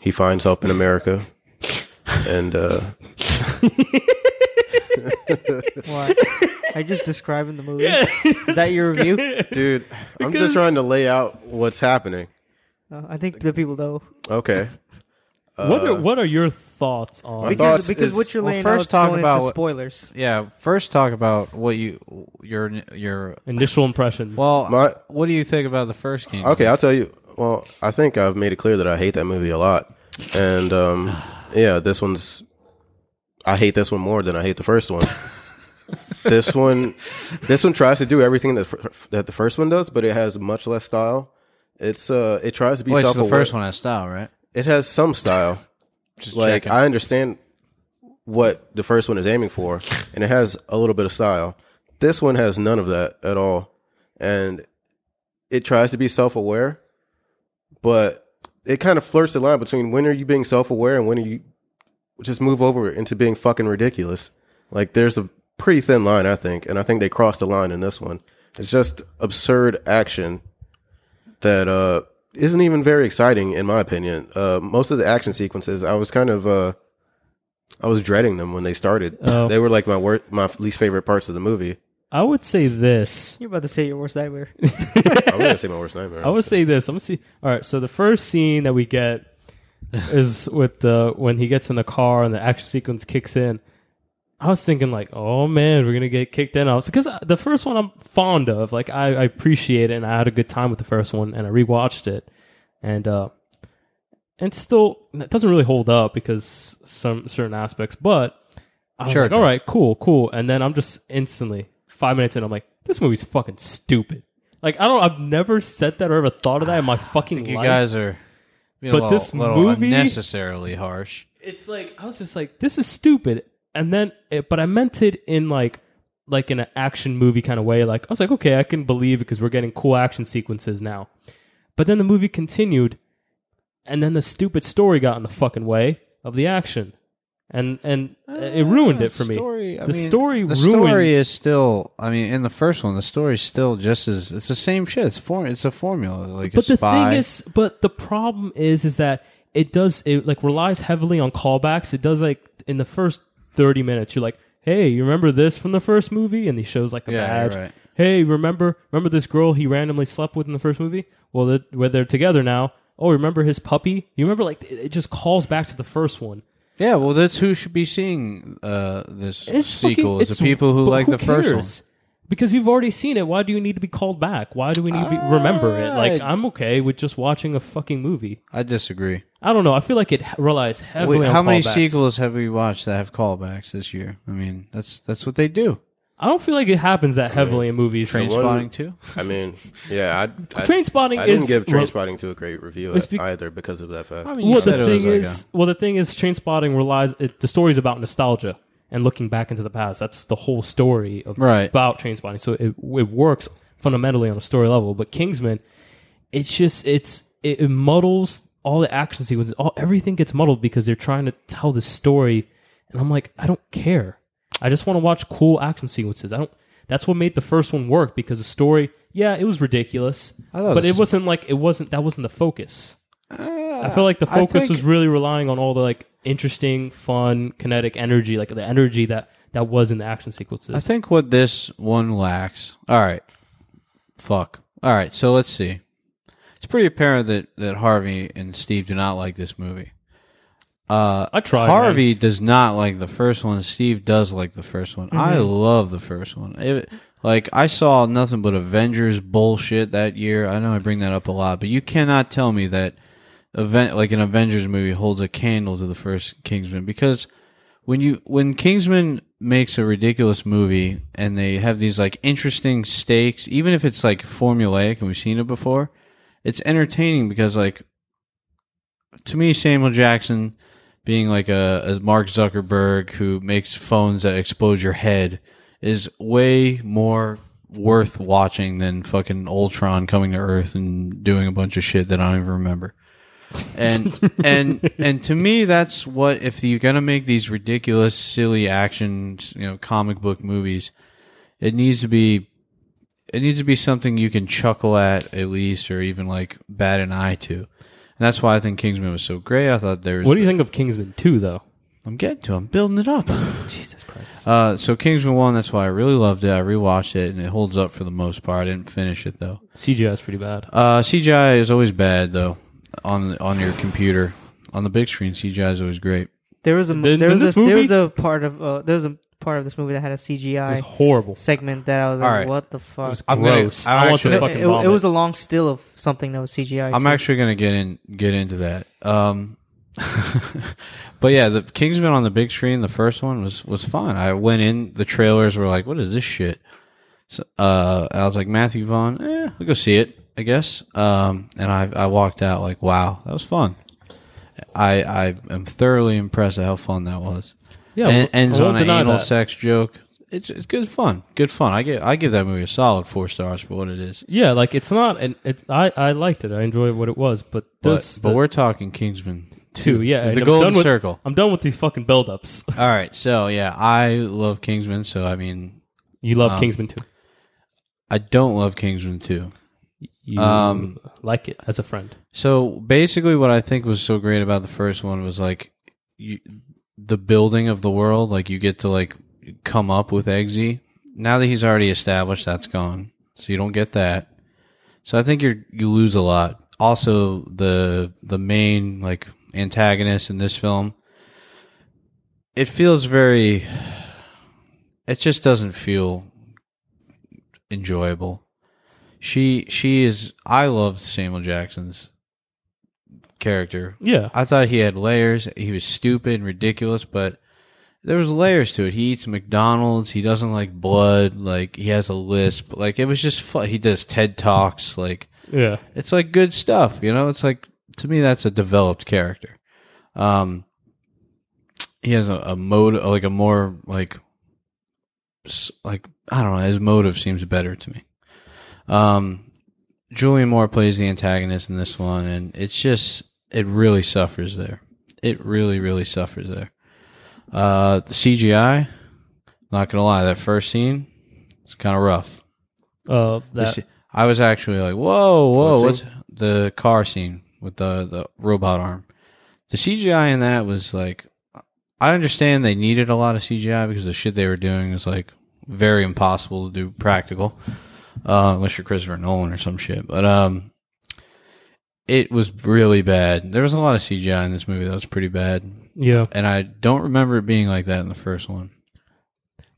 S5: he finds help in America, and uh,
S2: What? I just described in the movie. Is that your review?
S5: dude, I'm just trying to lay out what's happening.
S2: Uh, I think the people know.
S5: Okay.
S3: what
S4: Uh,
S3: are What are your thoughts on?
S5: My
S2: Because,
S5: thoughts
S2: because
S5: is-
S2: what you're
S4: well,
S2: laying
S4: first
S2: out is
S4: talk
S2: going
S4: about
S2: into
S4: what-
S2: spoilers.
S4: yeah. First, talk about what you your your.
S3: Initial impressions.
S4: Well,
S5: My-
S4: what do you think about the first game?
S5: Okay, I'll tell you. Well, I think I've made it clear that I hate that movie a lot, and um, yeah, this one's. I hate this one more than I hate the first one. this one, this one tries to do everything that fir- that the first one does, but it has much less style. It's uh, it tries to be
S4: Wait, so
S5: self-aware.
S4: the first one has style, right?
S5: It has some style.
S4: Just
S5: like
S4: checking.
S5: I understand what the first one is aiming for, and it has a little bit of style. This one has none of that at all. and it tries to be self aware, but it kind of flirts the line between when are you being self aware and when are you just move over into being fucking ridiculous. Like there's a pretty thin line, I think, and I think they crossed the line in this one. It's just absurd action that uh isn't even very exciting in my opinion. Uh most of the action sequences I was kind of uh I was dreading them when they started.
S3: Oh.
S5: They were like my wor- my least favorite parts of the movie.
S3: I would say this.
S2: You're about to say your worst nightmare.
S5: I was gonna say my worst nightmare.
S3: I would say this. I'm gonna see. All right. So the first scene that we get is with the when he gets in the car and the action sequence kicks in. I was thinking like, oh man, we're gonna get kicked in. I was because I- the first one I'm fond of. Like I, I appreciate it, and I had a good time with the first one, and I rewatched it, and uh, and still it doesn't really hold up because some certain aspects. But I was
S4: Sure
S3: like,
S4: it
S3: all
S4: does.
S3: right, cool, cool. And then I'm just instantly five minutes in, I'm like, this movie's fucking stupid. Like I don't, I've never said that or ever thought of that in my fucking
S4: You
S3: life.
S4: guys are being
S3: But
S4: a little,
S3: this
S4: little
S3: movie-
S4: unnecessarily harsh.
S3: it's like I was just like, this is stupid. And then, it, but I meant it in like, like in an action movie kind of way. Like I was like, okay, I can believe it because we're getting cool action sequences now. But then the movie continued, and then the stupid story got in the fucking way of the action, and and it ruined it for me.
S4: Ah, Story, I
S3: the
S4: mean,
S3: story
S4: the
S3: ruined.
S4: story is still. I mean, in the first one, the story's still just as. It's the same shit. It's form. It's a formula. Like
S3: but
S4: a
S3: the
S4: spy.
S3: thing is, but the problem is, is that it does it like relies heavily on callbacks. It does like in the first thirty minutes, you're like, hey, you remember this from the first movie? And he shows like a
S4: Yeah, you're
S3: badge.
S4: right.
S3: Hey, remember remember this girl he randomly slept with in the first movie? Well, they're, where they're together now. Oh, remember his puppy? You remember like it it just calls back to the first one.
S4: yeah. Well, that's who should be seeing uh, this
S3: And It's
S4: sequel.
S3: fucking-
S4: It's the people who
S3: but
S4: like the first one.
S3: cares? Because you've already seen it, why do you need to be called back? Why do we need to be, remember it? Like
S4: Ah.
S3: I'm okay with just watching a fucking movie.
S4: I disagree.
S3: I don't know. I feel like it he- relies heavily
S4: Wait,
S3: on
S4: how many
S3: callbacks.
S4: sequels have we watched that have callbacks this year? I mean, that's that's what they do.
S3: I don't feel like it happens that heavily in movies.
S4: Train
S3: Train,
S5: one-
S4: Spotting too.
S5: I mean, yeah, I, I
S3: spotting
S5: I didn't
S3: is
S5: give
S3: well,
S5: Train Spotting to a great review
S3: It's be- Oh,
S5: either because of that fact.
S4: I mean, you
S3: Well,
S4: said
S3: the
S4: it was
S3: thing
S4: like
S3: is, well, the thing is, train spotting relies. It, the story's about nostalgia and looking back into the past. That's the whole story of
S4: Right.
S3: about train spotting. So it it works fundamentally on a story level. But Kingsman, it's just it's it, it muddles all the action sequences. All everything gets muddled because they're trying to tell the story, and I'm like, I don't care. I just want to watch cool action sequences. I don't. That's what made the first one work because the story, yeah, it was ridiculous,
S4: I thought
S3: but
S4: this-
S3: it wasn't like it wasn't that wasn't the focus. I feel like the
S4: I
S3: focus
S4: think-
S3: was really relying on all the like interesting, fun, kinetic energy, like the energy that that was in the action sequences.
S4: I think what this one lacks. All right. Fuck. All right. So let's see. It's pretty apparent that, that Harvey and Steve do not like this movie. Uh,
S3: I tried,
S4: Harvey does not like the first one. Steve does like the first one. I love the first one. It, like I saw nothing but Avengers bullshit that year. I know I bring that up a lot, but you cannot tell me that event like an Avengers movie holds a candle to the first Kingsman because when you when Kingsman makes a ridiculous movie and they have these like interesting stakes, even if it's like formulaic and we've seen it before, it's entertaining because like to me Samuel Jackson being like a, a Mark Zuckerberg who makes phones that explode your head is way more worth watching than fucking Ultron coming to Earth and doing a bunch of shit that I don't even remember and and and to me that's what if you're gonna make these ridiculous silly action you know comic book movies it needs to be it needs to be something you can chuckle at at least or even like bat an eye to and that's why i think kingsman was so great i thought there was
S3: what do you think of Kingsman Two, though?
S4: i'm getting to it. i'm building it up
S3: Jesus Christ!
S4: uh so kingsman one that's why i really loved it i rewatched it and it holds up for the most part i didn't finish it though
S3: CGI is pretty bad.
S4: uh, CGI is always bad though on on your computer. On the big screen, CGI is always great.
S2: There was a mo-
S3: Then-
S2: there
S3: then
S2: was a,
S3: this
S2: there was
S3: movie-
S2: a part of uh, there was a part of this movie that had a CGI
S3: It's horrible.
S2: segment that I was like,
S4: Alright.
S2: what the fuck?
S3: It was
S4: I'm gonna-
S3: gross.
S4: I'm
S3: I want
S4: actually-
S3: the
S2: it,
S3: fucking
S2: it-
S3: bomb.
S2: it was a long still of something that was CGI.
S4: I'm
S2: too.
S4: actually gonna get in get into that. Um, but yeah, the Kingsman on the big screen, the first one was was fun. I went in, the trailers were like, "What is this shit?" So, uh, I was like, Matthew Vaughn, eh, we go see it, I guess. Um, and I I walked out like, wow, that was fun. I I am thoroughly impressed at how fun that was.
S3: Yeah,
S4: and,
S3: I
S4: ends
S3: won't
S4: on an
S3: deny
S4: anal
S3: that.
S4: sex joke. it's it's good fun. Good fun. I get I give that movie a solid four stars for what it is.
S3: Yeah, like it's not, and it, I I liked it. I enjoyed what it was, but
S4: But,
S3: this,
S4: but
S3: the
S4: we're talking Kingsman
S3: two, yeah, and
S4: the
S3: I'm
S4: Golden
S3: done with-
S4: Circle.
S3: I'm done with these fucking buildups.
S4: All right, so yeah, I love Kingsman. So I mean,
S3: You love
S4: Um,
S3: Kingsman too.
S4: I don't love Kingsman two.
S3: You
S4: um,
S3: like it as a friend.
S4: So basically, what I think was so great about the first one was like you, the building of the world. Like you get to like come up with Eggsy. Now that he's already established, that's gone. So you don't get that. So I think you you lose a lot. Also, the the main like antagonist in this film, it feels very. It just doesn't feel enjoyable she she is I loved Samuel Jackson's character.
S3: Yeah,
S4: I thought he had layers. He was stupid and ridiculous, but there was layers to it. He eats McDonald's. He doesn't like blood. Like he has a lisp. Like it was just fun. He does TED talks. Like
S3: yeah,
S4: it's like good stuff, you know. It's like to me that's a developed character. Um, he has a, a motive, like a more like, s- like I don't know. His motive seems better to me. Um, Julian Moore plays the antagonist in this one, and it's just it really suffers there. It really, really suffers there. Uh, the CGI, not gonna lie, that first scene, it's kind of rough.
S3: uh,
S4: The
S3: that
S4: sce- I was actually like, whoa, whoa,
S5: What
S4: what's the car scene with the, the robot arm? The CGI in that was like, I understand they needed a lot of CGI because the shit they were doing is like very impossible to do practical, uh, unless you're Christopher Nolan or some shit. But um, it was really bad. There was a lot of CGI in this movie that was pretty bad,
S3: yeah.
S4: and I don't remember it being like that in the first one.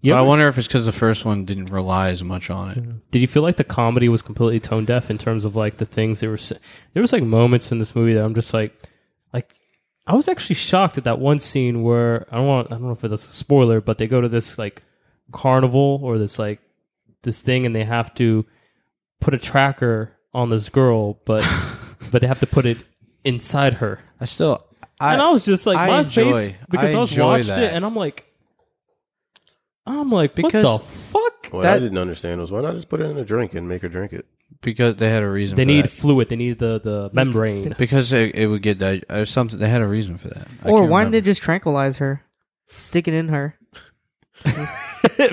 S3: You
S4: but I
S3: ever-
S4: wonder if it's because the first one didn't rely as much on it.
S3: Did you feel like the comedy was completely tone deaf in terms of like the things they were? sa- There was like moments in this movie that I'm just like, like I was actually shocked at that one scene where I don't want I don't know if it's a spoiler, but they go to this like carnival or this like this thing and they have to put a tracker on this girl, but but they have to put it inside her.
S4: I still. I,
S3: and I was just like,
S4: I
S3: my
S4: enjoy-
S3: face because
S4: I
S3: I, was
S4: enjoy
S3: watched
S4: that.
S3: it, and I'm like, I'm like, because
S4: Because-
S3: what the fuck?
S5: What I
S4: That-
S5: didn't understand was why not just put it in a drink and make her drink it?
S4: because they had a reason.
S3: They
S4: for
S3: need
S4: that.
S3: fluid. They need the the membrane.
S4: because it, it would get di- or something. They had a reason for that. I
S2: or
S4: can't
S2: why didn't they
S4: remember.
S2: just tranquilize her, stick it in her?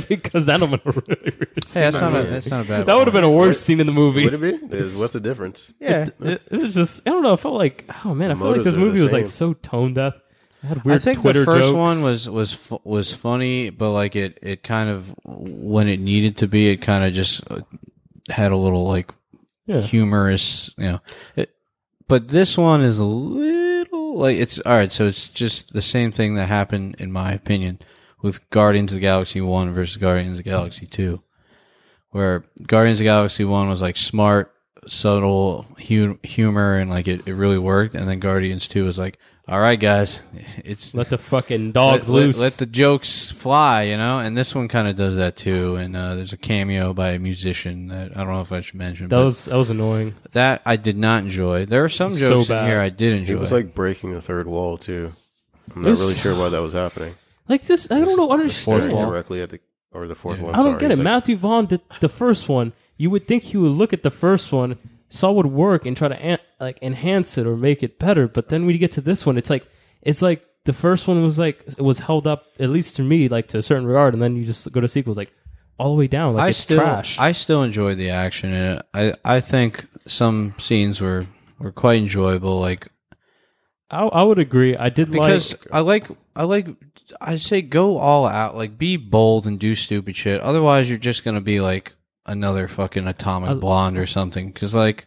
S3: because that would have been a really weird
S4: Hey,
S3: scene.
S4: that's not a, that's not a bad.
S3: That would have been a worse
S5: What-
S3: scene in the movie.
S5: Would it be? There's- What's the difference?
S2: Yeah,
S3: It, it was just I don't know. I felt like oh man, I
S5: The
S3: felt like this
S5: motives are the
S3: movie was like so
S5: same.
S3: tone deaf. It had
S4: I
S3: weird
S4: think
S3: Twitter
S4: the first
S3: jokes.
S4: one was was fu- was funny, but like it it kind of when it needed to be, it kind of just uh, had a little like
S3: Yeah.
S4: humorous, you know. It, but this one is a little like it's all right. So it's just the same thing that happened, in my opinion, with Guardians of the Galaxy One versus Guardians of the Galaxy Two, where Guardians of the Galaxy One was like smart, subtle hu- humor, and like it, it really worked. And then Guardians Two was like, all right, guys, it's
S3: let the fucking dogs
S4: let, let-
S3: loose.
S4: Let, the jokes fly, you know. And this one kind of does that too. And uh, there's a cameo by a musician that I don't know if I should mention.
S3: that
S4: but-
S3: was that was annoying.
S4: that I did not enjoy. There are some
S3: So
S4: jokes in
S3: bad.
S4: here I did
S5: It
S4: enjoy.
S5: was like breaking the third wall too. I'm
S3: It
S5: not
S3: was-
S5: really sure why that was happening.
S3: Like this, I don't know. I
S5: Staring
S3: understand.
S5: directly at the or the fourth one.
S3: I don't
S5: sorry.
S3: get it.
S5: It's like-
S3: Matthew Vaughn did the first one. You would think he would look at the first one, saw what worked, and try to an- like enhance it or make it better. But then when you get to this one, it's like it's like the first one was like it was held up at least to me like to a certain regard, and then you just go to sequels like all the way down like
S4: I
S3: it's
S4: still,
S3: trash.
S4: I still enjoyed the action in it. I, I think some scenes were were quite enjoyable. Like
S3: I, I would agree. I did
S4: because
S3: like
S4: I like I like I say go all out. Like be bold and do stupid shit. Otherwise, you're just gonna be like another fucking Atomic
S3: I-
S4: Blonde or something. Because like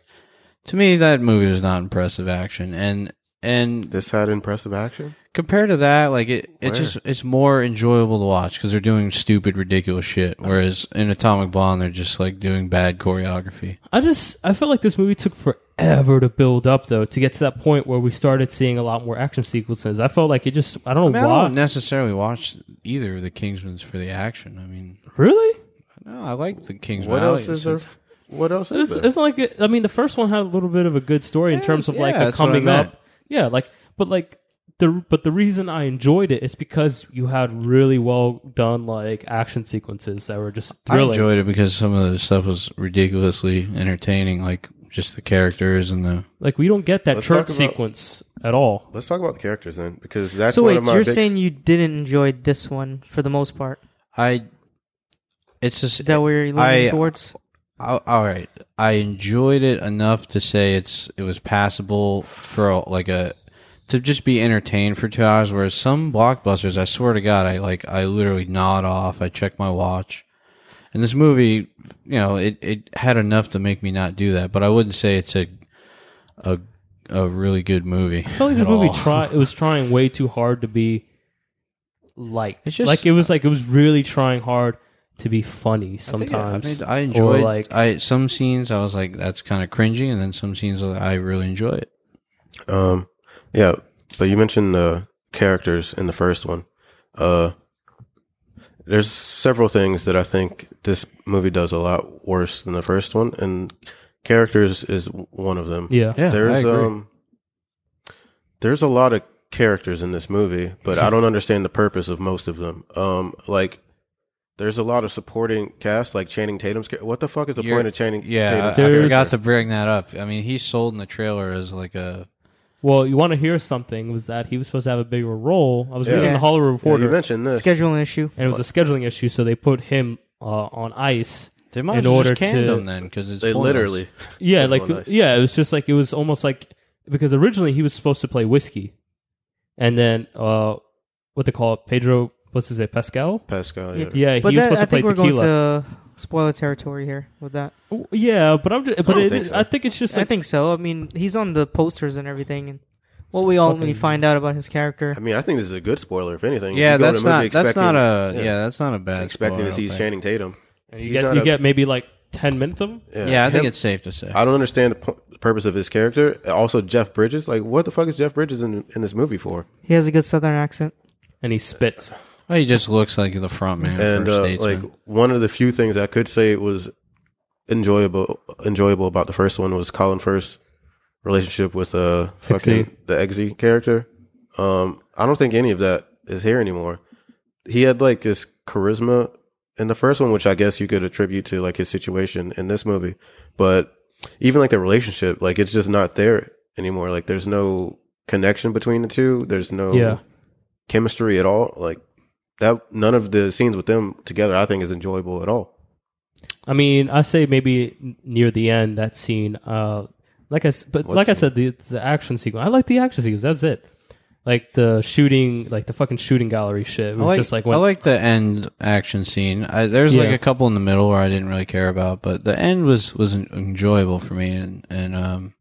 S4: to me, that movie was not impressive action. And and
S5: This had impressive action.
S4: compared to that, like it, it
S5: Where?
S4: just it's more enjoyable to watch because they're doing stupid, ridiculous shit. Whereas in Atomic Blonde, they're just like doing bad choreography.
S3: I just I felt like this movie took forever to build up though to get to that point where we started seeing a lot more action sequences. I felt like it just I don't
S4: I, mean,
S3: know
S4: I
S3: why.
S4: don't necessarily watch either of the Kingsmans for the action. I mean,
S3: really?
S4: no, I like the Kingsman.
S5: What
S4: I
S5: else
S4: like-
S5: is there? f- What else is
S3: It's,
S5: there?
S3: it's not like it, I mean the first one had a little bit of a good story in terms of like
S4: yeah,
S3: the
S4: that's what I
S3: coming
S4: meant.
S3: up. Yeah, like but like the but the reason I enjoyed it is because you had really well done like action sequences that were just
S4: I
S3: thrilling.
S4: enjoyed it because some of the stuff was ridiculously entertaining, like just the characters and the.
S3: Like we don't get that
S5: Let's
S3: church
S5: talk about-
S3: sequence at all.
S5: Let's talk about the characters then, because that's
S2: so
S5: one
S2: wait,
S5: of my.
S2: you're
S5: big-
S2: saying you didn't enjoy this one for the most part?
S4: I. It's just
S2: Is that where you're leaning
S4: I-
S2: towards?
S4: I- all right. I enjoyed it enough to say it's it was passable for a- like a to just be entertained for two hours. Whereas some blockbusters, I swear to God, I like I literally nod off. I check my watch, and this movie, you know, it it had enough to make me not do that. But I wouldn't say it's a a a really good movie.
S3: I felt like this movie try it was trying way too hard to be liked.
S4: It's just-
S3: like it was like it was really trying hard to be funny
S4: I,
S3: sometimes.
S4: mean, I enjoyed
S3: or like
S4: I some scenes. I was like, that's kind of cringy, and then some scenes I really enjoy it.
S5: Um, yeah, but you mentioned the characters in the first one. Uh, there's several things that I think this movie does a lot worse than the first one, and characters is one of them.
S3: yeah.
S4: Yeah,
S5: there's
S4: I agree.
S5: um, there's a lot of characters in this movie, but I don't understand the purpose of most of them. Um, like. There's a lot of supporting cast, like Channing Tatum's. cha- What the fuck is the
S4: You're-
S5: point of Channing?
S4: Yeah, I-
S5: Tatum's
S4: I
S3: There's-
S4: forgot to bring that up. I mean, he's sold in the trailer as like a
S3: Well, you want to hear something was that he was supposed to have a bigger role. I was
S5: Yeah.
S3: reading the Hollywood
S5: Yeah,
S3: Reporter
S5: you mentioned this.
S2: Scheduling issue.
S3: and it was a scheduling issue, so they put him uh, on ice.
S4: they might
S3: In
S4: have just
S3: order
S4: canned
S3: to-
S4: him then because it's
S5: They
S4: pointless.
S5: literally.
S3: Yeah,
S5: Put him
S3: like
S5: on ice.
S3: yeah, it was just like it was almost like because originally he was supposed to play whiskey, and then uh, what they call it, Pedro, what's his name, Pascal?
S5: Pascal.
S2: Yeah.
S5: Yeah.
S3: Yeah, he
S2: But
S3: was
S2: that,
S3: supposed
S2: I
S3: to play
S2: think we're
S3: tequila.
S2: going to spoiler territory here with that.
S3: Oh, Yeah, but I'm just, but
S5: don't
S3: it,
S5: think
S3: is-
S5: so.
S3: I think it's just
S2: I
S3: like
S2: think so. I mean, he's on the posters and everything, and what we ultimately
S3: fucking-
S2: find out about his character.
S5: I mean, I think this is a good spoiler, if anything. If
S4: Yeah,
S5: you go to
S4: that's
S5: a movie
S4: not that's
S5: expecting-
S4: not a yeah,
S5: yeah,
S4: that's not a bad
S5: expecting
S4: spoiler,
S5: to see
S4: I think.
S5: Channing Tatum.
S3: you
S5: he's
S3: get
S5: not
S3: you
S5: a-
S3: get maybe like ten minutes of him.
S4: Yeah, I think
S5: him-
S4: it's safe to say.
S5: I don't understand the pu- the purpose of his character. Also, Jeff Bridges. Like, what the fuck is Jeff Bridges in, in this movie for?
S2: he has a good southern accent.
S3: and he spits.
S4: Well, Oh, he just looks like the front man
S5: And
S4: for
S5: uh, like
S4: Statesman.
S5: one of the few things I could say was enjoyable enjoyable about the first one was Colin Firth's relationship with uh fucking the Eggsy character. Um, I don't think any of that is here anymore. He had like this charisma in the first one, which I guess you could attribute to like his situation in this movie, but even like the relationship, like it's just not there anymore. Like there's no connection between the two. There's no
S3: Yeah.
S5: chemistry at all. Like that none of the scenes with them together I think is enjoyable at all.
S3: I mean, I say maybe n- near the end that scene. Uh, like I, s- but
S5: What
S3: like I
S5: scene?
S3: said, the the action sequence. I like the action sequence. That's it. Like the shooting, like the fucking shooting gallery shit. It was
S4: I like,
S3: just like when,
S4: I like the end action scene. I, there's like
S3: Yeah.
S4: a couple in the middle where I didn't really care about, but the end was was en- enjoyable for me. And and um,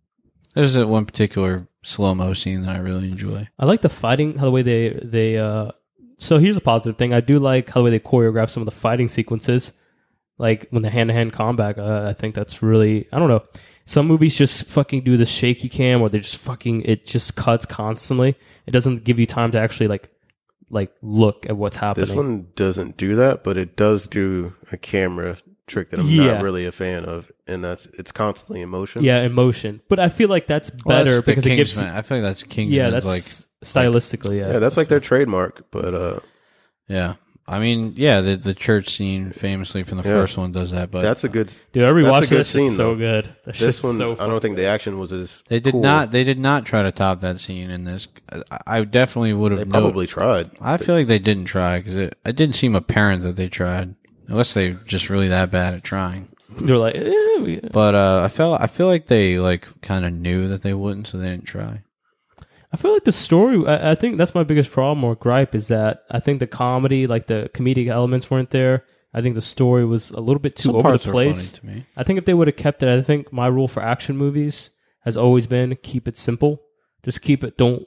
S4: there's that one particular slow mo scene that I really enjoy.
S3: I like the fighting. How the way they they. Uh, so here's a positive thing. I do like how the way they choreograph some of the fighting sequences, like when the hand to hand combat. Uh, I think that's really. I don't know. Some movies just fucking do the shaky cam, or they just fucking it just cuts constantly. It doesn't give you time to actually like like look at what's happening.
S5: This one doesn't do that, but it does do a camera trick that I'm
S3: Yeah.
S5: not really a fan of, and that's it's constantly in motion.
S3: Yeah, emotion. But I feel like that's better
S4: Well, that's the
S3: because it gives.
S4: Kingsman. I feel like that's Kingsman.
S3: yeah, that's
S4: like
S3: stylistically. yeah.
S5: Yeah, that's like their trademark, but uh
S4: Yeah. I mean, yeah, the the church scene famously from the
S5: Yeah.
S4: first one does that, but
S5: that's a good
S3: Dude, I
S5: that's a
S3: rewatched
S5: good
S3: this. It's
S5: scene,
S3: so
S5: though.
S3: good. That
S5: this
S3: shit's
S5: one uh,
S3: so
S5: I
S3: fun.
S5: don't think the action was as
S4: they did
S5: cool.
S4: not they did not try to top that scene in this. I, I definitely would have
S5: they
S4: known-
S5: probably tried.
S4: I feel like they didn't try because it it didn't seem apparent that they tried unless they just really that bad at trying.
S3: They're like, eh, we-
S4: But uh, I felt I feel like they like kind of knew that they wouldn't, so they didn't try.
S3: I feel like the story. I, I think that's my biggest problem or gripe is that I think the comedy, like the comedic elements, weren't there. I think the story was a little bit too
S4: Some
S3: over
S4: parts
S3: the
S4: were
S3: place.
S4: funny to me.
S3: I think if they would have kept it, I think my rule for action movies has always been keep it simple. Just keep it. Don't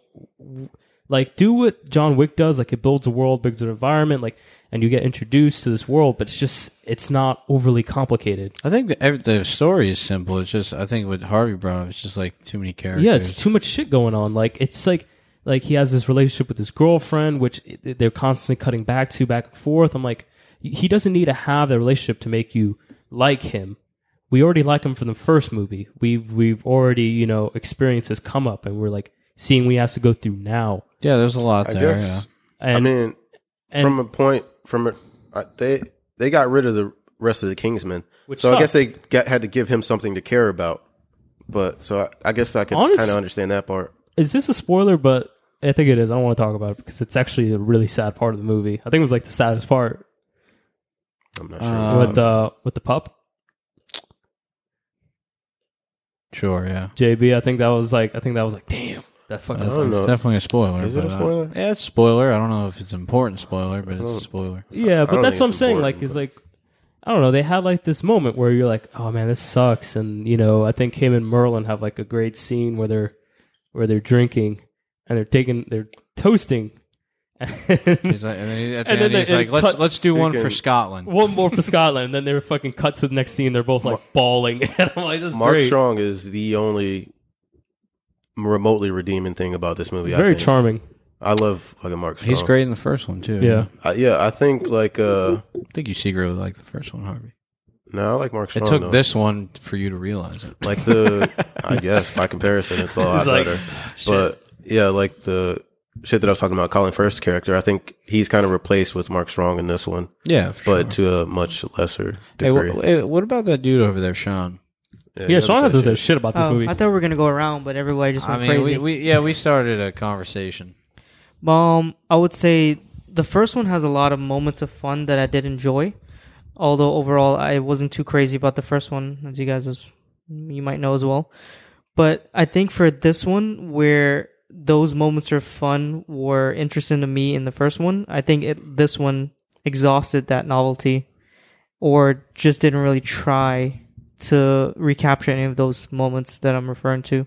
S3: like do what John Wick does. Like it builds a world, builds an environment, like and you get introduced to this world, but it's just it's not overly complicated.
S4: I think the, ev- the story is simple. It's just I think what Harvey brought up, it's just like too many characters.
S3: Yeah, it's too much shit going on. Like it's like like he has this relationship with his girlfriend, which i- they're constantly cutting back to, back and forth. I'm like, he doesn't need to have that relationship to make you like him. We already like him from the first movie. We we've already you know experienced his come up, and we're like seeing what he has to go through now.
S4: Yeah, there's a lot
S5: I
S4: there.
S5: guess.
S4: yeah.
S3: And,
S5: I mean,
S3: and
S5: from a point from a, uh, they they got rid of the rest of the Kingsmen,
S3: Which
S5: so I guess
S3: sucked.
S5: they got, had to give him something to care about. But so I, I guess I could
S3: Honest-
S5: kind of understand that part.
S3: is this a spoiler? But I think it is. I don't want to talk about it because it's actually a really sad part of the movie. I think it was like the saddest part
S5: I'm not sure.
S4: Uh,
S3: with the with the pup.
S4: Sure, yeah.
S3: JB, I think that was like I think that was like damn that fucking
S4: That's,
S5: don't
S4: it's
S5: know.
S4: definitely a spoiler.
S5: Oh, Is it a
S4: but, uh,
S5: spoiler? Oh.
S4: yeah, it's a spoiler. I don't know if it's an important spoiler, but it's a spoiler.
S3: yeah. But
S5: don't
S3: that's
S5: think
S3: what I'm
S5: it's
S3: saying.
S5: important,
S3: Like is
S5: but-
S3: like I don't know. They had like this moment where you're like, oh man, this sucks. And you know, I think him and Merlin have like a great scene where they're where they're drinking and they're taking they're toasting.
S4: He's like, and then he, at
S3: And
S4: the end,
S3: then
S4: he's
S3: it- it
S4: like, "Let's
S3: cuts-
S4: let's do one for
S5: Freaking-
S4: Scotland."
S3: One more for Scotland, and then they were fucking cut to the next scene. They're both like bawling, and I'm like, "This is
S5: Mark
S3: great."
S5: Strong is the only remotely redeeming thing about this movie.
S3: It's
S5: I
S3: very
S5: think.
S3: charming.
S5: I love fucking Mark Strong.
S4: He's great in the first one too.
S3: Yeah.
S5: I, yeah, I think like uh
S4: I think you secretly like the first one, Harvey.
S5: Oh, no, I like Mark
S4: It
S5: Strong.
S4: took
S5: though.
S4: this one for you to realize it.
S5: like the I guess by comparison, it's a lot
S3: It's like, ah,
S5: better. But yeah, like the shit that I was talking about, Colin Firth's character. I think he's kind of replaced with Mark Strong in this one,
S4: Yeah, for
S5: but
S4: sure.
S5: to a much lesser
S4: hey,
S5: degree.
S4: wh- hey, what about that dude over there, Sean?
S5: you
S3: Yeah,
S5: haven't
S3: Sean
S5: said
S3: hasn't
S5: shit.
S3: said shit about this
S2: Oh,
S3: movie.
S2: I thought we were gonna go around, but everybody just
S4: I
S2: went
S4: mean,
S2: crazy.
S4: we, we yeah, we started a conversation.
S2: Um, I would say the first one has a lot of moments of fun that I did enjoy. Although overall, I wasn't too crazy about the first one, as you guys as you might know as well. But I think for this one, where those moments of fun were interesting to me in the first one, I think it, this one exhausted that novelty, or just didn't really try to recapture any of those moments that I'm referring to,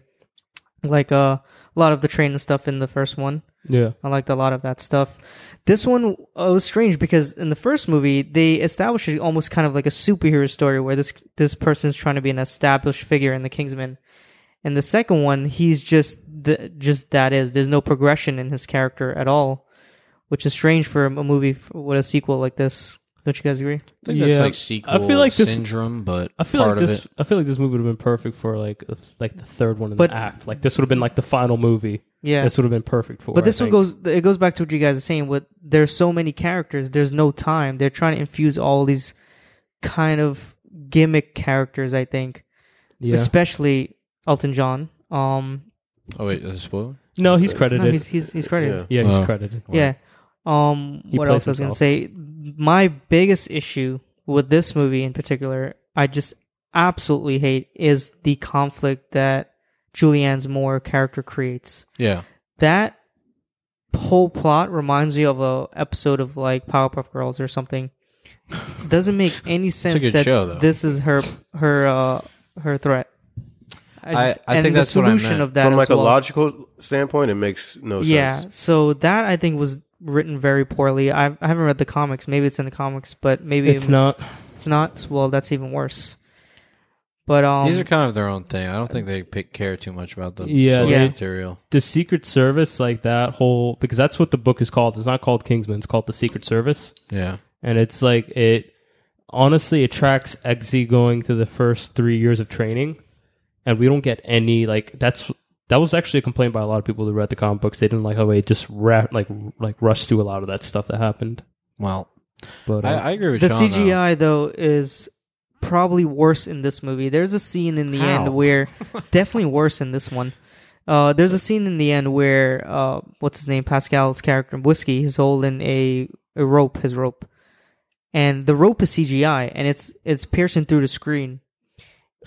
S2: like uh, a lot of the train and stuff in the first one.
S3: yeah,
S2: I liked a lot of that stuff. This one uh, was strange because in the first movie they established it almost kind of like a superhero story where this this person's trying to be an established figure in the Kingsman. In the second one, he's just the, just that is. There's no progression in his character at all, which is strange for a movie for what a sequel like this. Don't you guys agree?
S4: I think
S3: Yeah.
S4: that's like
S3: I
S4: sequel
S3: feel like this-
S4: syndrome, but
S3: I feel
S4: part
S3: like
S4: of
S3: this.
S4: it.
S3: I feel like this movie would have been perfect for like a- like the third one in
S2: But-
S3: the act. Like this would have been like the final movie.
S2: Yeah.
S3: This would have been perfect for.
S2: But
S3: I
S2: this one
S3: think.
S2: goes it goes back to what you guys are saying. With there's so many characters, there's no time. They're trying to infuse all these kind of gimmick characters. I think,
S3: Yeah.
S2: especially Elton John. Um,
S4: Oh wait, is it a spoiler?
S3: no, he's
S2: no,
S3: credited.
S2: he's he's he's credited.
S3: yeah, he's
S4: Oh.
S3: credited.
S2: Yeah. Um,
S3: He
S2: what
S3: plays
S2: else I was gonna
S3: himself.
S2: say? My biggest issue with this movie in particular, I just absolutely hate, is the conflict that Julianne's Moore character creates
S4: Yeah,
S2: that whole plot reminds me of a episode of like Powerpuff Girls or something. Doesn't make any sense
S4: good
S2: that
S4: show, though.
S2: this is her her uh, her threat.
S4: I- I
S2: and
S4: think
S2: the
S4: that's what I
S2: solution
S4: meant.
S2: of that
S5: From
S2: as
S5: like a
S2: well.
S5: logical standpoint, it makes no
S2: yeah.
S5: sense.
S2: So that I think was written very poorly. I, I haven't read the comics. Maybe it's in the comics, but maybe
S3: It's
S2: it-
S3: not.
S2: It's not. Well, that's even worse. But um,
S4: these are kind of their own thing. I don't think they pick, care too much about the
S3: Yeah,
S4: source
S2: Yeah.
S4: material.
S3: the Secret Service, like that whole because that's what the book is called. It's not called Kingsman. It's called the Secret Service,
S4: Yeah,
S3: and it's like it. Honestly, it tracks Eggsy going through the first three years of training, and we don't get any like that's that was actually a complaint by a lot of people who read the comic books. They didn't like how it just ra- like like rushed through a lot of that stuff that happened.
S4: well,
S3: But uh,
S4: I, I agree with
S2: the
S4: Sean, though.
S2: CGI though is probably worse in this movie. There's a scene in the
S4: How?
S2: end where it's definitely worse in this one. Uh, there's a scene in the end where uh, what's his name Pascal's character Whiskey is holding a, a rope, his rope, and the rope is CGI and it's it's piercing through the screen.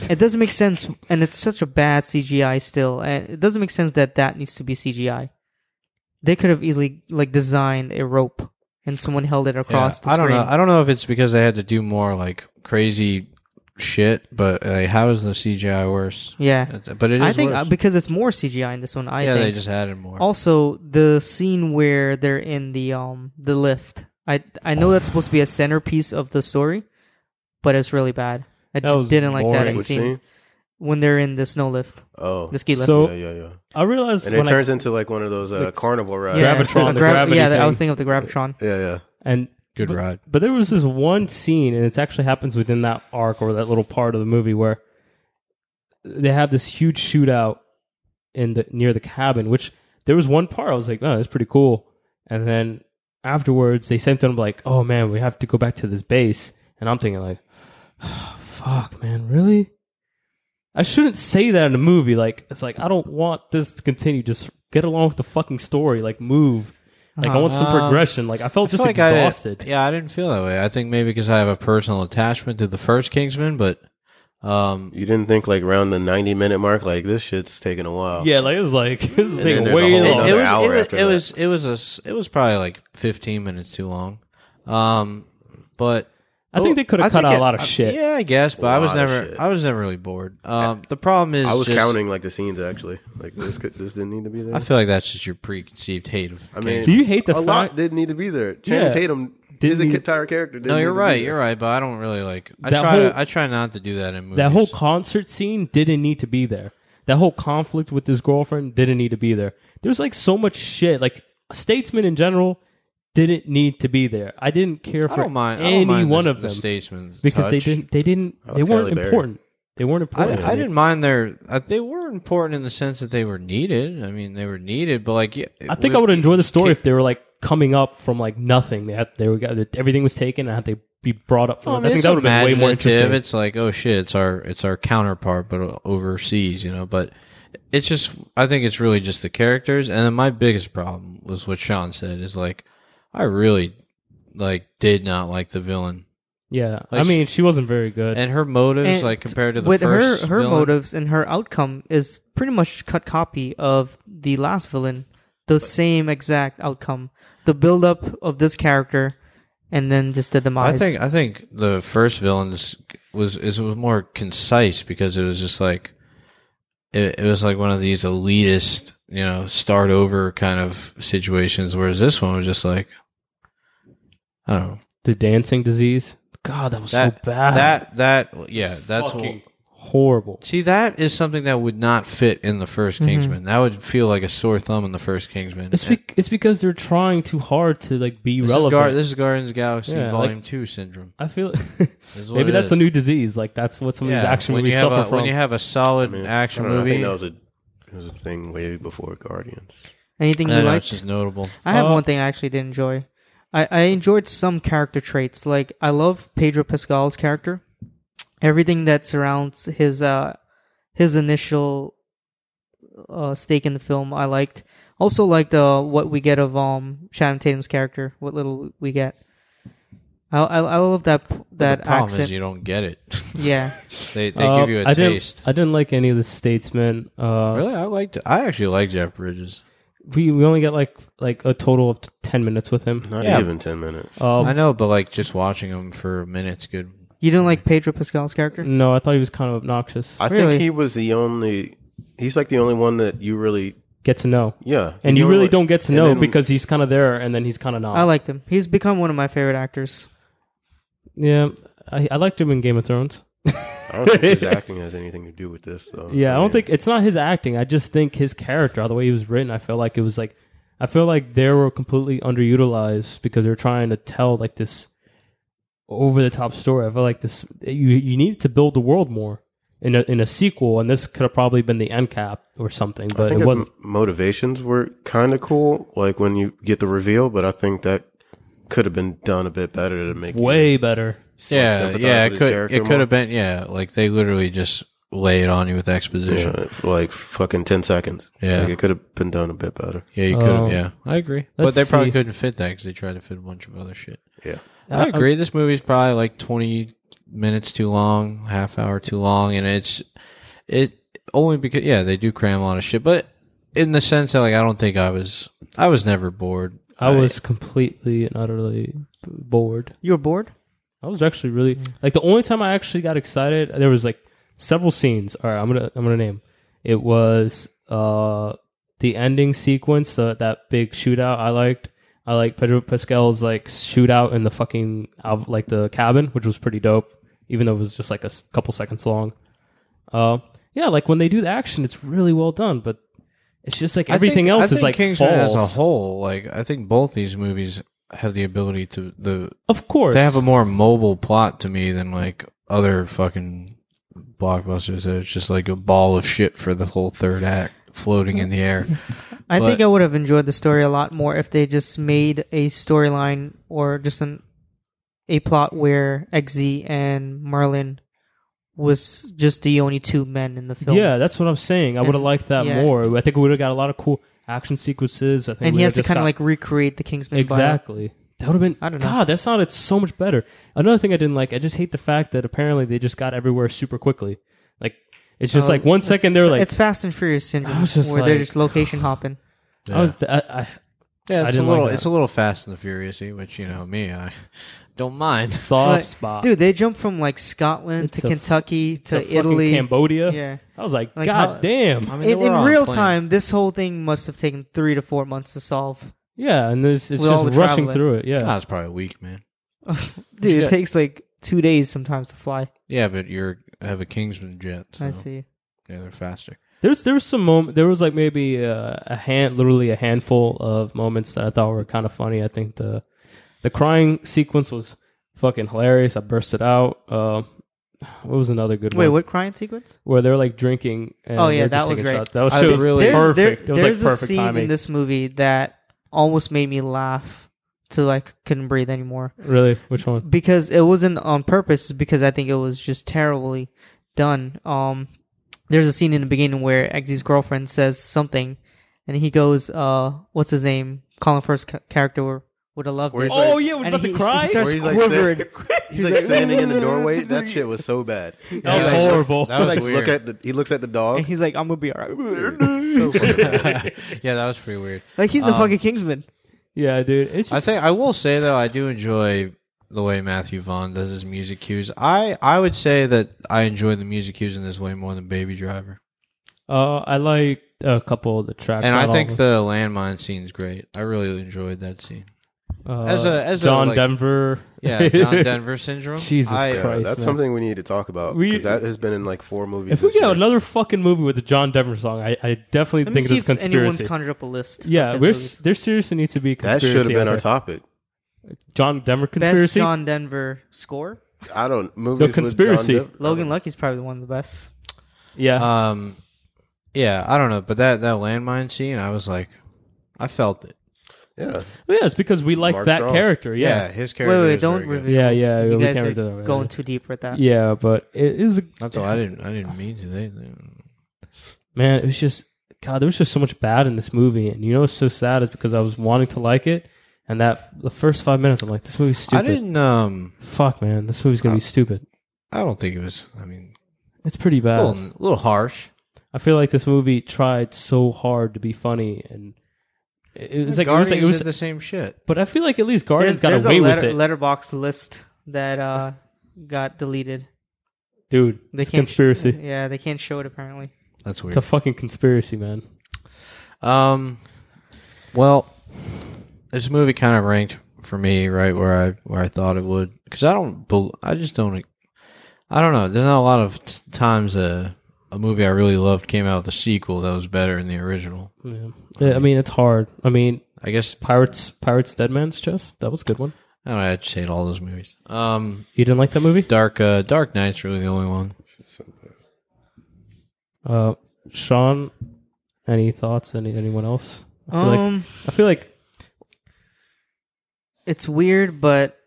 S2: It doesn't make sense, and it's such a bad CGI still, and it doesn't make sense that that needs to be CGI. They could have easily like designed a rope and someone held it
S4: Yeah,
S2: across the
S4: I don't
S2: screen.
S4: know. I don't know if it's because they had to do more like crazy shit, but like, how is the CGI worse?
S2: Yeah,
S4: It's- But it is
S2: I think uh
S4: worse.
S2: because it's more CGI in this one. I
S4: yeah,
S2: think.
S4: they just added more.
S2: also the scene where they're in the um the lift. I I know that's supposed to be a centerpiece of the story, but it's really bad. I
S3: That
S2: just
S3: was
S2: didn't like that
S3: boring.
S2: in
S5: Which
S2: scene,
S5: scene?
S2: when they're in the snow lift,
S5: Oh,
S2: the ski lift.
S3: So-
S5: yeah, yeah, yeah.
S3: I realized
S5: And it
S3: when I-
S5: turns into like one of those uh,
S3: Like-
S5: carnival rides.
S2: yeah,
S3: Gravitron, the
S2: Grav-
S3: gravity
S2: yeah, I was
S3: thing.
S2: thinking of the gravitron.
S5: yeah, yeah.
S3: and
S4: Good ride.
S3: But there was this one scene, and it actually happens within that arc or that little part of the movie where they have this huge shootout in the near the cabin, which there was one part I was like, oh, that's pretty cool. And then afterwards, they sent them like, oh man, we have to go back to this base. And I'm thinking like, fuck, man, really? I shouldn't say that in a movie. Like, it's like I don't want this to continue. Just get along with the fucking story. Like, move. Like, I want some
S4: Um,
S3: progression. Like, Uh, I felt just
S4: I didn't-
S3: exhausted.
S4: yeah, I didn't feel that way. I think maybe because I have a personal attachment to the first Kingsman, but um,
S5: You didn't think like around the ninety minute mark, like this shit's taking a while.
S3: Yeah, like it was like this is
S5: then
S3: taking
S5: there's a
S3: way
S5: whole
S3: long.
S5: other-
S4: it,
S5: an
S4: was,
S5: hour
S4: it was
S5: after
S4: it
S5: that.
S4: was it was a s- it was probably like 15 minutes too long um but Oh,
S3: I think they could
S4: I
S3: have cut
S4: think
S3: out
S4: it-
S3: a lot of
S4: I-
S3: shit.
S4: yeah i guess but
S5: A
S4: i was
S5: lot of
S4: never
S5: shit.
S4: i was never really bored um the problem is
S5: I was
S4: just-
S5: counting like the scenes actually. Like this, could, this didn't need to be there.
S4: i feel like that's just your preconceived hate of
S5: I mean,
S3: Do you hate the
S5: a lot
S3: fact-
S5: didn't need to be there. Channing
S3: Yeah.
S5: Tatum is
S3: Didn't
S5: a
S3: need-
S5: entire character. didn't
S4: no
S5: need
S4: you're
S5: to be
S4: right
S5: there.
S4: you're right but i don't really like i
S3: That
S4: try
S3: whole-
S4: to i try not to do that in movies
S3: that whole concert scene didn't need to be there. That whole conflict with his girlfriend didn't need to be there. There's like so much shit. Like Statesman in general didn't need to be there. I didn't care
S4: i
S3: for
S4: don't mind I
S3: any
S4: don't mind
S3: one
S4: the,
S3: of
S4: the
S3: them
S4: statesman's
S3: because they
S4: touch.
S3: didn't. They didn't.
S5: I
S3: They
S5: like
S3: weren't
S5: Halle Berry.
S3: important. They weren't
S4: I,
S3: important.
S4: I didn't mind their. I, they were important in the sense that they were needed. I mean, they were needed, but like, yeah,
S3: I think
S4: we-
S3: I would enjoy the story if they were like coming up from like nothing. They had, they were everything was taken and had to be brought up from.
S4: Well,
S3: I think
S4: it's
S3: that would have been way more
S4: Oh, imaginative.
S3: interesting.
S4: It's like, oh shit, it's our it's our counterpart, but overseas, you know. But it's just, I think it's really just the characters. And then my biggest problem was what Sean said is like, I really like did not like the villain
S3: yeah, I
S4: like-
S3: mean she wasn't very good.
S4: and her motives,
S2: And
S4: like compared to the
S2: with
S4: first
S2: her her
S4: villain,
S2: motives and her outcome is pretty much cut copy of the last villain the same exact outcome the buildup of this character and then just the demise
S4: I think I think the first villain is- was is was more concise because it was just like it, it was like one of these elitist, you know, start over kind of situations. Whereas this one was just like, I don't know
S3: the dancing disease. God, that was
S4: that
S3: so bad.
S4: that that yeah that's what-
S3: Fucking horrible.
S4: see that is something that would not fit in the 1st Kingsman. That would feel like a sore thumb in the first Kingsman.
S3: Mm-hmm. It's
S4: And
S3: bec it's because they're trying too hard to like be
S4: this is,
S3: relevant.
S4: Gar- this is Guardians of the Galaxy
S3: Yeah,
S4: Volume
S3: like-
S4: Two syndrome.
S3: I feel
S4: is what
S3: maybe
S4: it
S3: that's
S4: is.
S3: a new disease. Like that's what some of these action
S4: when
S3: movies
S4: you have
S3: suffer
S4: a,
S3: from.
S4: when you have a solid action
S5: I don't know,
S4: movie.
S5: I think that was a, it was a thing way before Guardians.
S2: anything
S4: No,
S2: you
S4: no,
S2: liked
S4: it's just notable.
S2: I have
S3: Uh,
S2: one thing I actually did enjoy. I, I enjoyed some character traits. Like I love Pedro Pascal's character. Everything that surrounds his uh his initial uh stake in the film I liked. Also liked uh what we get of um Shannon Tatum's character, what little we get. I I, I love that p- that
S4: the problem
S2: accent.
S4: is you don't get it.
S2: yeah.
S4: they they
S3: Uh,
S4: give you a
S3: I
S4: taste.
S3: Didn't, I didn't like any of the statesmen. Uh,
S4: really, I liked. I actually like Jeff Bridges.
S3: We we only got like like a total of t- ten minutes with him.
S5: Not
S4: Yeah.
S5: even ten minutes.
S4: I
S3: Um,
S4: know, but like just watching him for a minute's good.
S2: You didn't like Pedro Pascal's character?
S3: no, I thought he was kind of obnoxious.
S5: I
S2: really?
S5: think he was the only. He's like the only one that you really,
S3: get to know,
S5: yeah. he's
S3: and
S5: the
S3: you
S5: only
S3: really
S5: one-
S3: don't get to
S5: and
S3: know
S5: then-
S3: because he's kind of there, and then he's kind of not.
S2: I liked him. He's become one of my favorite actors.
S3: yeah, I, I liked him in Game of Thrones.
S5: I don't think his acting has anything to do with this, though.
S3: Yeah, I
S5: mean,
S3: don't think it's not his acting. I just think his character, the way he was written, I felt like it was like I feel like they were completely underutilized because they were trying to tell like this over the top story. I feel like this you you needed to build the world more in a in a sequel, and this could have probably been the end cap or something,
S5: I
S3: but
S5: think
S3: it
S5: his
S3: wasn't.
S5: m- motivations were kind of cool, like when you get the reveal. But I think that could have been done a bit better to make you
S3: Way better.
S4: Yeah,
S5: sympathize
S4: yeah,
S5: with
S4: it
S5: his
S4: could
S5: character
S4: it could
S5: more.
S4: have been. Yeah, like they literally just lay it on you with exposition.
S5: Yeah, for like fucking ten seconds.
S4: Yeah.
S5: like it could have been done a bit better.
S4: Yeah, you could.
S3: Um,
S4: have yeah, I agree. But they
S3: let's
S4: probably
S3: see.
S4: couldn't fit that because they tried to fit a bunch of other shit.
S5: Yeah,
S4: I agree. This movie's probably like twenty minutes too long, half hour too long, and it's it only because yeah they do cram a lot of shit, but in the sense that like I don't think I was I was never bored.
S3: I was completely and utterly bored.
S2: You were bored?
S3: I was actually really like the only time I actually got excited. There was like several scenes. All right, I'm gonna I'm gonna name. It was uh the ending sequence, uh, that big shootout. I liked. I like Pedro Pascal's like shootout in the fucking av- like the cabin, which was pretty dope. Even though it was just like a s- couple seconds long. Uh, yeah, like when they do the action, it's really well done. But it's just like
S4: I
S3: everything
S4: think-
S3: else
S4: I
S3: is
S4: think
S3: like
S4: Kingsman
S3: falls.
S4: as a whole. Like I think both these movies have the ability to the
S3: Of course,
S4: they have a more mobile plot to me than like other fucking blockbusters. That it's just like a ball of shit for the whole third act. floating in the air.
S2: I
S4: But-
S2: think I would have enjoyed the story a lot more if they just made a storyline or just an a plot where Eggsy and Merlin was just the only two men in the film.
S3: Yeah, that's what I'm saying. I would have liked that
S2: Yeah.
S3: more. I think we would have got a lot of cool action sequences. I think
S2: and
S3: we
S2: he has to
S3: would've
S2: kind of
S3: just
S2: like recreate the Kingsman. bio.
S3: Exactly. That would have been.
S2: I don't know.
S3: God, that sounded so much better. Another thing I didn't like, I just hate the fact that apparently they just got everywhere super quickly. Like, it's just
S2: Oh,
S3: like one
S2: it's-
S3: second they're like,
S2: it's Fast and Furious syndrome,
S3: I was just
S2: where they're
S3: like-
S2: just location hopping.
S3: I was, I, I, I
S4: Yeah, it's a
S3: didn't
S4: little
S3: like that.
S4: it's a little Fast and the Furious, which you know me, I don't mind.
S3: soft
S2: Like,
S3: spot.
S2: dude. They jump from like Scotland
S3: It's
S2: to
S3: a f-
S2: Kentucky
S3: to
S2: to
S3: fucking
S2: Italy.
S3: Cambodia.
S2: Yeah.
S3: I was like,
S2: Like, how-
S3: God damn.
S4: I mean, they
S2: In,
S4: were
S2: in
S4: on a
S2: real
S4: plane.
S2: time, this whole thing must have taken three to four months to solve.
S3: Yeah, and this, it's
S2: With all
S3: just
S2: the
S3: rushing
S2: traveling.
S3: through it. Yeah.
S4: Ah, it's probably a week, man.
S2: Dude,
S4: Yeah.
S2: it takes like two days sometimes to fly.
S4: Yeah, but you're have a Kingsman jet. So
S2: I see.
S4: Yeah, they're faster.
S3: There's there was some moment there was like maybe uh, a hand literally a handful of moments that I thought were kind of funny. I think the the crying sequence was fucking hilarious. I bursted out. Um, what was another good
S2: Wait,
S3: one?
S2: what crying sequence?
S3: Where they're like drinking. And
S2: Oh, yeah,
S3: they're just
S2: that was
S3: taking
S2: great.
S3: shots. That was,
S4: I
S3: shit was
S4: really-
S2: There's,
S3: perfect.
S2: there-
S3: it was
S2: there's
S3: like perfect
S2: a scene
S3: timing.
S2: in this movie that almost made me laugh to like couldn't breathe anymore
S3: really, which one?
S2: because it wasn't on purpose. Because I think it was just terribly done. Um, there's a scene in the beginning where Eggsy's girlfriend says something, and he goes, "Uh, what's his name? Colin First ca- character would have loved
S5: Where
S2: it."
S5: he's like-
S3: Oh yeah, was
S2: And
S3: about
S2: he-
S3: to
S2: he
S3: cry.
S2: starts-
S5: Where he's like,
S2: quivering.
S5: stand- he's like standing in the doorway. That shit was so bad.
S3: that was
S5: He, like,
S3: horrible.
S5: He, like, look at the, he looks at the dog.
S2: and he's like, "I'm gonna be alright."
S5: So funny.
S4: yeah, that was pretty weird.
S2: Like he's a
S4: Um,
S2: fucking Kingsman.
S3: yeah, dude. It's just,
S4: I think I will say though, I do enjoy the way Matthew Vaughn does his music cues. I I would say that I enjoy the music cues in this way more than Baby Driver.
S3: uh, I like a couple of the tracks.
S4: And
S3: not
S4: I
S3: all
S4: think
S3: of them.
S4: the landmine scene's great. I really enjoyed that scene.
S3: uh,
S4: as a- as a,
S3: John
S4: like-
S3: Denver.
S4: Yeah, John Denver syndrome.
S3: Jesus
S4: I-
S5: Yeah,
S3: Christ,
S5: that's
S3: man.
S5: something we need to talk about. 'cause
S3: We-
S5: that has been in like four movies.
S3: If we
S5: this
S3: get
S5: year.
S3: another fucking movie with a John Denver song, I, I definitely
S2: Let me
S3: think
S2: see
S3: it's
S2: if anyone's
S3: conspiracy.
S2: conjured up a list.
S3: yeah,
S2: of
S3: we're,
S2: his
S3: there seriously needs to be a
S5: that
S3: conspiracy.
S5: should have been
S3: out
S5: our
S3: there.
S5: topic.
S3: John Denver
S2: movies. best
S3: conspiracy.
S2: John Denver score.
S5: I don't movies.
S3: conspiracy.
S5: With John Depp-
S2: Logan Lucky's probably one of the best.
S5: Uh,
S3: yeah,
S4: Um, yeah, I don't know, but that that landmine scene, I was like, I felt it.
S5: yeah,
S3: Well, Oh, yeah, it's because we like
S5: Mark
S3: that
S5: Strong.
S3: character.
S4: Yeah,
S3: Yeah,
S4: his
S2: Wait,
S4: character.
S2: wait,
S4: is
S2: don't
S4: very good.
S2: reveal.
S3: Yeah, yeah,
S2: You
S3: we
S2: guys
S3: can't
S2: are
S3: reveal that, right?
S2: going too deep with that.
S3: yeah, but it is a,
S4: That's all. I didn't. I didn't mean to. They, they-
S3: man. It was just God. There was just so much bad in this movie, and you know what's so sad is because I was wanting to like it, and that the first five minutes, I'm like, this movie's
S4: I
S3: stupid.
S4: didn't. Um,
S3: Fuck, man, this movie's gonna
S5: Uh,
S3: be stupid.
S4: I don't think it was. I mean,
S3: It's pretty
S4: a
S3: bad.
S4: little, a little harsh.
S3: I feel like this movie tried so hard to be funny, and it, it was like it was like it
S4: Guardians
S3: was
S4: did the same shit.
S3: But I feel like at least
S2: There's,
S3: Guardians got
S2: there's
S3: away
S2: a
S3: with
S2: letter,
S3: it,
S2: letterbox list that uh, got deleted.
S3: dude.
S2: They
S3: it's a
S2: can't
S3: conspiracy.
S2: Yeah, they can't show it apparently.
S4: That's
S3: it's a
S4: weird.
S3: fucking conspiracy, man.
S4: Um, well, this movie kind of ranked for me right where I where I thought it would because I don't. bel- I just don't. I don't know. There's not a lot of t- times a a movie I really loved came out with a sequel that was better than the original.
S3: Yeah. Yeah, I mean, it's hard. I mean,
S4: I guess
S3: Pirates, Pirates, Dead Man's Chest. That was a good one.
S4: I don't know, I just hate all those movies. Um,
S3: You didn't like that movie?
S4: Dark uh, Dark Knight's really the only one.
S3: Uh, Sean, any thoughts? Any anyone else? I feel
S2: Um,
S3: like I feel like
S2: it's weird, but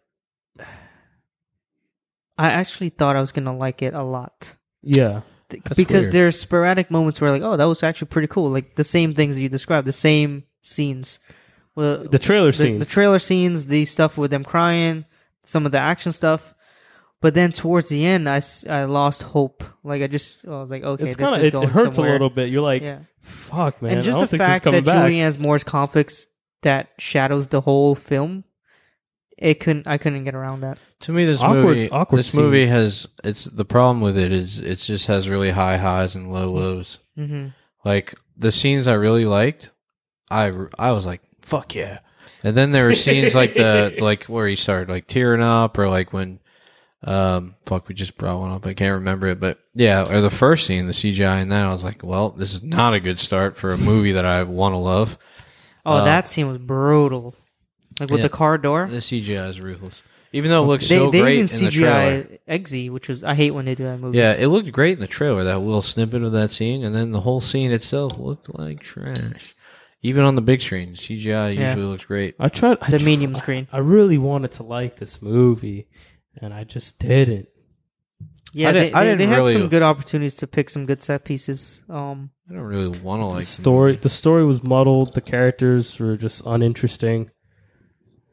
S2: I actually thought I was gonna like it a lot
S3: yeah,
S2: Th-
S4: That's
S2: because
S4: weird.
S2: there's sporadic moments where like, oh, that was actually pretty cool. Like the same things you described, the same scenes. Well,
S3: the trailer
S2: the,
S3: scenes.
S2: the trailer scenes, the stuff with them crying, some of the action stuff. But then towards the end, I, s- I lost hope. Like I just I was like, okay,
S3: It's
S2: this
S3: kind of
S2: is
S3: it,
S2: going
S3: hurts
S2: somewhere.
S3: a little bit. You're like,
S2: Yeah.
S3: fuck, man.
S2: and just the
S3: I don't think this is
S2: fact
S3: coming
S2: that
S3: back.
S2: Julianne Moore's conflicts that shadows the whole film, it couldn't. I couldn't get around that.
S4: To me, this
S3: Awkward-
S4: movie,
S3: awkward
S4: this movie
S3: scenes.
S4: has it's the problem with it is it just has really high highs and low lows.
S2: hmm
S4: Like the scenes I really liked, I I was like fuck yeah, and then there were scenes like the like where he started like tearing up or like when. Um, fuck, we just brought one up. I can't remember it, but yeah, or the first scene, the CGI, and then I was like, well, this is not a good start for a movie that I want to love.
S2: Oh, that scene was brutal. like with
S4: Uh, Yeah.
S2: the car door.
S4: The CGI is ruthless. Even though it looks
S2: they
S4: so
S2: they
S4: great
S2: even
S4: in the trailer.
S2: CGI Eggsy, which was I hate when they do that in movies.
S4: Yeah, it looked great in the trailer. That little snippet of that scene, and then the whole scene itself looked like trash. Even on the big screen, CGI
S2: Yeah.
S4: usually looks great.
S3: I tried I
S2: the
S3: tr-
S2: medium screen.
S3: I really wanted to like this movie, and I just didn't.
S2: Yeah,
S4: I
S2: they,
S4: didn't- I
S2: they- they
S4: didn't
S2: had
S4: really-
S2: some good opportunities to pick some good set pieces. Um,
S4: I don't really want to like
S3: the story the story was muddled the characters were just uninteresting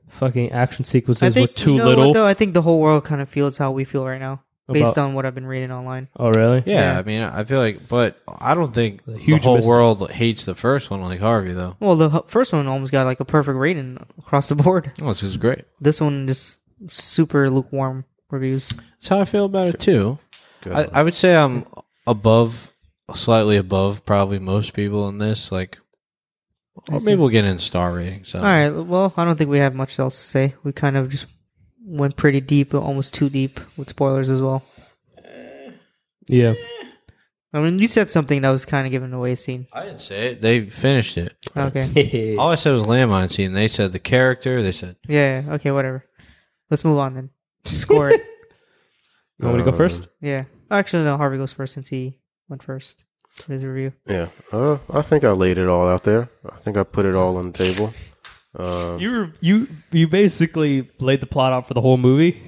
S3: fucking action
S2: I
S3: sequences
S2: think
S3: were too
S2: you know
S3: little
S2: What, though I think the whole world kind of feels how we feel right now, based
S3: About-
S2: on what I've been reading online.
S3: oh really
S4: Yeah,
S2: Yeah.
S4: I mean, I feel like, but I don't think
S3: Huge
S4: the whole
S3: mistake.
S4: world hates the first one like Harvey though.
S2: Well, the h- first one almost got like a perfect rating across the board.
S4: Oh, this is great.
S2: This one just super lukewarm reviews.
S4: That's how I feel about it too.
S5: Good.
S4: I, I would say I'm above, slightly above, probably most people in this. Like, or maybe we'll get in star ratings.
S3: Oh.
S4: I
S2: All
S4: don't
S2: right. Well, I don't think we have much else to say. We kind of just went pretty deep, almost too deep with spoilers as well.
S3: yeah
S2: I mean, you said something that was kind of giving away a scene.
S4: know. I didn't say it. They finished it.
S3: Oh.
S2: Okay.
S4: All I said was landmine scene. They said the character. They said
S2: Yeah. yeah, Okay. Whatever. Let's move on then. Score it.
S3: you want me to go first
S2: Yeah. Actually, no. Harvey goes first since he went first. for His review.
S5: Yeah, uh, I think I laid it all out there. I think I put it all on the table. Um,
S3: you were you you basically laid the plot out for the whole movie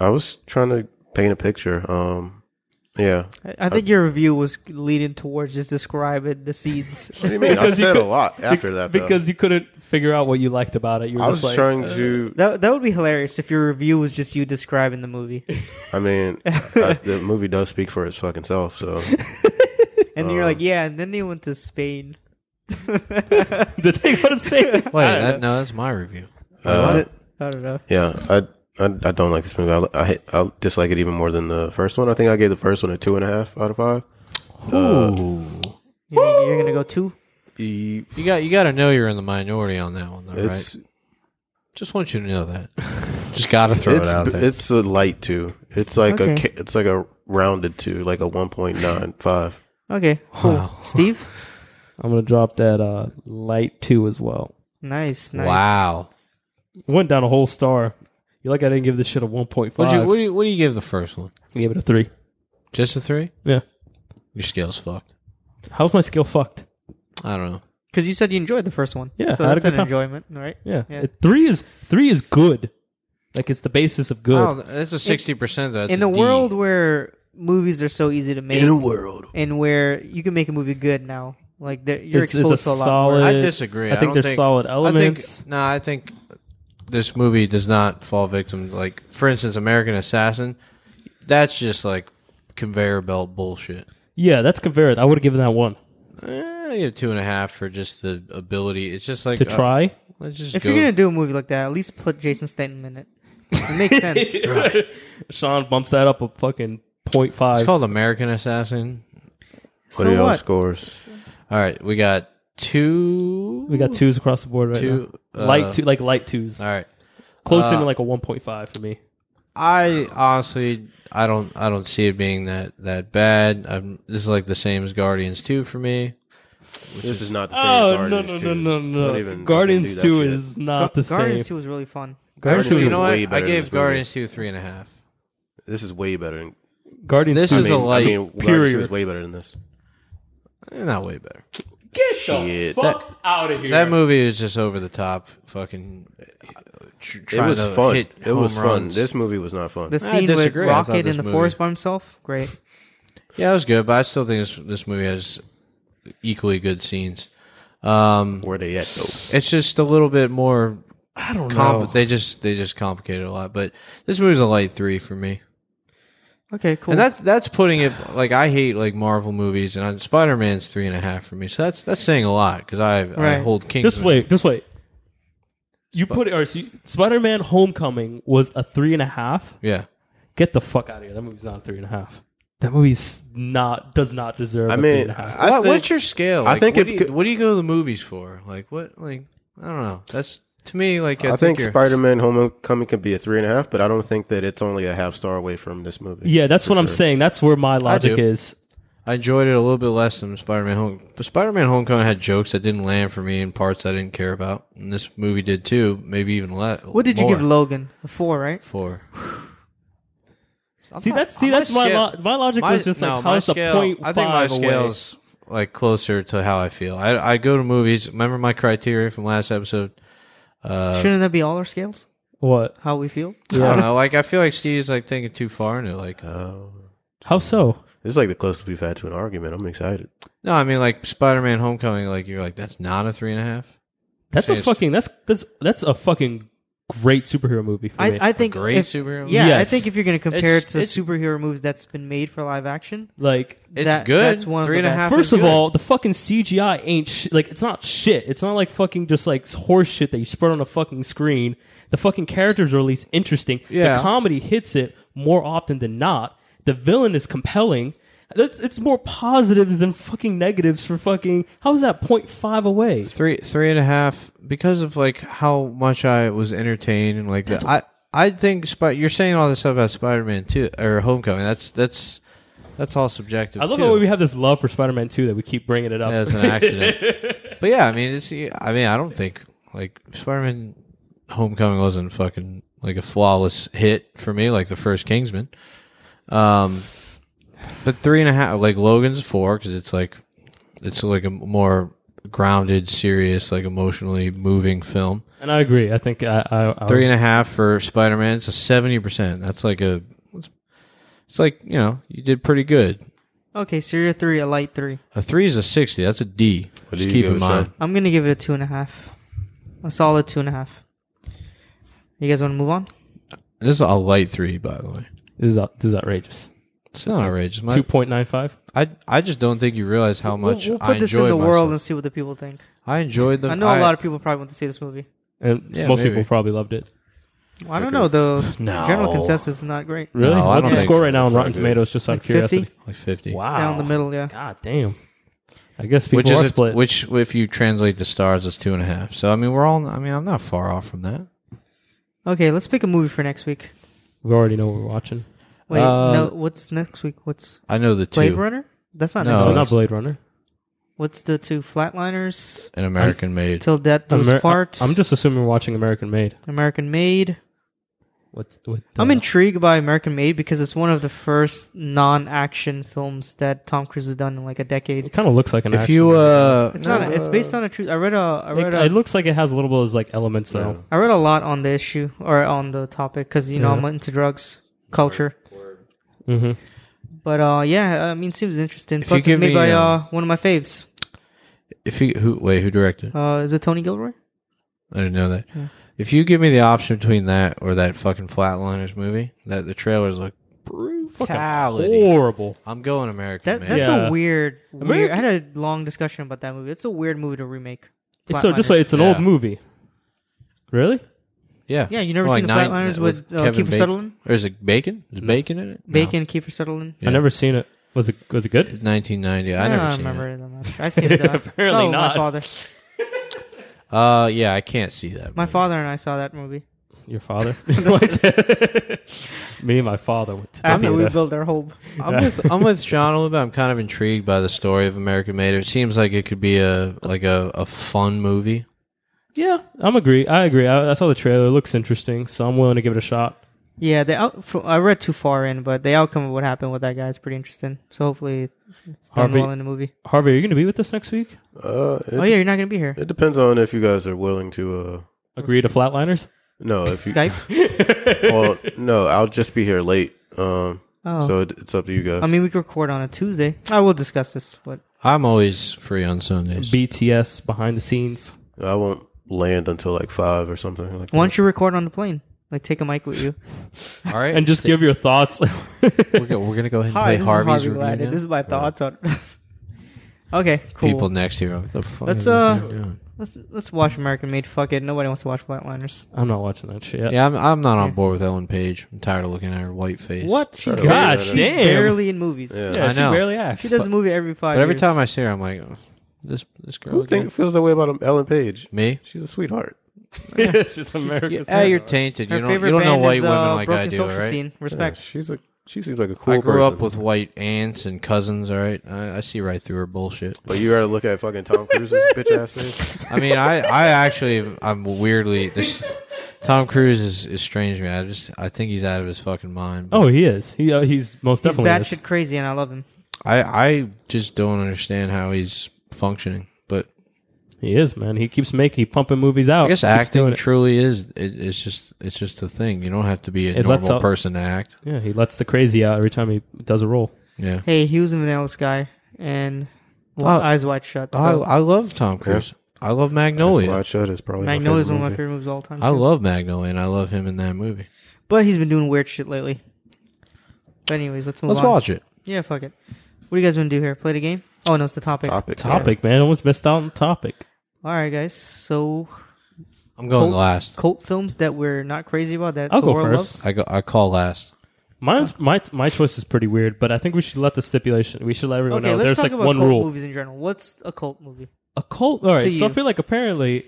S5: I was trying to paint a picture. Um, yeah.
S2: I, I
S3: Uh,
S2: think your review was leading towards just describing the seeds.
S5: What do you mean? I
S3: Because you
S5: said a
S3: could-
S5: lot after that. though.
S3: because you couldn't figure out what you liked about it you were
S5: I
S3: just
S5: was
S3: like
S5: trying
S2: uh,
S5: to.
S2: that that would be hilarious if your review was just you describing the movie,
S5: I mean, I, the movie does speak for its fucking self. So uh,
S2: and you're like, yeah, and then they went to Spain.
S3: Uh. did they go to Spain I
S4: Wait,
S3: don't
S4: that,
S3: know.
S4: no, that's my review.
S5: uh,
S2: I don't know.
S5: yeah, I, I I don't like this movie. I, I hate- I dislike it even more than the first one. I think I gave the first one a two and a half out of five.
S2: You think you're gonna go two.
S5: E-
S4: You got you got to know you're in the minority on that one, though,
S5: It's
S4: right? Just want you to know that. Just got to throw it
S5: it's
S4: out there.
S5: it's a light two. It's like a
S2: Okay.
S5: ca- it's like a rounded two, like a one point nine five.
S2: Okay. Cool.
S4: Wow.
S2: Steve.
S3: i'm gonna drop that uh light two as well
S2: Nice. Nice.
S4: Wow.
S3: went down a whole star you like i didn't give this shit a 1.5
S4: What'd you, what do you what do you give the first one?
S3: I gave it a three
S4: Just a three?
S3: yeah
S4: Your scale's fucked.
S3: how's my skill fucked
S4: I don't know.
S2: Because you said you enjoyed the first one.
S3: Yeah,
S2: So
S3: I had a
S2: that's
S3: good
S2: an
S3: time.
S2: enjoyment, right?
S3: Yeah.
S2: Yeah.
S3: It- three is three is good. Like it's the basis of good.
S4: Oh, that's a sixty percent. That's
S2: in a world where movies are so easy to make,
S5: world.
S2: and where you can make a movie good now, like there- you're
S3: It's- it's
S2: exposed
S3: a
S2: to a lot.
S3: solid-
S2: more.
S4: I disagree.
S3: I think
S4: don't
S3: there's solid
S4: I
S3: elements.
S4: think, no, I think this movie does not fall victim. Like for instance, American Assassin. That's just like conveyor belt bullshit.
S3: yeah, that's conveyor. I would have given that one
S4: Eh, I give two and a half for just the ability. It's just like
S3: to try.
S4: Uh, let's just
S2: If
S4: go.
S2: you're gonna do a movie like that, at least put Jason Statham in it. It makes sense.
S3: Sean bumps that up a fucking point five.
S4: it's called American Assassin.
S5: What
S2: So
S5: are y'all
S2: what?
S5: scores?
S4: All right, we got two.
S3: we got twos across the board right
S4: Two,
S3: now.
S4: uh,
S3: light two, like light twos,
S4: All
S5: uh,
S4: right.
S3: close in
S4: uh,
S3: to like a one point five for me.
S4: I honestly, I don't, I don't see it being that that bad. I'm, this is like the same as Guardians Two for me.
S5: This is not the same. as
S3: Oh no
S5: Guardians
S3: no
S5: 2.
S3: no no
S5: Don't
S3: no!
S5: even
S3: Guardians
S5: fucking do
S3: two
S5: that shit.
S3: is not the same.
S2: Guardians Two was really fun.
S5: Guardians
S4: Actually,
S5: two
S4: you
S5: is
S4: know
S5: way
S4: what? I
S5: better than
S4: gave
S5: this movie.
S4: Guardians Two three and a half.
S5: This is way better. Than,
S3: Guardians
S4: This
S3: two
S5: I
S4: is
S5: mean,
S4: a light
S5: I mean, Guardians
S3: superior.
S5: two is way better than this.
S4: Eh, Not way better.
S3: Get
S5: Shit.
S3: the fuck out of here.
S4: That movie is just over the top. Fucking. Tr-
S5: It
S4: trying
S5: was
S4: to
S5: fun.
S4: hit
S5: It was
S4: home
S5: fun.
S4: runs.
S5: This movie was not fun.
S2: The scene with
S4: disagree. I thought
S2: Rocket
S4: this
S2: in the
S4: movie-
S2: forest by himself, great.
S4: yeah, it was good, but I still think this this movie has equally good scenes. Um,
S5: Where they at though?
S4: it's just a little bit more.
S3: I don't know.
S4: Compli- They just they just complicate it a lot, but this movie's a light three for me.
S2: Okay, cool.
S4: And that's that's putting it like I hate like Marvel movies, and Spider Man's three and a half for me. So that's that's saying a lot because I I
S2: Right.
S4: hold Kingsman.
S3: Just wait, just wait. You put it. Or so Spider Man Homecoming was a three and a half.
S4: Yeah,
S3: Get the fuck out of here. That movie's not a three and a half. That movie's not does not deserve.
S5: I
S3: a three
S5: mean,
S3: and a half.
S5: I
S4: What-
S5: think
S4: what's your scale?
S5: I
S4: Like,
S5: think
S4: what,
S5: it
S4: do you,
S5: could-
S4: what do you go to the movies for? Like what? Like I don't know. That's to me like I,
S5: I think
S4: you're-
S5: Spider-Man: Homecoming could be a three and a half, but I don't think that it's only a half star away from this movie.
S3: yeah, that's
S5: For
S3: what I'm
S5: sure.
S3: saying. That's where my logic is.
S4: I enjoyed it a little bit less than Spider-Man Home. But Spider-Man Homecoming had jokes that didn't land for me and parts I didn't care about, and this movie did too. Maybe even less.
S2: What did you give Logan? A four, right?
S4: Four. I'm
S3: See,
S4: not-
S3: that's see,
S4: I'm
S3: that's
S4: not
S3: my
S4: scared.
S3: lo- my logic
S4: My-
S3: was just
S4: no,
S3: like how
S4: my
S3: it's a
S4: scale-
S3: point
S4: I think my
S3: five away.
S4: scale's like closer to how I feel. I, I go to movies. Remember my criteria from last episode? Uh,
S2: Shouldn't that be all our scales?
S3: What?
S2: How we feel?
S4: I don't know. Like I feel like Steve's like thinking too far into it. Like uh,
S3: How so?
S5: This is like the closest we've had to an argument. I'm excited.
S4: no, I mean like Spider-Man Homecoming. Like you're like that's not a three and a half.
S3: That's a
S4: Changed.
S3: fucking that's that's that's a fucking great superhero movie for me.
S2: I, I think
S4: great
S2: if-
S4: superhero movie?
S2: Yeah, I
S3: Yes.
S2: think if you're going to compare
S4: It's-
S2: it to
S4: it's-
S2: superhero movies that's been made for live action,
S3: like
S4: It's
S2: that-
S4: good.
S2: That's one
S4: Three
S2: of the
S4: and a
S2: best.
S4: half
S3: First
S4: is
S3: of
S4: good.
S3: all, the fucking CGI ain't sh- like it's not shit. It's not like fucking just like horse shit that you spread on a fucking screen. The fucking characters are at least interesting.
S4: Yeah.
S3: The comedy hits it more often than not. The villain is compelling. It's, it's more positives than fucking negatives for fucking. How is that 0.5 away?
S4: three three and a half because of like how much I was entertained and like that. I I think Spi- you're saying all this stuff about Spider-Man too or Homecoming. That's that's that's all subjective.
S3: I love
S4: too.
S3: the way we have this love for Spider Man 2 that we keep bringing it up.
S4: as an accident. but yeah, I mean, it's. I mean, I don't think like Spider-Man: Homecoming wasn't fucking like a flawless hit for me, like the first Kingsman. Um, but three and a half, like Logan's four, because it's like it's like a more grounded, serious, like emotionally moving film.
S3: And I agree. I think I. I, I
S4: Three and a half for Spider-Man. It's a seventy percent. That's like a. It's, it's like you know you did pretty good.
S2: okay, Syria three, a light three.
S4: A three is a sixty. That's a D.
S5: do
S4: Just
S5: you
S4: keep
S5: give
S4: in
S5: it,
S4: mind.
S5: Sean?
S2: I'm going to give it a two and a half, a solid two and a half. You guys want to move on?
S4: This is a light three, by the way.
S3: This is, out- this is outrageous.
S4: It's not outrageous. My,
S3: 2.95?
S4: I I just don't think you realize how
S2: We'll-
S4: much
S2: we'll,
S4: I
S2: put this in
S4: enjoyed
S2: the
S4: myself.
S2: world and see what the people think.
S4: I enjoyed the.
S2: I know a lot of people probably want to see this movie.
S3: And
S4: Yeah,
S3: most
S4: maybe.
S3: people probably loved it.
S2: Well, I don't know. The
S4: No.
S2: general consensus is not great.
S3: Really?
S4: No, I
S3: What's
S4: don't
S3: the
S4: think-
S3: score right now on
S5: It's not
S3: Rotten
S5: good.
S3: Tomatoes, just out of
S2: Like
S3: curiosity? Oh.
S2: 50?
S4: like fifty.
S3: Wow.
S2: Down the middle, yeah.
S3: God damn. I guess people
S4: Which
S3: are
S4: is a-
S3: split.
S4: which if you translate the stars is two and a half. So I mean we're all. I mean I'm not far off from that.
S2: Okay, let's pick a movie for next week.
S3: we already know what we're watching.
S2: Wait,
S4: Uh,
S2: no, what's next week? What's
S4: I know the
S2: Blade
S4: two.
S2: Runner? That's not
S4: No,
S2: next
S3: So
S4: Oh,
S2: week.
S3: not
S4: that's-
S3: Blade Runner.
S2: What's the two Flatliners?
S4: An American made.
S2: Till Death Do Us
S3: Amer-
S2: Part.
S3: I- I'm just assuming we're watching American Made.
S2: American Made.
S3: What's what?
S2: I'm
S3: uh,
S2: intrigued by American Made because it's one of the first non-action films that Tom Cruise has done in like a
S3: It
S2: decade.
S3: kind of looks like an.
S4: if
S3: action
S4: you
S3: movie.
S4: uh,
S2: It's not. A, it's based on a true. I read a. I
S3: it,
S2: read a.
S3: it looks like it has a little bit of those, like elements though.
S2: I read a lot on the issue or on the topic because you know
S3: Yeah.
S2: I'm into drugs culture.
S3: Mm-hmm.
S2: But uh, yeah, I mean, seems interesting.
S4: you
S2: Plus, it's
S4: give
S2: made
S4: me,
S2: by
S4: uh,
S2: uh, one of my faves.
S4: if you who wait who directed?
S2: Uh, is it Tony Gilroy?
S4: I didn't know that. If you give me the option between that or that fucking Flatliners movie, that the trailers look brutality.
S3: Horrible.
S4: I'm going American
S2: That
S4: made.
S2: that's
S3: Yeah.
S2: a weird. weird I
S3: American-
S2: had a long discussion about that movie. It's a weird movie to remake.
S3: It's so this
S2: Flatliners.
S3: way. It's an old
S4: Yeah.
S3: movie. Really?
S4: Yeah.
S2: Yeah, you never
S4: From,
S2: seen the
S4: nine-
S2: Flatliners
S4: uh,
S2: with, uh, Kiefer
S4: Bacon.
S2: Sutherland?
S4: Or is it Bacon? Is Bacon in it? No.
S2: Bacon, Kiefer Sutherland.
S4: Yeah.
S3: I never seen it. Was it was it good?
S4: 1990. I
S2: I
S4: never
S2: don't
S4: seen
S2: remember
S4: it.
S2: it. that much. I've seen it. though.
S3: Apparently
S2: So,
S3: not.
S2: My father,
S4: Uh, yeah, I can't see that.
S2: my
S4: movie.
S2: father and I saw that movie.
S3: Your father? What? Me and my father went to the
S2: After we
S3: theater.
S2: built our hope.
S4: I'm with I'm with Sean a little bit. I'm kind of intrigued by the story of American Made. It seems like it could be a like a, a fun movie.
S3: Yeah, I'm agree. I agree. I, I saw the trailer. It looks interesting, so I'm willing to give it a shot.
S2: Yeah, the out, f- I read too far in, but the outcome of what happened with that guy is pretty interesting. So hopefully, it's done
S3: Harvey-
S2: well in the movie.
S3: Harvey, are you going to be with us next week?
S5: Uh, it,
S2: Oh yeah, you're not gonna be here.
S5: it depends on if you guys are willing to. uh
S3: Agree to Flatliners?
S5: No, if you,
S2: Skype.
S5: well, no, I'll just be here late. Um,
S2: Oh.
S5: so it, it's up to you guys.
S2: I mean, we could record on a Tuesday. I will discuss this, but
S4: I'm always free on Sundays.
S3: BTS behind the scenes.
S5: I won't land until like five or something. Like
S2: why
S5: that.
S2: don't you record on the plane? Like, take a mic with you.
S4: All right,
S3: and just give your thoughts.
S4: We're, go- we're gonna go ahead and play Harvey's review now.
S2: This is my thoughts on. okay, cool.
S4: People next year. What the fuck
S2: Let's,
S4: is
S2: uh,
S4: they're doing?
S2: Let's let's watch American Made. Fuck it. Nobody wants to watch Flatliners.
S3: I'm not watching that shit.
S4: Yeah, I'm I'm not on board with Ellen Page. I'm tired of looking at her white face.
S2: What? She's
S5: up.
S2: barely-
S5: God
S2: she's
S3: damn.
S2: barely in movies.
S5: Yeah.
S3: Yeah,
S4: I
S3: she
S4: know.
S3: barely acts.
S2: She does a movie every five.
S4: But every
S2: years.
S4: time I see her, I'm like, oh, this this girl.
S5: Who think
S4: again?
S5: feels that way about Ellen Page?
S4: me?
S5: She's a sweetheart.
S3: She's American.
S4: Yeah, you're tainted.
S2: her
S4: You don't,
S2: favorite
S4: you don't know
S2: band
S4: white
S2: is,
S4: women
S2: uh,
S4: like
S2: Broken
S4: I do,
S2: Social
S4: right?
S2: Scene.
S5: Yeah,
S2: Respect.
S5: she's a She seems like a cool
S4: I grew
S5: person.
S4: up with white aunts and cousins. All right, I, I see right through her bullshit.
S5: But you gotta look at fucking Tom Cruise's bitch ass face.
S4: I mean, I, I actually, I'm weirdly. This, Tom Cruise is, is strange to me. I just, I think he's out of his fucking mind.
S3: Oh, he is. He uh, he's most
S2: He's
S3: definitely.
S2: batshit
S3: is.
S2: crazy, and I love him.
S4: I, I just don't understand how he's functioning. But
S3: He is man. He keeps making, he pumping movies
S2: Oh,
S3: out.
S4: I guess
S3: Keeps doing
S4: acting
S3: it.
S4: truly is. It, it's just, it's just a thing. You don't have to be a
S3: It lets
S4: normal
S3: out-
S4: person to act.
S3: Yeah, he lets the crazy out every time he does a role.
S4: Yeah.
S2: Hey, he was in Vanilla Sky and well,
S4: Oh.
S2: Eyes Wide Shut. So
S4: I, I love Tom Cruise. I love
S5: That's why
S4: Magnolia.
S5: I shut is probably
S2: Magnolia's one of my
S5: favorite
S2: favorite movies of all time.
S4: I
S2: too.
S4: love Magnolia, and I love him in that movie.
S2: But he's been doing weird shit lately. But anyways, let's move
S4: Let's
S2: on.
S4: watch it.
S2: Yeah, fuck it. What do you guys want to do here? Play the game? Oh no, it's the topic.
S5: topic.
S3: Topic, man. Almost missed out on the topic.
S2: All right, guys. So
S4: I'm going
S2: Cool.
S4: last.
S2: cult films that we're not crazy about that
S3: I'll
S2: the
S3: go
S2: world
S3: first.
S2: loves.
S4: I go. I call last.
S3: Mine's, my my choice is pretty weird, but I think we should let the stipulation. We should let everyone
S2: Okay,
S3: know.
S2: let's
S3: There's
S2: talk
S3: like
S2: about
S3: one
S2: cult
S3: rule.
S2: movies in general. What's a cult movie?
S3: A cult. All right.
S2: To
S3: So I
S2: you.
S3: feel like apparently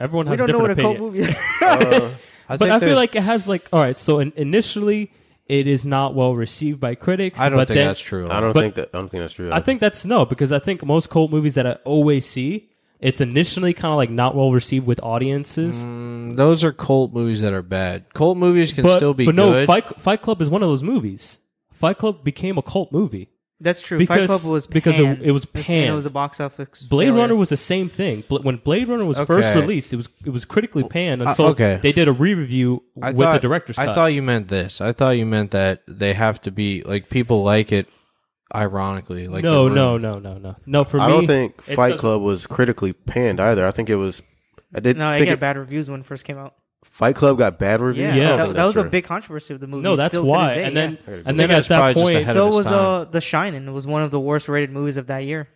S3: everyone has
S2: we don't
S3: a
S2: know
S3: different
S2: what a
S3: opinion.
S2: cult movie is.
S4: I
S3: But
S4: think
S3: I feel
S4: there's-
S3: like it has like all right. So in, initially, it is not well received by critics.
S4: I don't
S3: but
S4: think
S3: then-
S4: that's true.
S5: I don't
S3: But-
S5: think that. I don't think that's true.
S3: I think that's no because I think most cult movies that I always see, it's initially kind of like not well received with audiences.
S4: Those are cult movies that are bad. Cult movies Mm. can
S3: but
S4: still be
S3: but no,
S4: good.
S3: Fight, Fight Club is one of those movies. Fight Club became a cult movie.
S2: That's true. Fight
S3: Because-
S2: Club was
S3: because it-
S2: panned.
S3: it was
S2: And It
S3: panned.
S2: was a box office.
S3: Blade
S2: failure.
S3: Runner was the same thing. Bla- When Blade Runner was first
S4: Okay.
S3: released, it was it was critically panned until
S4: okay.
S3: they did a re-review
S4: I
S3: with the
S4: thought-
S3: director's
S4: I
S3: cut.
S4: thought you meant this. I thought you meant that they have to be like people like it. Ironically, like
S3: no,
S4: The Room.
S3: no, no, no, no, no. For
S5: I
S3: me,
S5: don't think
S3: it
S5: Fight
S3: doesn't-
S5: Club was critically panned either. I think it was. I didn't
S2: No, it
S5: think
S2: got
S5: it,
S2: bad reviews when it first came out.
S5: Fight Club got bad reviews.
S2: Yeah,
S5: I don't
S3: e- Yeah.
S5: think
S2: that, that
S5: that's
S2: was a
S5: true.
S2: big controversy of the movie.
S3: No, that's
S2: still to
S3: why.
S2: this day,
S3: and then
S2: yeah.
S3: and
S4: I
S3: then
S4: think
S3: at
S4: it's probably
S3: that
S4: just
S3: point,
S4: ahead
S2: so
S4: of its
S2: was
S4: time.
S2: uh, The Shining. It was one of the worst rated movies of that year.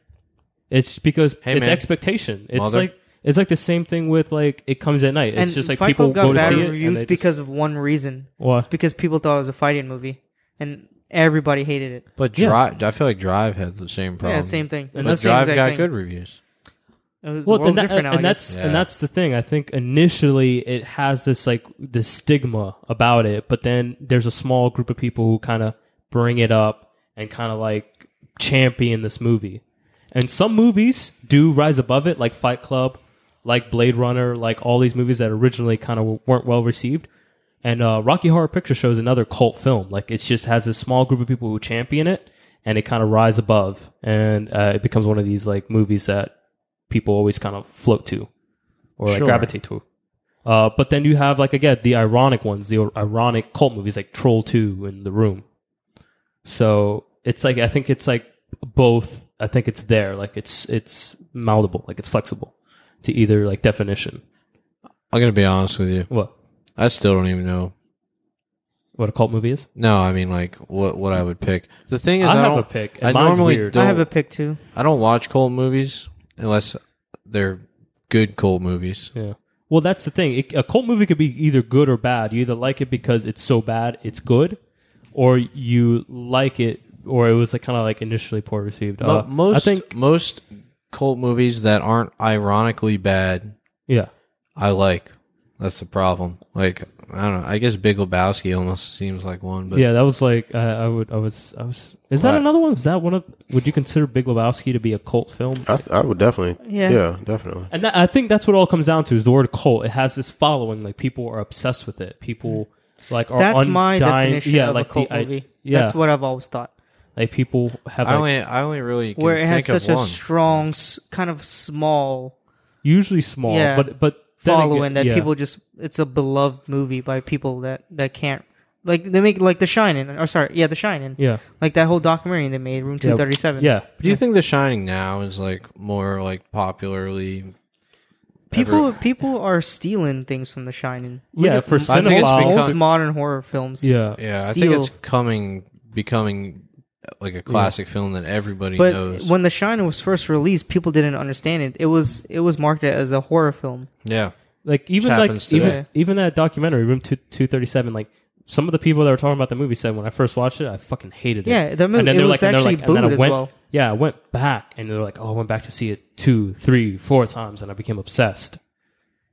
S3: It's because
S4: Hey,
S3: it's
S4: man.
S3: expectation. It's
S4: Mother.
S3: like it's like the same thing with like it comes at night. It's
S2: and
S3: just like
S2: Fight
S3: people
S2: Club got
S3: go to
S2: bad
S3: see it and
S2: reviews
S3: they just-
S2: because of one reason.
S3: Why?
S2: It's because people thought it was a fighting movie, and everybody hated it.
S4: But Drive, I feel like Drive had the same problem.
S2: Yeah, same thing.
S3: And
S2: It's
S4: But
S2: the same
S4: Drive
S2: exact
S4: got
S2: thing.
S4: good reviews.
S2: It was- the
S3: well,
S2: world's
S3: and, that-
S2: different now,
S3: and
S2: I guess.
S3: that's
S4: Yeah.
S3: and that's the thing. I think initially it has this like the stigma about it, but then there's a small group of people who kind of bring it up and kind of like champion this movie. And some movies do rise above it, like Fight Club, like Blade Runner, like all these movies that originally kind of weren't well received. And uh, Rocky Horror Picture Show is another cult film. Like it just has a small group of people who champion it, and it kind of rise above, and uh, it becomes one of these like movies that people always kind of float to or like
S4: Sure.
S3: gravitate to. Uh, but then you have like again the ironic ones, the ironic cult movies like Troll Two and The Room. So it's like I think it's like both. I think it's there, like it's it's malleable, like it's flexible to either like definition.
S4: I'm gonna be honest with you.
S3: What
S4: I still don't even know.
S3: what a cult movie is?
S4: No, I mean like what what I would pick. The thing is,
S3: I
S4: I,
S3: have
S4: don't,
S3: a pick, and
S4: I
S3: mine's
S4: normally
S3: weird.
S4: don't.
S2: I have a pick too.
S4: I don't watch cult movies unless they're good cult movies.
S3: Yeah. Well, that's the thing. It, a cult movie could be either good or bad. You either like it because it's so bad it's good, or you like it, or it was like kind of like initially poor received. Uh,
S4: Mo- most
S3: I think,
S4: most cult movies that aren't ironically bad,
S3: yeah.
S4: I like. That's the problem. Like I don't know. I guess Big Lebowski almost seems like one, but
S3: yeah, that was like uh, I would, I was, I was. Is that
S4: Right.
S3: another one? Is that one of? Would you consider Big Lebowski to be a cult film?
S5: I, th- I would definitely.
S2: Yeah.
S5: Yeah. definitely.
S3: And that, I think that's what it all comes down to is the word cult. It has this following, like people are obsessed with it. People like are
S2: That's my
S3: undying-
S2: definition
S3: yeah,
S2: of
S3: like
S2: a cult
S3: the, I-
S2: movie.
S3: yeah,
S2: That's what I've always thought.
S3: like people have.
S4: I
S3: Like,
S4: only I only really can
S2: Where it has
S4: think of
S2: such a
S4: one.
S2: strong, s- kind of small
S3: usually small,
S2: Yeah.
S3: but but then again-
S2: following that
S3: yeah.
S2: people just—it's a beloved movie by people that that can't like they make like The Shining or sorry, yeah, The Shining.
S3: Yeah.
S2: like that whole documentary they made, Room
S3: Yeah.
S2: Two Thirty Seven.
S3: Yeah.
S4: Do you think The Shining now is like more like popularly?
S2: people people are stealing things from The Shining. Look
S3: Yeah,
S2: at
S3: for
S2: most-
S4: I think it's
S3: cinephiles.
S2: most
S4: because-
S2: modern horror films.
S3: Yeah.
S4: Yeah, I
S2: Steel.
S4: think it's coming becoming like a classic film that everybody
S2: But
S4: knows.
S2: when The Shining was first released, people didn't understand it. It was it was marketed as a horror film.
S4: yeah,
S3: Like even
S4: Which
S3: like
S4: happens
S3: even,
S2: today.
S3: even that documentary Room 2 237 like some of the people that were talking about the movie said when I first watched it I fucking hated it.
S2: Yeah, that movie-
S3: and then
S2: it
S3: they're
S2: was
S3: like, and they're
S2: actually
S3: like, and then I
S2: booed as
S3: went,
S2: well.
S3: Yeah, I went back and they're like, oh, I went back to see it two, three, four times and I became obsessed.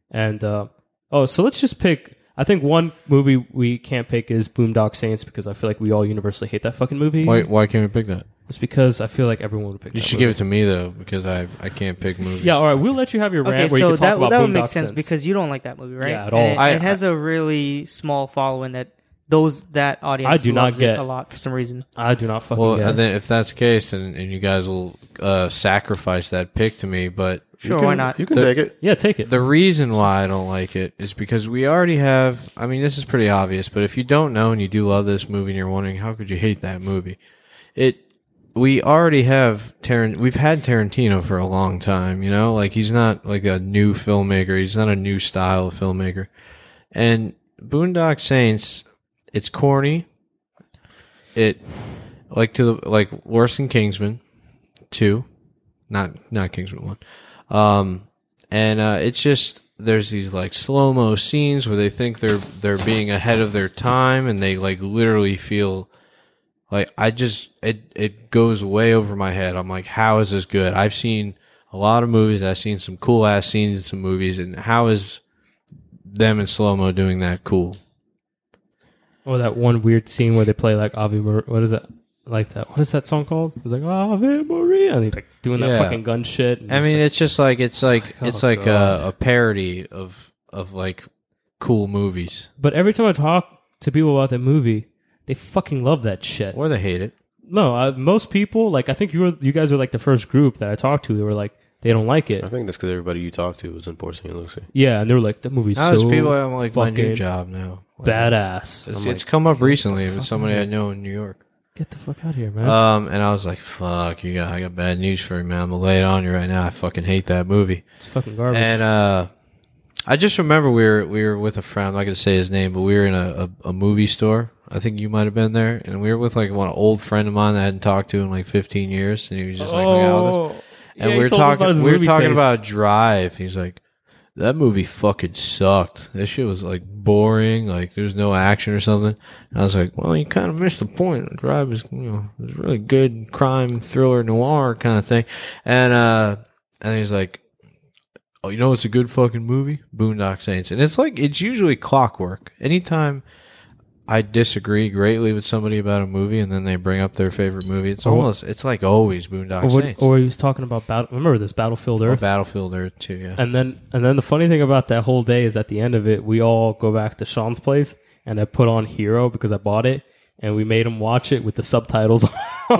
S3: And uh, oh, so let's just pick. I think one movie we can't pick is Boondock Saints because I feel like we all universally hate that fucking movie.
S4: Why, why can't we pick that?
S3: It's because I feel like everyone would pick.
S4: You
S3: that
S4: should
S3: movie.
S4: give it to me though, because I I can't pick movies.
S3: Yeah, all right. We'll let you have your rant
S2: Okay,
S3: where you
S2: so
S3: can talk
S2: that,
S3: about
S2: that would
S3: Boondock
S2: make sense
S3: Saints.
S2: because you don't like that movie, right?
S3: Yeah,
S2: And
S3: at all.
S2: It,
S4: I-
S2: it has a really small following that those that audience
S3: do not
S2: loves
S3: get-
S2: it a lot for some reason.
S3: I do not fucking.
S4: Well,
S3: get it.
S4: then if that's the case, and, and you guys will uh, sacrifice that pick to me, but
S2: Sure,
S5: You
S2: why
S5: can-
S2: not?
S5: You can
S4: The-
S5: take it.
S3: yeah, take it.
S4: the reason why I don't like it is because we already have. I mean, this is pretty obvious, but if you don't know and you do love this movie and you're wondering how could you hate that movie, it we already have Taran. We've had Tarantino for a long time. You know, like he's not like a new filmmaker. He's not a new style of filmmaker. And Boondock Saints, it's corny. It like to the like worse than Kingsman two, not not Kingsman one. Um, and uh, it's just there's these like slow mo scenes where they think they're they're being ahead of their time, and they like literally feel like I just it it goes way over my head. I'm like, how is this good? I've seen a lot of movies. I've seen some cool ass scenes in some movies, and how is them in slow mo doing that cool?
S3: Or Oh, that one weird scene where they play like Ave Mar- What is that? Like that? What is that song called? It's like Ave Maria, and he's like doing that
S4: Yeah.
S3: fucking gun shit. and
S4: I
S3: it's
S4: mean,
S3: like,
S4: it's just like it's like
S3: oh,
S4: it's like
S3: God.
S4: a, a parody of of like cool movies,
S3: but every time I talk to people about that movie, they fucking love that shit.
S4: or they hate it.
S3: No, uh, most people like. I think you were, you guys were like the first group that I talked to. They were like, they don't like it.
S5: I think that's because everybody you talked to was in Porcelain Lucy.
S3: Yeah, and they were like, that movie's
S4: Now
S3: so
S4: it's people I'm like my new
S3: fucking
S4: job now. Whatever.
S3: badass. And
S4: It's,
S3: I'm
S4: it's
S3: like,
S4: come up recently with
S3: fuck
S4: somebody
S3: up.
S4: I know in New York.
S3: get the fuck out of here, man.
S4: Um, and I was like, "Fuck, you got I got bad news for you, man. I'm gonna lay it on you right now. I fucking hate that movie."
S3: it's fucking garbage.
S4: And uh, I just remember we were we were with a friend. I'm not gonna say his name, but we were in a, a, a movie store. I think you might have been there, and we were with like one old friend of mine that I hadn't talked to in like 15 years, and he was just like, hung out
S3: Oh.
S4: with us. And we were talking. We were talking about Drive. He's like, that movie fucking sucked. That shit was like boring. Like there's no action or something. And I was like, well, you kind of missed the point. Drive is you know it was really good crime thriller noir kind of thing. And uh, and he's like, oh, you know, it's a good fucking movie, Boondock Saints. And it's like it's usually clockwork. Anytime. I disagree greatly with somebody about a movie, and then they bring up their favorite movie. It's
S3: Or what-
S4: almost, it's like always Boondock
S3: Or, what,
S4: Saints.
S3: or he was talking about battle. Remember this Battlefield
S4: Or
S3: Earth.
S4: Battlefield Earth too, yeah.
S3: And then and then the funny thing about that whole day is at the end of it, we all go back to Sean's place and I put on Hero because I bought it and we made him watch it with the subtitles on.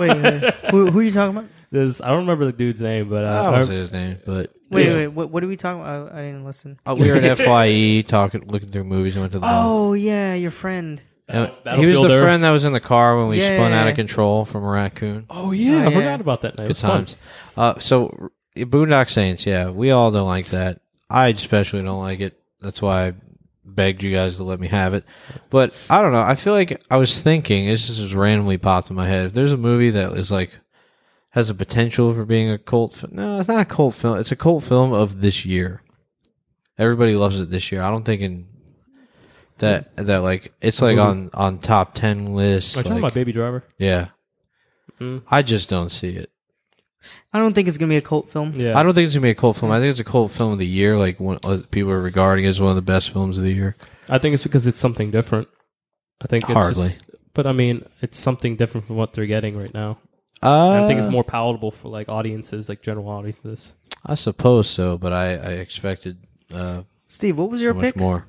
S2: Wait, wait, wait. who, who are you talking about?
S3: There's- I don't remember the dude's name, but uh,
S4: I
S3: I-
S4: don't say his name, but
S2: Wait,
S4: Yeah.
S2: wait, what, what are we talking about? I, I didn't listen.
S4: Uh, we were at Fye E, talking, looking through movies, and went to the mall.
S2: Oh yeah, your friend.
S4: And
S3: Battle-
S4: he was the
S3: Battlefield Earth.
S4: friend that was in the car when we
S2: Yeah,
S4: spun
S2: yeah,
S4: out of
S2: yeah.
S4: control from a raccoon.
S3: oh yeah, I
S2: yeah.
S3: forgot about that night. It was
S4: Good
S3: fun.
S4: times. Uh, so uh, Boondock Saints, yeah, we all don't like that. I especially don't like it. That's why I begged you guys to let me have it. But I don't know. I feel like I was thinking this just randomly popped in my head. If there's a movie that is like has a potential for being a cult, fi- no, it's not a cult film. It's a cult film of this year. Everybody loves it this year. I don't think in that that like it's like on on top ten lists.
S3: Are you talking
S4: like-
S3: about Baby Driver?
S4: yeah,
S3: Mm.
S4: I just don't see it.
S2: I don't think it's gonna be a cult film.
S3: Yeah,
S4: I don't think it's gonna be a cult film. I think it's a cult film of the year. Like one, uh, people are regarding it as one of the best films of the year.
S3: I think it's because it's something different. I think it's
S4: Hardly.
S3: just- but I mean, it's something different from what they're getting right now.
S4: Uh,
S3: I think it's more palatable for like audiences, like general audiences.
S4: I suppose so, but I, I expected uh,
S2: Steve, what was
S4: so
S2: your
S4: much
S2: pick?
S4: more.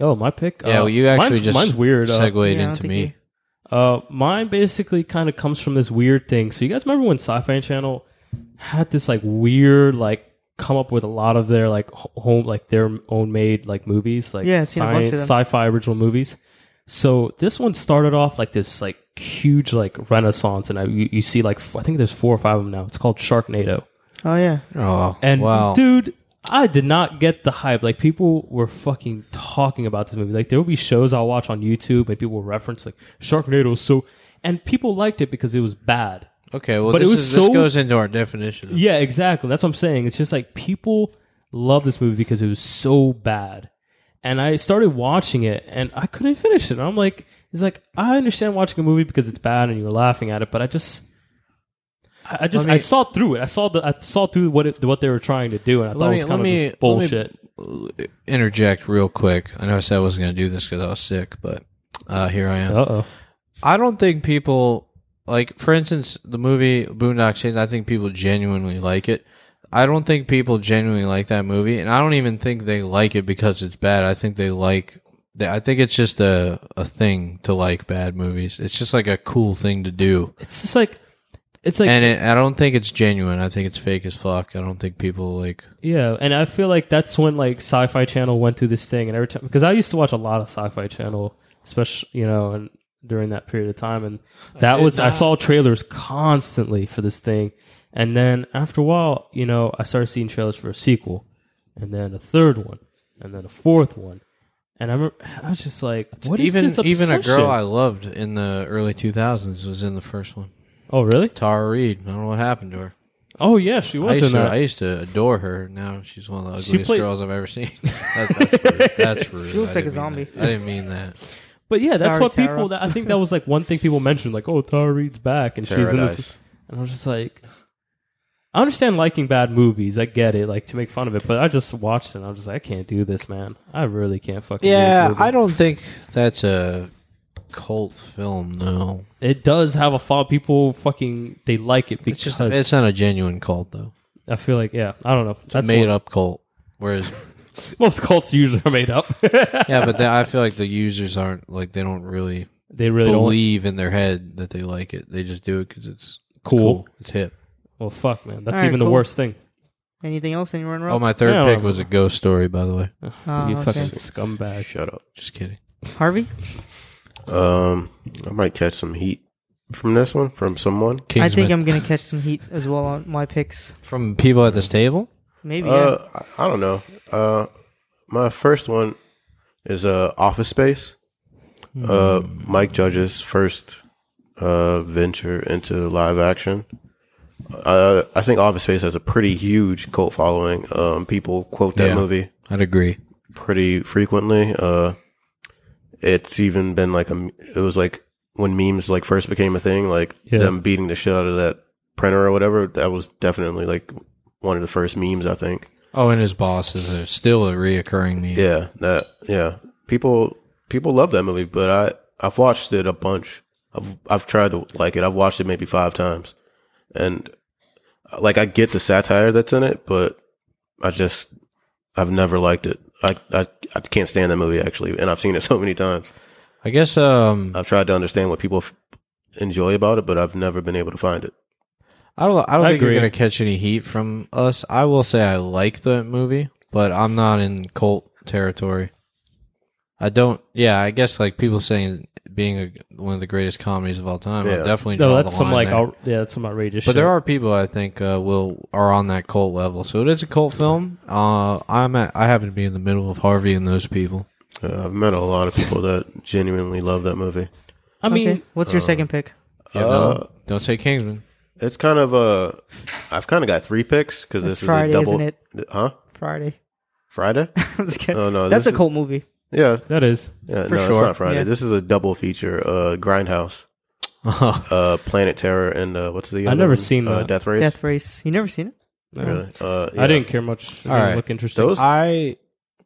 S3: Oh, my pick.
S4: yeah,
S3: Uh,
S4: well, you actually
S3: mine's,
S4: just
S3: mine's weird. Uh,
S4: segued
S2: Yeah, I don't
S4: into
S2: think
S4: me.
S2: you-
S3: Uh, mine basically kind of comes from this weird thing. So you guys remember when Sci-Fi Channel had this like weird like come up with a lot of their like ho- home like their own made like movies like
S2: Yeah, I've seen a bunch of them.
S3: sci-fi original movies. So this one started off like this like huge like renaissance, and I, you, you see like f- I think there's four or five of them now. It's called Sharknado.
S2: Oh yeah,
S4: Oh,
S3: And
S4: wow.
S3: dude, I did not get the hype. Like people were fucking talking about this movie. Like there will be shows I'll watch on YouTube and people will reference like Sharknado. is So and people liked it because it was bad.
S4: okay, well,
S3: but it
S4: this,
S3: was
S4: is,
S3: so-
S4: this goes into our definition. of-
S3: Yeah, exactly. That's what I'm saying. It's just like people love this movie because it was so bad. And I started watching it and I couldn't finish it. And I'm like, it's like I understand watching a movie because it's bad and you're laughing at it, but I just I I just I saw through it. I saw the I saw through what it, what they were trying to do, and I thought
S4: Let
S3: it was
S4: me
S3: kind
S4: let me
S3: of just bullshit.
S4: Let me, to interject real quick. I know I said I wasn't going to do this because I was sick, but uh, here I am.
S3: Uh oh.
S4: I don't think people like, for instance, the movie Boondock Saints. I think people genuinely like it. I don't think people genuinely like that movie, and I don't even think they like it because it's bad. I think they like. they- I think it's just a a thing to like bad movies. It's just like a cool thing to do,
S3: It's just like, it's like,
S4: and it, I don't think it's genuine. I think it's fake as fuck. I don't think people like.
S3: yeah. And I feel like that's when like Sci Fi Channel went through this thing. And every time, because I used to watch a lot of Sci Fi Channel, especially, you know, and during that period of time. And that was, I saw trailers constantly for this thing. And then after a while, you know, I started seeing trailers for a sequel and then a third one and then a fourth one. And I, remember, I was just like, what is
S4: even
S3: this
S4: even a
S3: obsession?
S4: girl I loved in the early two thousands was in the first one.
S3: oh, really?
S4: Tara Reid. I don't know what happened to her.
S3: Oh, yeah, she
S4: I
S3: was in
S4: used, to,
S3: that.
S4: I used to adore her. Now she's one of the
S3: She
S4: ugliest
S3: played-
S4: girls I've ever seen. That, that's rude. That's rude.
S2: She looks
S4: I
S2: like a
S4: didn't mean
S2: zombie.
S4: that. I didn't mean that.
S3: But yeah, that's
S2: Sorry,
S3: what
S2: Tara.
S3: people. That, I think that was like one thing people mentioned, like, "Oh, Tara Reid's back," and she's in this.
S5: Paradise.
S3: And I was just like, I understand liking bad movies. I get it, like to make fun of it. But I just watched it. and I was just like, I can't do this, man. I really can't fucking. do
S4: Yeah,
S3: this movie.
S4: I don't think that's a cult film. No,
S3: It does have a fall. People fucking they like it because
S4: it's just it's not a genuine cult though.
S3: I feel like yeah, I don't know.
S4: It's
S3: That's
S4: a made
S3: what-
S4: up cult. Whereas,
S3: Most cults usually are made up.
S4: yeah, but they, I feel like the users aren't like they don't really
S3: they really don't.
S4: believe in their head that they like it. They just do it because it's
S3: Cool.
S4: It's hip.
S3: Well, fuck, man. That's
S2: All right,
S3: even the
S2: cool.
S3: worst thing.
S2: Anything else? Anyone
S4: Oh,
S2: wrong?
S4: my third
S3: Yeah.
S4: pick was a ghost story. By the way, Uh,
S2: Oh,
S3: you
S2: okay.
S3: fucking scumbag.
S5: Shut up.
S4: just kidding.
S2: Harvey?
S5: Um, I might catch some heat from this one from someone.
S2: I
S4: Kingsman.
S2: think I'm going to catch some heat as well on my picks.
S4: from people at this table.
S2: Maybe, yeah.
S5: Uh, I I don't know. Uh, my first one is uh, Office Space. Uh, Mike Judge's first uh, venture into live action. Uh, I think Office Space has a pretty huge cult following. Um, people quote that
S4: Yeah.
S5: movie
S4: I'd agree.
S5: pretty frequently. Uh, it's even been like a. m- It was like when memes like first became a thing, like
S3: Yeah.
S5: them beating the shit out of that printer or whatever. That was definitely like one of the first memes. I think.
S4: Oh, and his boss is a, still a reoccurring meme.
S5: Yeah, that yeah. People people love that movie, but I I've watched it a bunch. I've I've tried to like it. I've watched it maybe five times, and like I get the satire that's in it, but I just I've never liked it. I I, I can't stand that movie actually, and I've seen it so many times.
S4: I guess um,
S5: I've tried to understand what people f- enjoy about it, but I've never been able to find it.
S4: I don't. I don't
S3: I
S4: think
S3: agree.
S4: you're gonna catch any heat from us. I will say I like the movie, but I'm not in cult territory. I don't. Yeah, I guess like people saying being a, one of the greatest comedies of all time.
S5: Yeah.
S4: I'll definitely.
S3: No,
S4: draw
S3: that's
S4: the
S3: some
S4: line
S3: like
S4: there.
S3: out, yeah, that's some outrageous.
S4: But
S3: shit.
S4: there are people I think uh, will are on that cult level. So it is a cult film. Uh, I'm at, I happen to be in the middle of Harvey and those people.
S5: Uh, I've met a lot of people that genuinely love that movie.
S3: I mean,
S2: okay. What's your second pick?
S4: Yeah, no,
S5: Uh,
S4: don't say Kingsman.
S5: It's kind of a I've kind of got three picks because this
S2: It's Friday,
S5: is a double.
S2: isn't
S5: Huh?
S2: Friday.
S5: Friday?
S2: I'm just kidding.
S5: No, Oh, no,
S2: That's a
S5: this is-
S2: cult movie.
S5: Yeah,
S3: that is.
S5: yeah.
S4: For
S5: no,
S4: sure.
S5: it's not Friday.
S2: Yeah.
S5: This is a double feature: uh, Grindhouse, uh, Planet Terror, and uh, what's the?
S3: I've
S5: other
S3: never
S5: one?
S3: seen
S5: uh,
S3: that.
S5: Death Race.
S2: Death Race. You never seen it?
S3: No.
S5: Really? Uh, yeah.
S3: I didn't care much. It
S4: All
S3: didn't
S4: right.
S3: look interesting.
S5: Those.
S4: I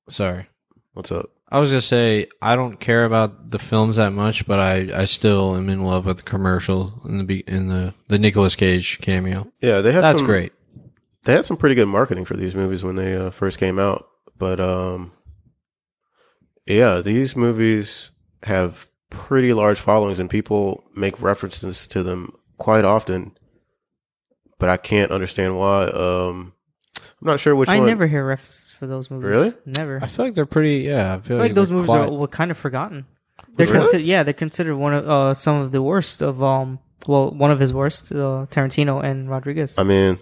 S4: sorry.
S5: what's up?
S4: I was gonna say I don't care about the films that much, but I, I still am in love with the commercial and the be- in the the Nicolas Cage cameo.
S5: Yeah, they had
S4: That's
S5: some,
S4: great.
S5: They had some pretty good marketing for these movies when they uh, first came out, but um, yeah, these movies have pretty large followings, and people make references to them quite often. But I can't understand why. Um, I'm not sure which
S2: I
S5: one.
S2: never hear references for those movies.
S5: Really?
S2: Never.
S4: I feel like they're pretty. Yeah, I
S2: I
S4: feel
S2: feel
S4: like,
S2: like those
S4: they're
S2: movies
S4: quiet.
S2: are well, kind of forgotten. They're
S5: Really?
S2: considered, yeah, they're considered one of uh, some of the worst of um, well, one of his worst, uh, Tarantino and Rodriguez.
S5: I mean,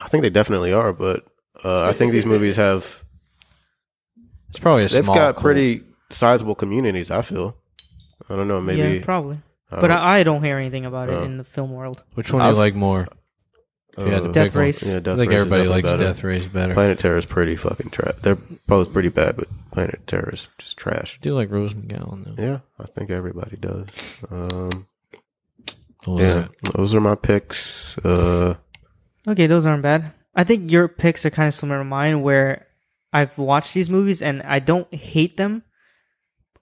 S5: I think they definitely are, but uh, I think these movies have
S4: It's probably a
S5: they've
S4: small.
S5: got
S4: cult.
S5: pretty sizable communities. I feel. I don't know, maybe.
S2: yeah, probably.
S5: I
S2: but
S5: don't-
S2: I, I don't hear anything about it
S5: Uh,
S2: in the film world.
S4: Which one do you
S5: I've-
S4: like more? If you had to
S5: uh,
S2: Death
S4: pick one.
S2: Race.
S5: Yeah, Death
S4: I think
S5: Race is
S4: everybody
S5: definitely
S4: likes
S5: better.
S4: Death Race better. I
S5: Planet Terror is pretty fucking trash. They're both pretty bad, but Planet Terror is just trash.
S4: do like Rose McGowan though.
S5: Yeah, I think everybody does. Um,
S4: All
S5: yeah,
S4: right.
S5: those are my picks. Uh,
S2: Okay, those aren't bad. I think your picks are kind of similar to mine, where I've watched these movies and I don't hate them.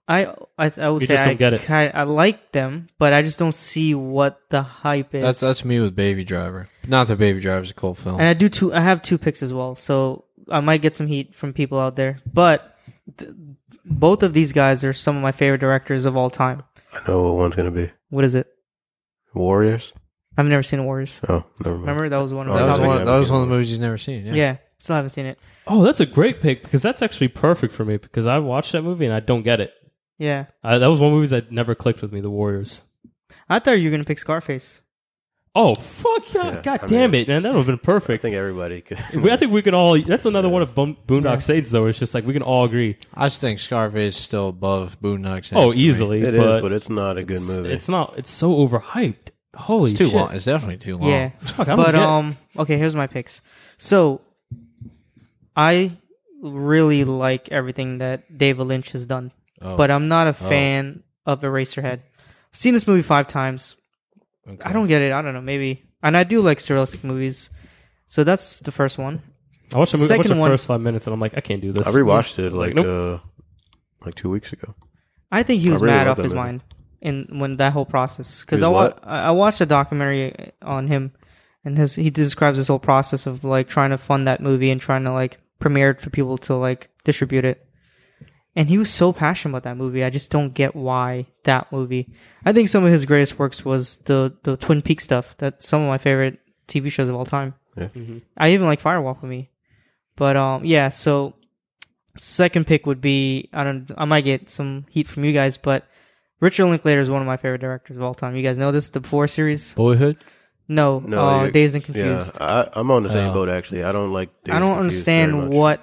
S2: I I, I would
S3: You
S2: say
S3: just don't
S2: I,
S3: get it.
S2: ki- I like them, but I just don't see what the hype is.
S4: That's that's me with Baby Driver. Not that Baby Driver's a cult film.
S2: and I do two. I have two picks as well, so I might get some heat from people out there. But th- both of these guys are some of my favorite directors of all time.
S5: I know what one's gonna be.
S2: What is it?
S5: Warriors.
S2: I've never seen Warriors.
S5: Oh, never mind.
S2: Remember that was one of
S5: Oh,
S4: that
S2: my
S4: was
S2: topics.
S4: one. That was one of the movies he's never seen. Yeah.
S2: Yeah, still haven't seen it.
S3: Oh, that's a great pick because that's actually perfect for me because I watched that movie and I don't get it.
S2: Yeah,
S3: I, that was one of the movies that never clicked with me, The Warriors. I
S2: I thought you were gonna pick Scarface.
S3: Oh fuck yeah!
S5: Yeah,
S3: God
S5: I
S3: damn
S5: mean-
S3: it, man, that would have been
S5: I
S3: perfect.
S5: think everybody could.
S3: We- I think we can all. That's another one of Boom, Boondock Saints, though. It's just like we can all agree.
S4: I just think Scarface is still above Boondock Saints. for
S3: Oh,
S4: me.
S3: easily.
S5: It is,
S3: but
S5: but it's not a good
S3: it's,
S5: movie.
S3: It's not. It's so overhyped. Holy
S4: It's too
S3: shit.
S4: long. It's definitely too long.
S2: Yeah,
S3: Fuck, I don't
S2: but
S3: get it.
S2: um, okay. Here's my picks. So, I really like everything that David Lynch has done,
S4: Oh,
S2: but I'm not a fan of Eraserhead. I've seen this movie five times.
S4: okay.
S2: I don't get it. I don't know. Maybe, and I do like surrealistic movies. So that's the first one.
S3: I watched, the movie, I watched
S2: Second
S3: the
S2: one-
S3: first five minutes and I'm like, I can't do this.
S5: I rewatched it like
S3: like,
S5: uh, like two weeks ago.
S2: I think he was
S5: really
S2: mad
S5: love
S2: off
S5: that
S2: his
S5: movie.
S2: mind in when that whole process because
S5: His
S2: I, wa-
S5: what?
S2: I I watched a documentary on him and his he describes this whole process of like trying to fund that movie and trying to like premiere it for people to like distribute it. And he was so passionate about that movie. I just don't get why that movie. I think some of his greatest works was the the Twin Peaks stuff. That's some of my favorite TV shows of all time.
S5: Yeah.
S2: I even like Firewalk with Me. But um, yeah. So second pick would be I don't I might get some heat from you guys, but Richard Linklater is one of my favorite directors of all time. You guys know this, the Before series.
S4: Boyhood.
S2: No,
S5: No,
S2: uh,
S5: you-
S2: Days and Confused.
S5: Yeah, I, I'm on the same
S4: Oh.
S5: boat actually. I don't like. Days
S2: I don't
S5: Confused very
S2: understand
S5: much.
S2: what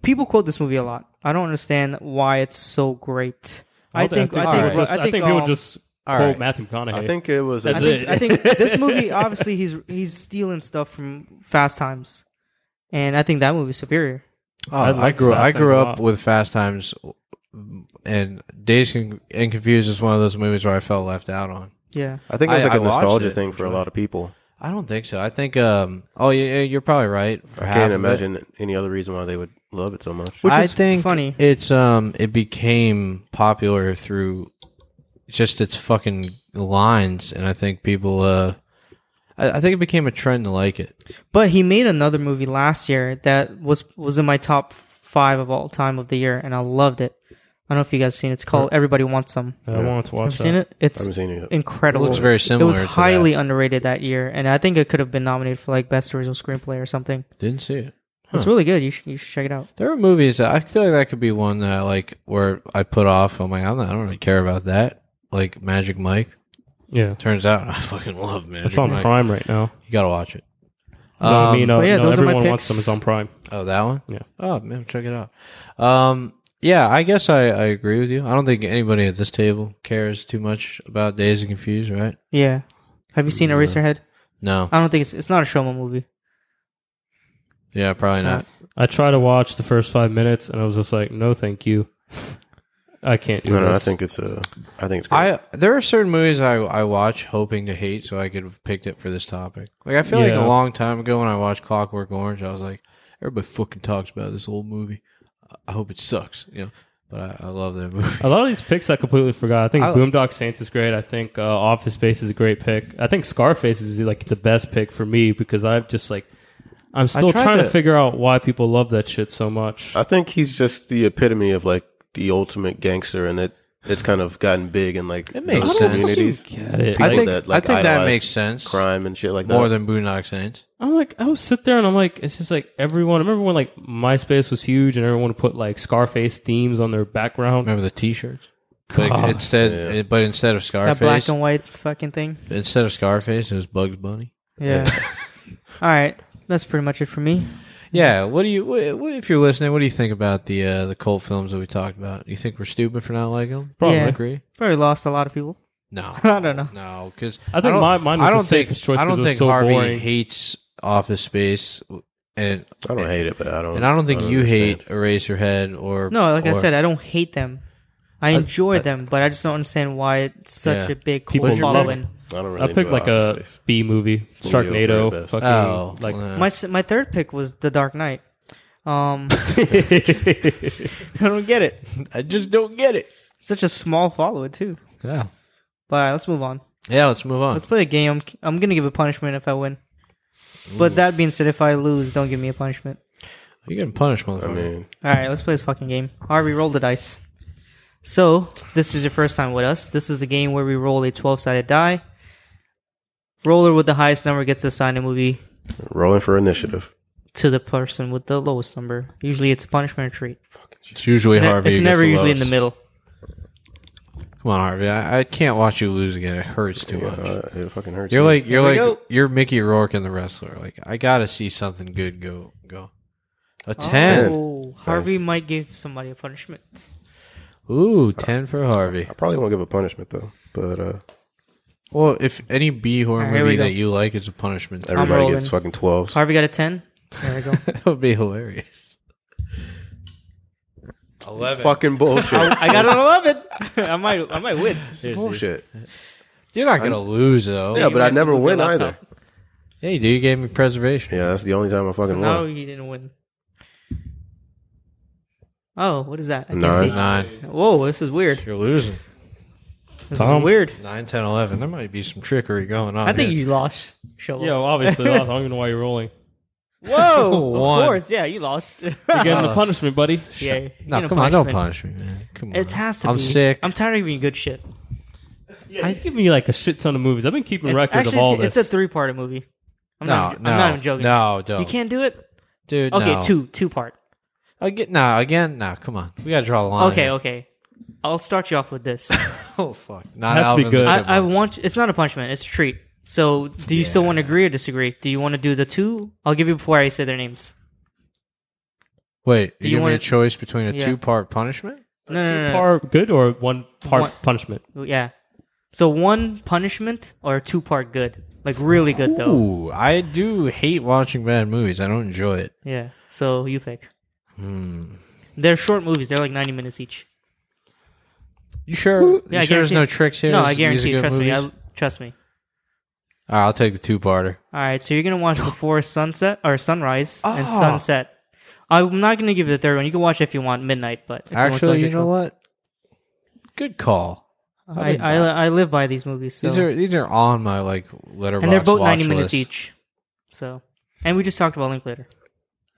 S2: people quote this movie a lot. I don't understand why it's so great. I think I think
S4: people
S3: people
S4: just-
S3: just, I think people
S2: um,
S3: just
S4: all
S3: quote
S4: right.
S3: Matthew McConaughey.
S5: I think it was.
S2: I
S3: That's
S2: think,
S3: it.
S2: I think this movie obviously he's he's stealing stuff from Fast Times, and I think that movie's superior.
S4: Oh,
S3: I
S4: I,
S3: liked
S4: grew.
S3: Fast
S4: I
S3: Times
S4: grew
S3: a
S4: up
S3: lot.
S4: with Fast Times, and Days Con- and Confused is one of those movies where I felt left out on.
S2: Yeah,
S5: I think it was
S4: I-
S5: like a
S4: I watched
S5: nostalgia
S4: it.
S5: thing for a lot of people.
S4: I don't think so. I think. Um. Oh, yeah. yeah, You're probably right. for
S5: I
S4: half
S5: can't
S4: of it.
S5: imagine any other reason why they would love it so much.
S2: Which
S4: I
S2: is
S4: think
S2: funny.
S4: It's um. It became popular through just its fucking lines, and I think people. Uh, I, I think it became a trend to like it.
S2: but he made another movie last year that was was in my top five of all time of the year, and I loved it. I don't know if you guys seen it. It's called Everybody Wants Some.
S3: I want to
S2: Have
S3: watch
S2: you
S3: that.
S2: seen it?
S5: I
S2: It's
S5: haven't seen it yet.
S2: incredible.
S4: It looks very
S2: It was
S4: similar to
S2: highly underrated that year, and I think it could have been nominated for like best original screenplay or something.
S4: Didn't see it.
S2: It's really good. You should you should check it out.
S4: There are movies that I feel like that could be one that I like where I put off. I'm like, I'm not, I don't really care about that. Like Magic Mike.
S3: Yeah.
S4: Turns out I fucking love Magic
S3: It's on
S4: Mike.
S3: Prime right now.
S4: You gotta watch it. Um,
S3: No, I mean, uh,
S2: Um, but yeah,
S3: no,
S2: those are my
S3: everyone wants
S2: picks.
S3: them. It's on Prime.
S4: Oh, that one?
S3: Yeah.
S4: Oh man, check it out. Um yeah, I guess I, I agree with you. I don't think anybody at this table cares too much about Days and Confused, right?
S2: Yeah. Have you seen
S5: Mm-hmm.
S2: Eraserhead?
S4: No.
S3: Uh,
S2: I don't think it's it's not a Shoma movie.
S4: Yeah, probably
S2: It's
S4: not.
S2: not.
S3: I tried to watch the first five minutes and I was just like, no, thank you. I can't do
S5: No, no, I
S3: this.
S5: think it's a. I think it's. Great.
S4: I there are certain movies I, I watch hoping to hate so I could have picked it for this topic. Like I feel like
S3: Yeah.
S4: a long time ago when I watched Clockwork Orange, I was like, everybody fucking talks about this old movie. I- I hope it sucks, you know. But I, I love that movie.
S3: A lot of these picks I completely forgot. I think
S4: I-
S3: Boomdock Saints is great. I think uh, Office Space is a great pick. I think Scarface is like the best pick for me because I've just like I'm still
S4: tried
S3: trying to,
S4: to-
S3: figure out why people love that shit so much.
S5: I think he's just the epitome of like the ultimate gangster, and it it's kind of gotten big in like it
S4: makes sense.
S5: communities.
S3: Get it.
S4: I
S5: People
S4: think
S5: that, like,
S4: I think that
S5: idolize
S4: makes sense
S5: crime and shit like that.
S4: more than Boondock Saints.
S3: I'm like, I would sit there and I'm like, it's just like everyone. I remember when like MySpace was huge and everyone would put like Scarface themes on their background.
S4: Remember the T-shirts? Like
S3: God.
S4: instead, it- but instead of
S2: That black
S4: Scarface,
S2: and white fucking thing.
S4: instead of Scarface, it was Bugs Bunny.
S2: Yeah. All right. That's pretty much it for me.
S4: Yeah. What do you? What, what if you're listening? What do you think about the uh, the cult films that we talked about? You think we're stupid for not liking them?
S3: Probably.
S2: Yeah.
S4: Agree.
S2: Probably lost a lot of people.
S4: No,
S2: I don't know.
S4: No, because
S3: I think my- mine was the safest choice
S4: I
S3: 'cause
S4: don't
S3: it was
S4: think
S3: so
S4: Harvey
S3: boring.
S4: hates Office Space, and
S5: I don't hate it, but Oh, I don't.
S4: and I don't think you
S5: understand.
S4: hate Eraserhead or
S2: No, like I
S4: or-
S2: said, I don't hate them. I enjoy them, but I just don't understand why it's such
S4: Yeah.
S2: a big
S3: People
S2: cult
S3: your
S2: following.
S5: I don't really.
S3: I picked
S5: enjoy
S3: like a
S5: Office Space.
S3: B movie,
S5: mediocre at
S3: Sharknado,
S5: best.
S3: fucking
S4: oh
S3: like
S4: well,
S2: My s- my third pick was The Dark Knight. Um, I don't get it.
S4: I just don't get it.
S2: Such a small follower too.
S4: Yeah.
S2: But all right, let's move on.
S4: Yeah, let's move on.
S2: Let's play a game. I'm, I'm gonna give a punishment if I win. But that being said, if I lose, don't give me a punishment.
S4: You're getting punished, motherfucker.
S5: I mean,
S2: All right, let's play this fucking game. Harvey, roll the dice. So, this is your first time with us. This is the game where we roll a 12 sided die. Roller with the highest number gets to assign a movie
S5: rolling for initiative.
S2: to the person with the lowest number. Usually, it's a punishment or treat.
S4: it's usually Harvey.
S2: it's
S4: who gets
S2: never
S4: the
S2: usually in the
S4: lowest.
S2: middle.
S4: Come on, Harvey. I, I can't watch you lose again. It hurts too much.
S5: Uh, it fucking hurts.
S4: You're like you're
S2: Here we
S4: like
S2: go.
S4: you're Mickey Rourke in the wrestler. Like I gotta see something good go go. A ten.
S2: Oh, Harvey
S5: Nice.
S2: might give somebody a punishment.
S4: Ooh, ten for Harvey.
S5: I probably won't give a punishment though, but uh,
S4: Well, if any B horror
S2: Alright, here we
S4: movie
S2: go.
S4: that you like is a punishment, that
S5: everybody
S2: rolling.
S5: gets fucking twelves.
S2: Harvey got a 10. There we go.
S4: would be hilarious. Eleven.
S5: Fucking bullshit.
S2: I got an 11. I might, I might win.
S5: bullshit.
S4: You're not gonna lose though.
S5: Yeah, but I never win either.
S2: Laptop.
S4: Hey, dude, you gave me preservation.
S5: Yeah, that's the only time I fucking
S2: No,
S5: won.
S2: he didn't win. Oh, what is that? I
S5: Nine.
S2: can't
S4: Nine.
S2: see. Whoa, this is weird.
S4: You're losing.
S2: This
S3: Tom.
S2: is weird.
S4: Nine, ten, eleven. There might be some trickery going on.
S2: I think
S4: here.
S2: you lost, Show.
S3: Yo, obviously, I don't even know why you're rolling.
S2: Whoa,
S4: One.
S2: of course. Yeah, you lost.
S3: You're getting the punishment, buddy.
S2: yeah, you're
S4: No,
S2: gonna
S4: come on, don't
S2: punishment.
S4: punish me, man. Come on.
S2: It has to
S4: I'm
S2: be.
S4: sick.
S2: I'm tired of being good shit.
S3: Yeah, he's giving me like a shit ton of movies. I've been keeping
S2: It's,
S3: record
S2: actually,
S3: of all
S2: it's,
S3: this.
S2: it's a three-part movie. I'm
S4: no,
S2: not,
S4: no,
S2: I'm not even joking.
S4: No, don't.
S2: You can't do it?
S4: dude.
S2: Okay,
S4: no.
S2: two, two-part.
S4: Again, no, again, no. Come on, we gotta draw a line.
S2: okay, okay. I'll start you off with this.
S4: Oh fuck, not
S3: Has to be
S4: Alvin and the
S3: good.
S2: I, I
S4: Chipmunks.
S2: want it's not a punishment, it's a treat. So, do you still want to agree or disagree? Do you want to do the two? I'll give you before I say their names.
S4: Wait,
S2: Do
S4: you,
S2: you
S4: give me
S2: wanna-
S4: a choice between a
S2: Yeah.
S4: two-part punishment?
S2: No, no, no, no.
S3: part good or one part
S2: One-
S3: punishment.
S2: Yeah. So one punishment or two part good, like really good though.
S4: Ooh, I do hate watching bad movies. I don't enjoy it.
S2: Yeah. So you pick.
S4: Hmm.
S2: They're short movies. They're like ninety minutes each.
S4: You sure?
S2: Yeah,
S4: you
S2: I
S4: sure there's
S2: guarantee-
S4: no tricks here?
S2: No,
S4: This-
S2: I
S4: these are
S2: guarantee. you.
S4: good
S2: Trust me.
S4: movies?
S2: I, trust me.
S4: All right, I'll take the two-parter.
S2: All right. So you're gonna watch before sunset or sunrise and sunset. I'm not gonna give you the third one. You can watch it if you want midnight, but if want to watch
S4: Actually, you
S2: it,
S4: know what? Good call. I
S2: I,
S4: didn't
S2: I,
S4: know.
S2: I live by these movies. So
S4: These are these are on my like letterbox.
S2: and they're both
S4: watch
S2: ninety minutes
S4: list.
S2: each. So and we just talked about Link later.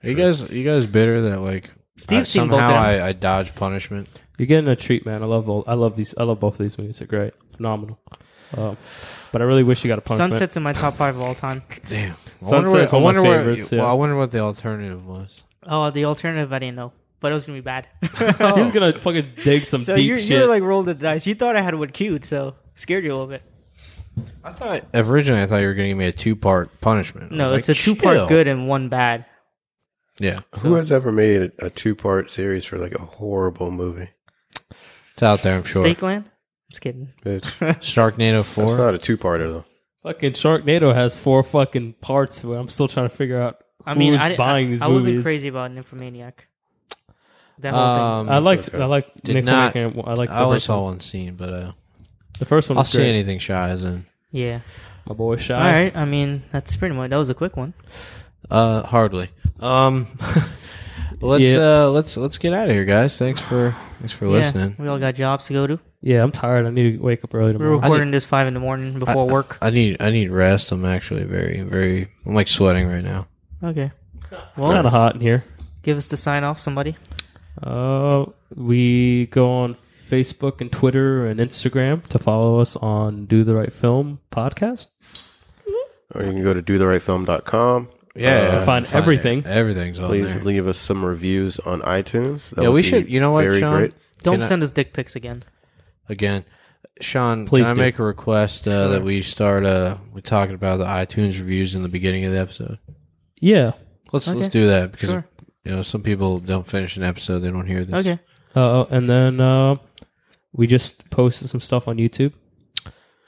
S4: Are you guys, you guys bitter that like
S2: Steve's
S4: I,
S2: seen both of
S4: somehow
S2: them.
S4: I, I dodge punishment?
S3: You're getting a treat, man. I love all. I love these. I love both of these movies. They're great, phenomenal. Um, but I really wish you got a punishment.
S2: Sunsets in my top five of all time.
S4: Damn. I
S3: Sunset's
S4: wonder, what,
S3: one
S4: I,
S3: of my
S4: wonder what,
S3: favorites, yeah.
S4: well, I wonder what the alternative was.
S2: Oh, the alternative I didn't know, but it was gonna be bad.
S3: He was gonna fucking dig some
S2: So
S3: deep
S2: you
S3: shit.
S2: you were like rolled the dice. You thought I had one queued, so scared you a little bit.
S4: I thought originally I thought you were going to give me a two part punishment. I
S2: No, it's
S4: was like,
S2: a two part
S4: chill.
S2: good and one bad.
S4: Yeah,
S5: Who has ever made a, a two-part series for like a horrible movie?
S4: it's out there. I'm sure.
S2: Steak Land? I'm just kidding.
S5: Bitch,
S4: Sharknado
S5: that's
S4: four.
S5: not a two-parter though.
S3: fucking Sharknado has four fucking parts where I'm still trying to figure out.
S2: I mean,
S3: who's
S2: I, I-
S3: buying these
S2: I
S3: movies.
S2: wasn't crazy about Nymphomaniac. That whole
S4: um,
S3: I
S4: I,
S3: like. I like.
S4: Did
S3: Nick
S4: not-
S3: Fury. I like. The
S4: only
S3: first
S4: saw
S3: one.
S4: one scene, but uh,
S3: The first one.
S4: I'll
S3: Was
S4: see
S3: great.
S4: anything Shy is in.
S2: thing. Yeah.
S3: My boy Shy.
S2: All right. I mean, that's pretty much. That was a quick one.
S4: Uh, hardly. Um, let's
S3: Yeah.
S4: uh, let's let's get out of here, guys. Thanks for thanks for
S2: Yeah.
S4: listening.
S2: We all got jobs to go to.
S3: Yeah, I'm tired. I need to wake up early
S2: We're
S3: tomorrow.
S2: recording this five in the morning before work.
S4: I need I need rest. I'm actually very very. I'm like sweating right now.
S2: Okay.
S3: It's kind
S2: Well,
S3: of hot in here.
S2: give us the sign off, somebody.
S3: Uh, we go on Facebook and Twitter and Instagram to follow us on Do the Right Film podcast.
S5: Or you can go to dotherightfilm.com.
S4: Yeah,
S3: To find everything.
S4: it. Uh, Everything's
S2: Oh,
S4: on
S5: Please
S4: there.
S5: leave us some reviews on iTunes. That
S4: Yeah,
S5: would
S4: we
S5: be
S4: should. You know what,
S5: Very
S4: Sean?
S5: great.
S2: Don't
S4: Can I-
S2: send us dick pics again.
S4: Again, Sean,
S3: Please
S4: can I
S3: do.
S4: make a request uh, that we start? Uh, we're talking about the iTunes reviews in the beginning of the episode.
S3: Yeah.
S4: Let's
S2: Okay.
S4: let's do that because
S2: Sure.
S4: you know some people don't finish an episode; they don't hear this.
S2: Okay.
S3: Uh, and then uh, we just posted some stuff on YouTube.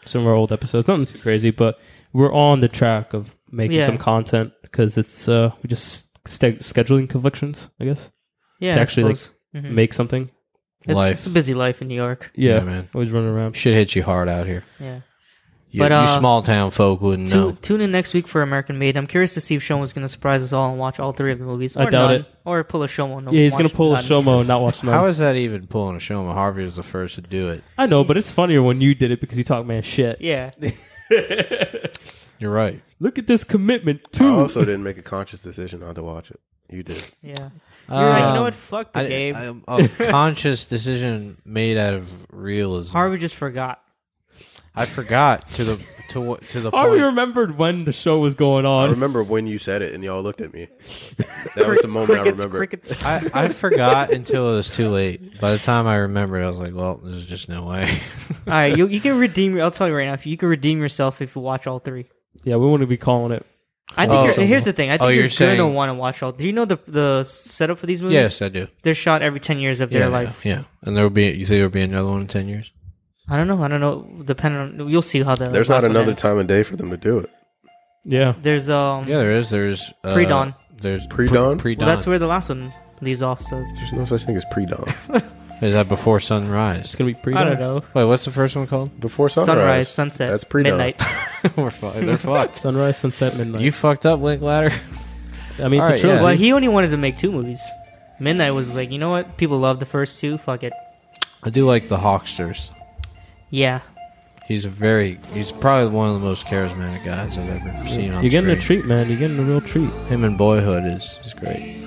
S3: Some of our old episodes. Nothing too crazy, but we're on the track of making
S2: Yeah.
S3: some content because it's uh, we just st- scheduling conflictions, I guess,
S2: Yeah.
S3: to
S2: I
S3: actually like
S2: suppose. Mhm.
S3: make something.
S2: It's-
S4: Life.
S2: It's a busy life in New York.
S3: Yeah,
S4: man.
S3: Always running around.
S4: Shit hits you hard out here.
S2: Yeah.
S4: You,
S2: But,
S4: you
S2: uh,
S4: small town folk wouldn't
S2: Tune,
S4: know.
S2: tune in next week for American Made. I'm curious to see if Sean was going to surprise us all and watch all three of the movies.
S3: I
S2: or
S3: doubt
S2: none,
S3: it.
S2: Or pull a Shomo. No,
S3: Yeah, he's gonna
S2: watch
S3: pull a
S2: none.
S3: Shomo and not watch none.
S4: How is that even pulling a show? Harvey was the first to do it.
S3: I know, but it's funnier when you did it because you talk man shit.
S2: Yeah.
S4: You're right.
S3: Look at this commitment
S5: I
S3: too.
S5: also didn't make a conscious decision not to watch it. You did.
S2: Yeah. You're like, you
S3: Um,
S2: know what? Fuck the
S4: I,
S2: game.
S4: I, a conscious decision made out of realism.
S2: Harvey just forgot.
S4: I forgot to the to what to the
S3: I
S4: point.
S3: remembered when the show was going
S5: I
S3: on.
S5: remember when you said it and y'all looked at me. That was the moment I
S2: Crickets,
S5: remember.
S2: crickets.
S4: I, I forgot until it was too late. By the time I remembered, I was like, "Well, there's just no way."
S2: All right, you, you can redeem. I'll tell you right now, if you can redeem yourself if you watch all three.
S3: yeah, we want to be calling it.
S2: I think
S4: Oh.
S2: you're, here's the thing. I think
S4: Oh,
S2: you're,
S4: you're
S2: gonna
S4: saying-
S2: want to watch all. Do you know the the setup for these movies?
S4: yes, I do.
S2: they're shot every ten years of
S4: Yeah,
S2: their
S4: yeah,
S2: life.
S4: yeah. And there will be. You think there will be another one in ten years?
S2: I don't know. I don't know. Depending on, you'll see how the
S5: There's
S2: last
S5: not
S2: one
S5: another
S2: ends.
S5: time of day for them to do it.
S3: Yeah,
S2: There's um.
S4: Yeah, there is. There's uh,
S2: Pre-dawn.
S4: There's
S5: Pre-dawn?
S4: Pre
S2: well,
S4: dawn.
S2: that's where the last one leaves off. So it's-
S5: There's no such thing as pre-dawn.
S4: is that before sunrise?
S3: it's gonna be pre.
S2: I don't know.
S4: Wait, what's the first one called?
S5: Before sunrise,
S2: Sunrise, sunset,
S5: That's pre-dawn.
S2: midnight.
S4: We're fucked. They're fucked.
S3: Sunrise, sunset, midnight.
S4: You fucked up, Link Ladder.
S3: I mean,
S4: All
S3: it's
S4: right,
S3: a
S4: yeah.
S3: trilogy.
S2: well, he only wanted to make two movies. Midnight was like, you know what? People love the first two. Fuck it.
S4: I do like the Hawksters.
S2: Yeah. All
S4: He's a very. He's probably one of the most charismatic guys I've ever seen. On
S3: You're getting a
S4: screen.
S3: treat, man. You're getting a real treat.
S4: Him in Boyhood is is great.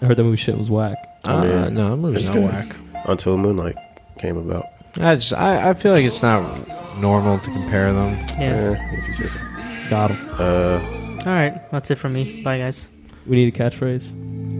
S3: I heard that movie shit was whack.
S5: mean,
S4: Uh, no, that movie's
S5: it's
S4: not
S5: good.
S4: whack.
S5: Until moonlight came about.
S4: I just I, I feel like it's not normal to compare them.
S2: Yeah.
S5: Eh, if you say so.
S3: Got him.
S5: Uh,
S2: right. That's it for me. Bye, guys.
S3: We need a catchphrase.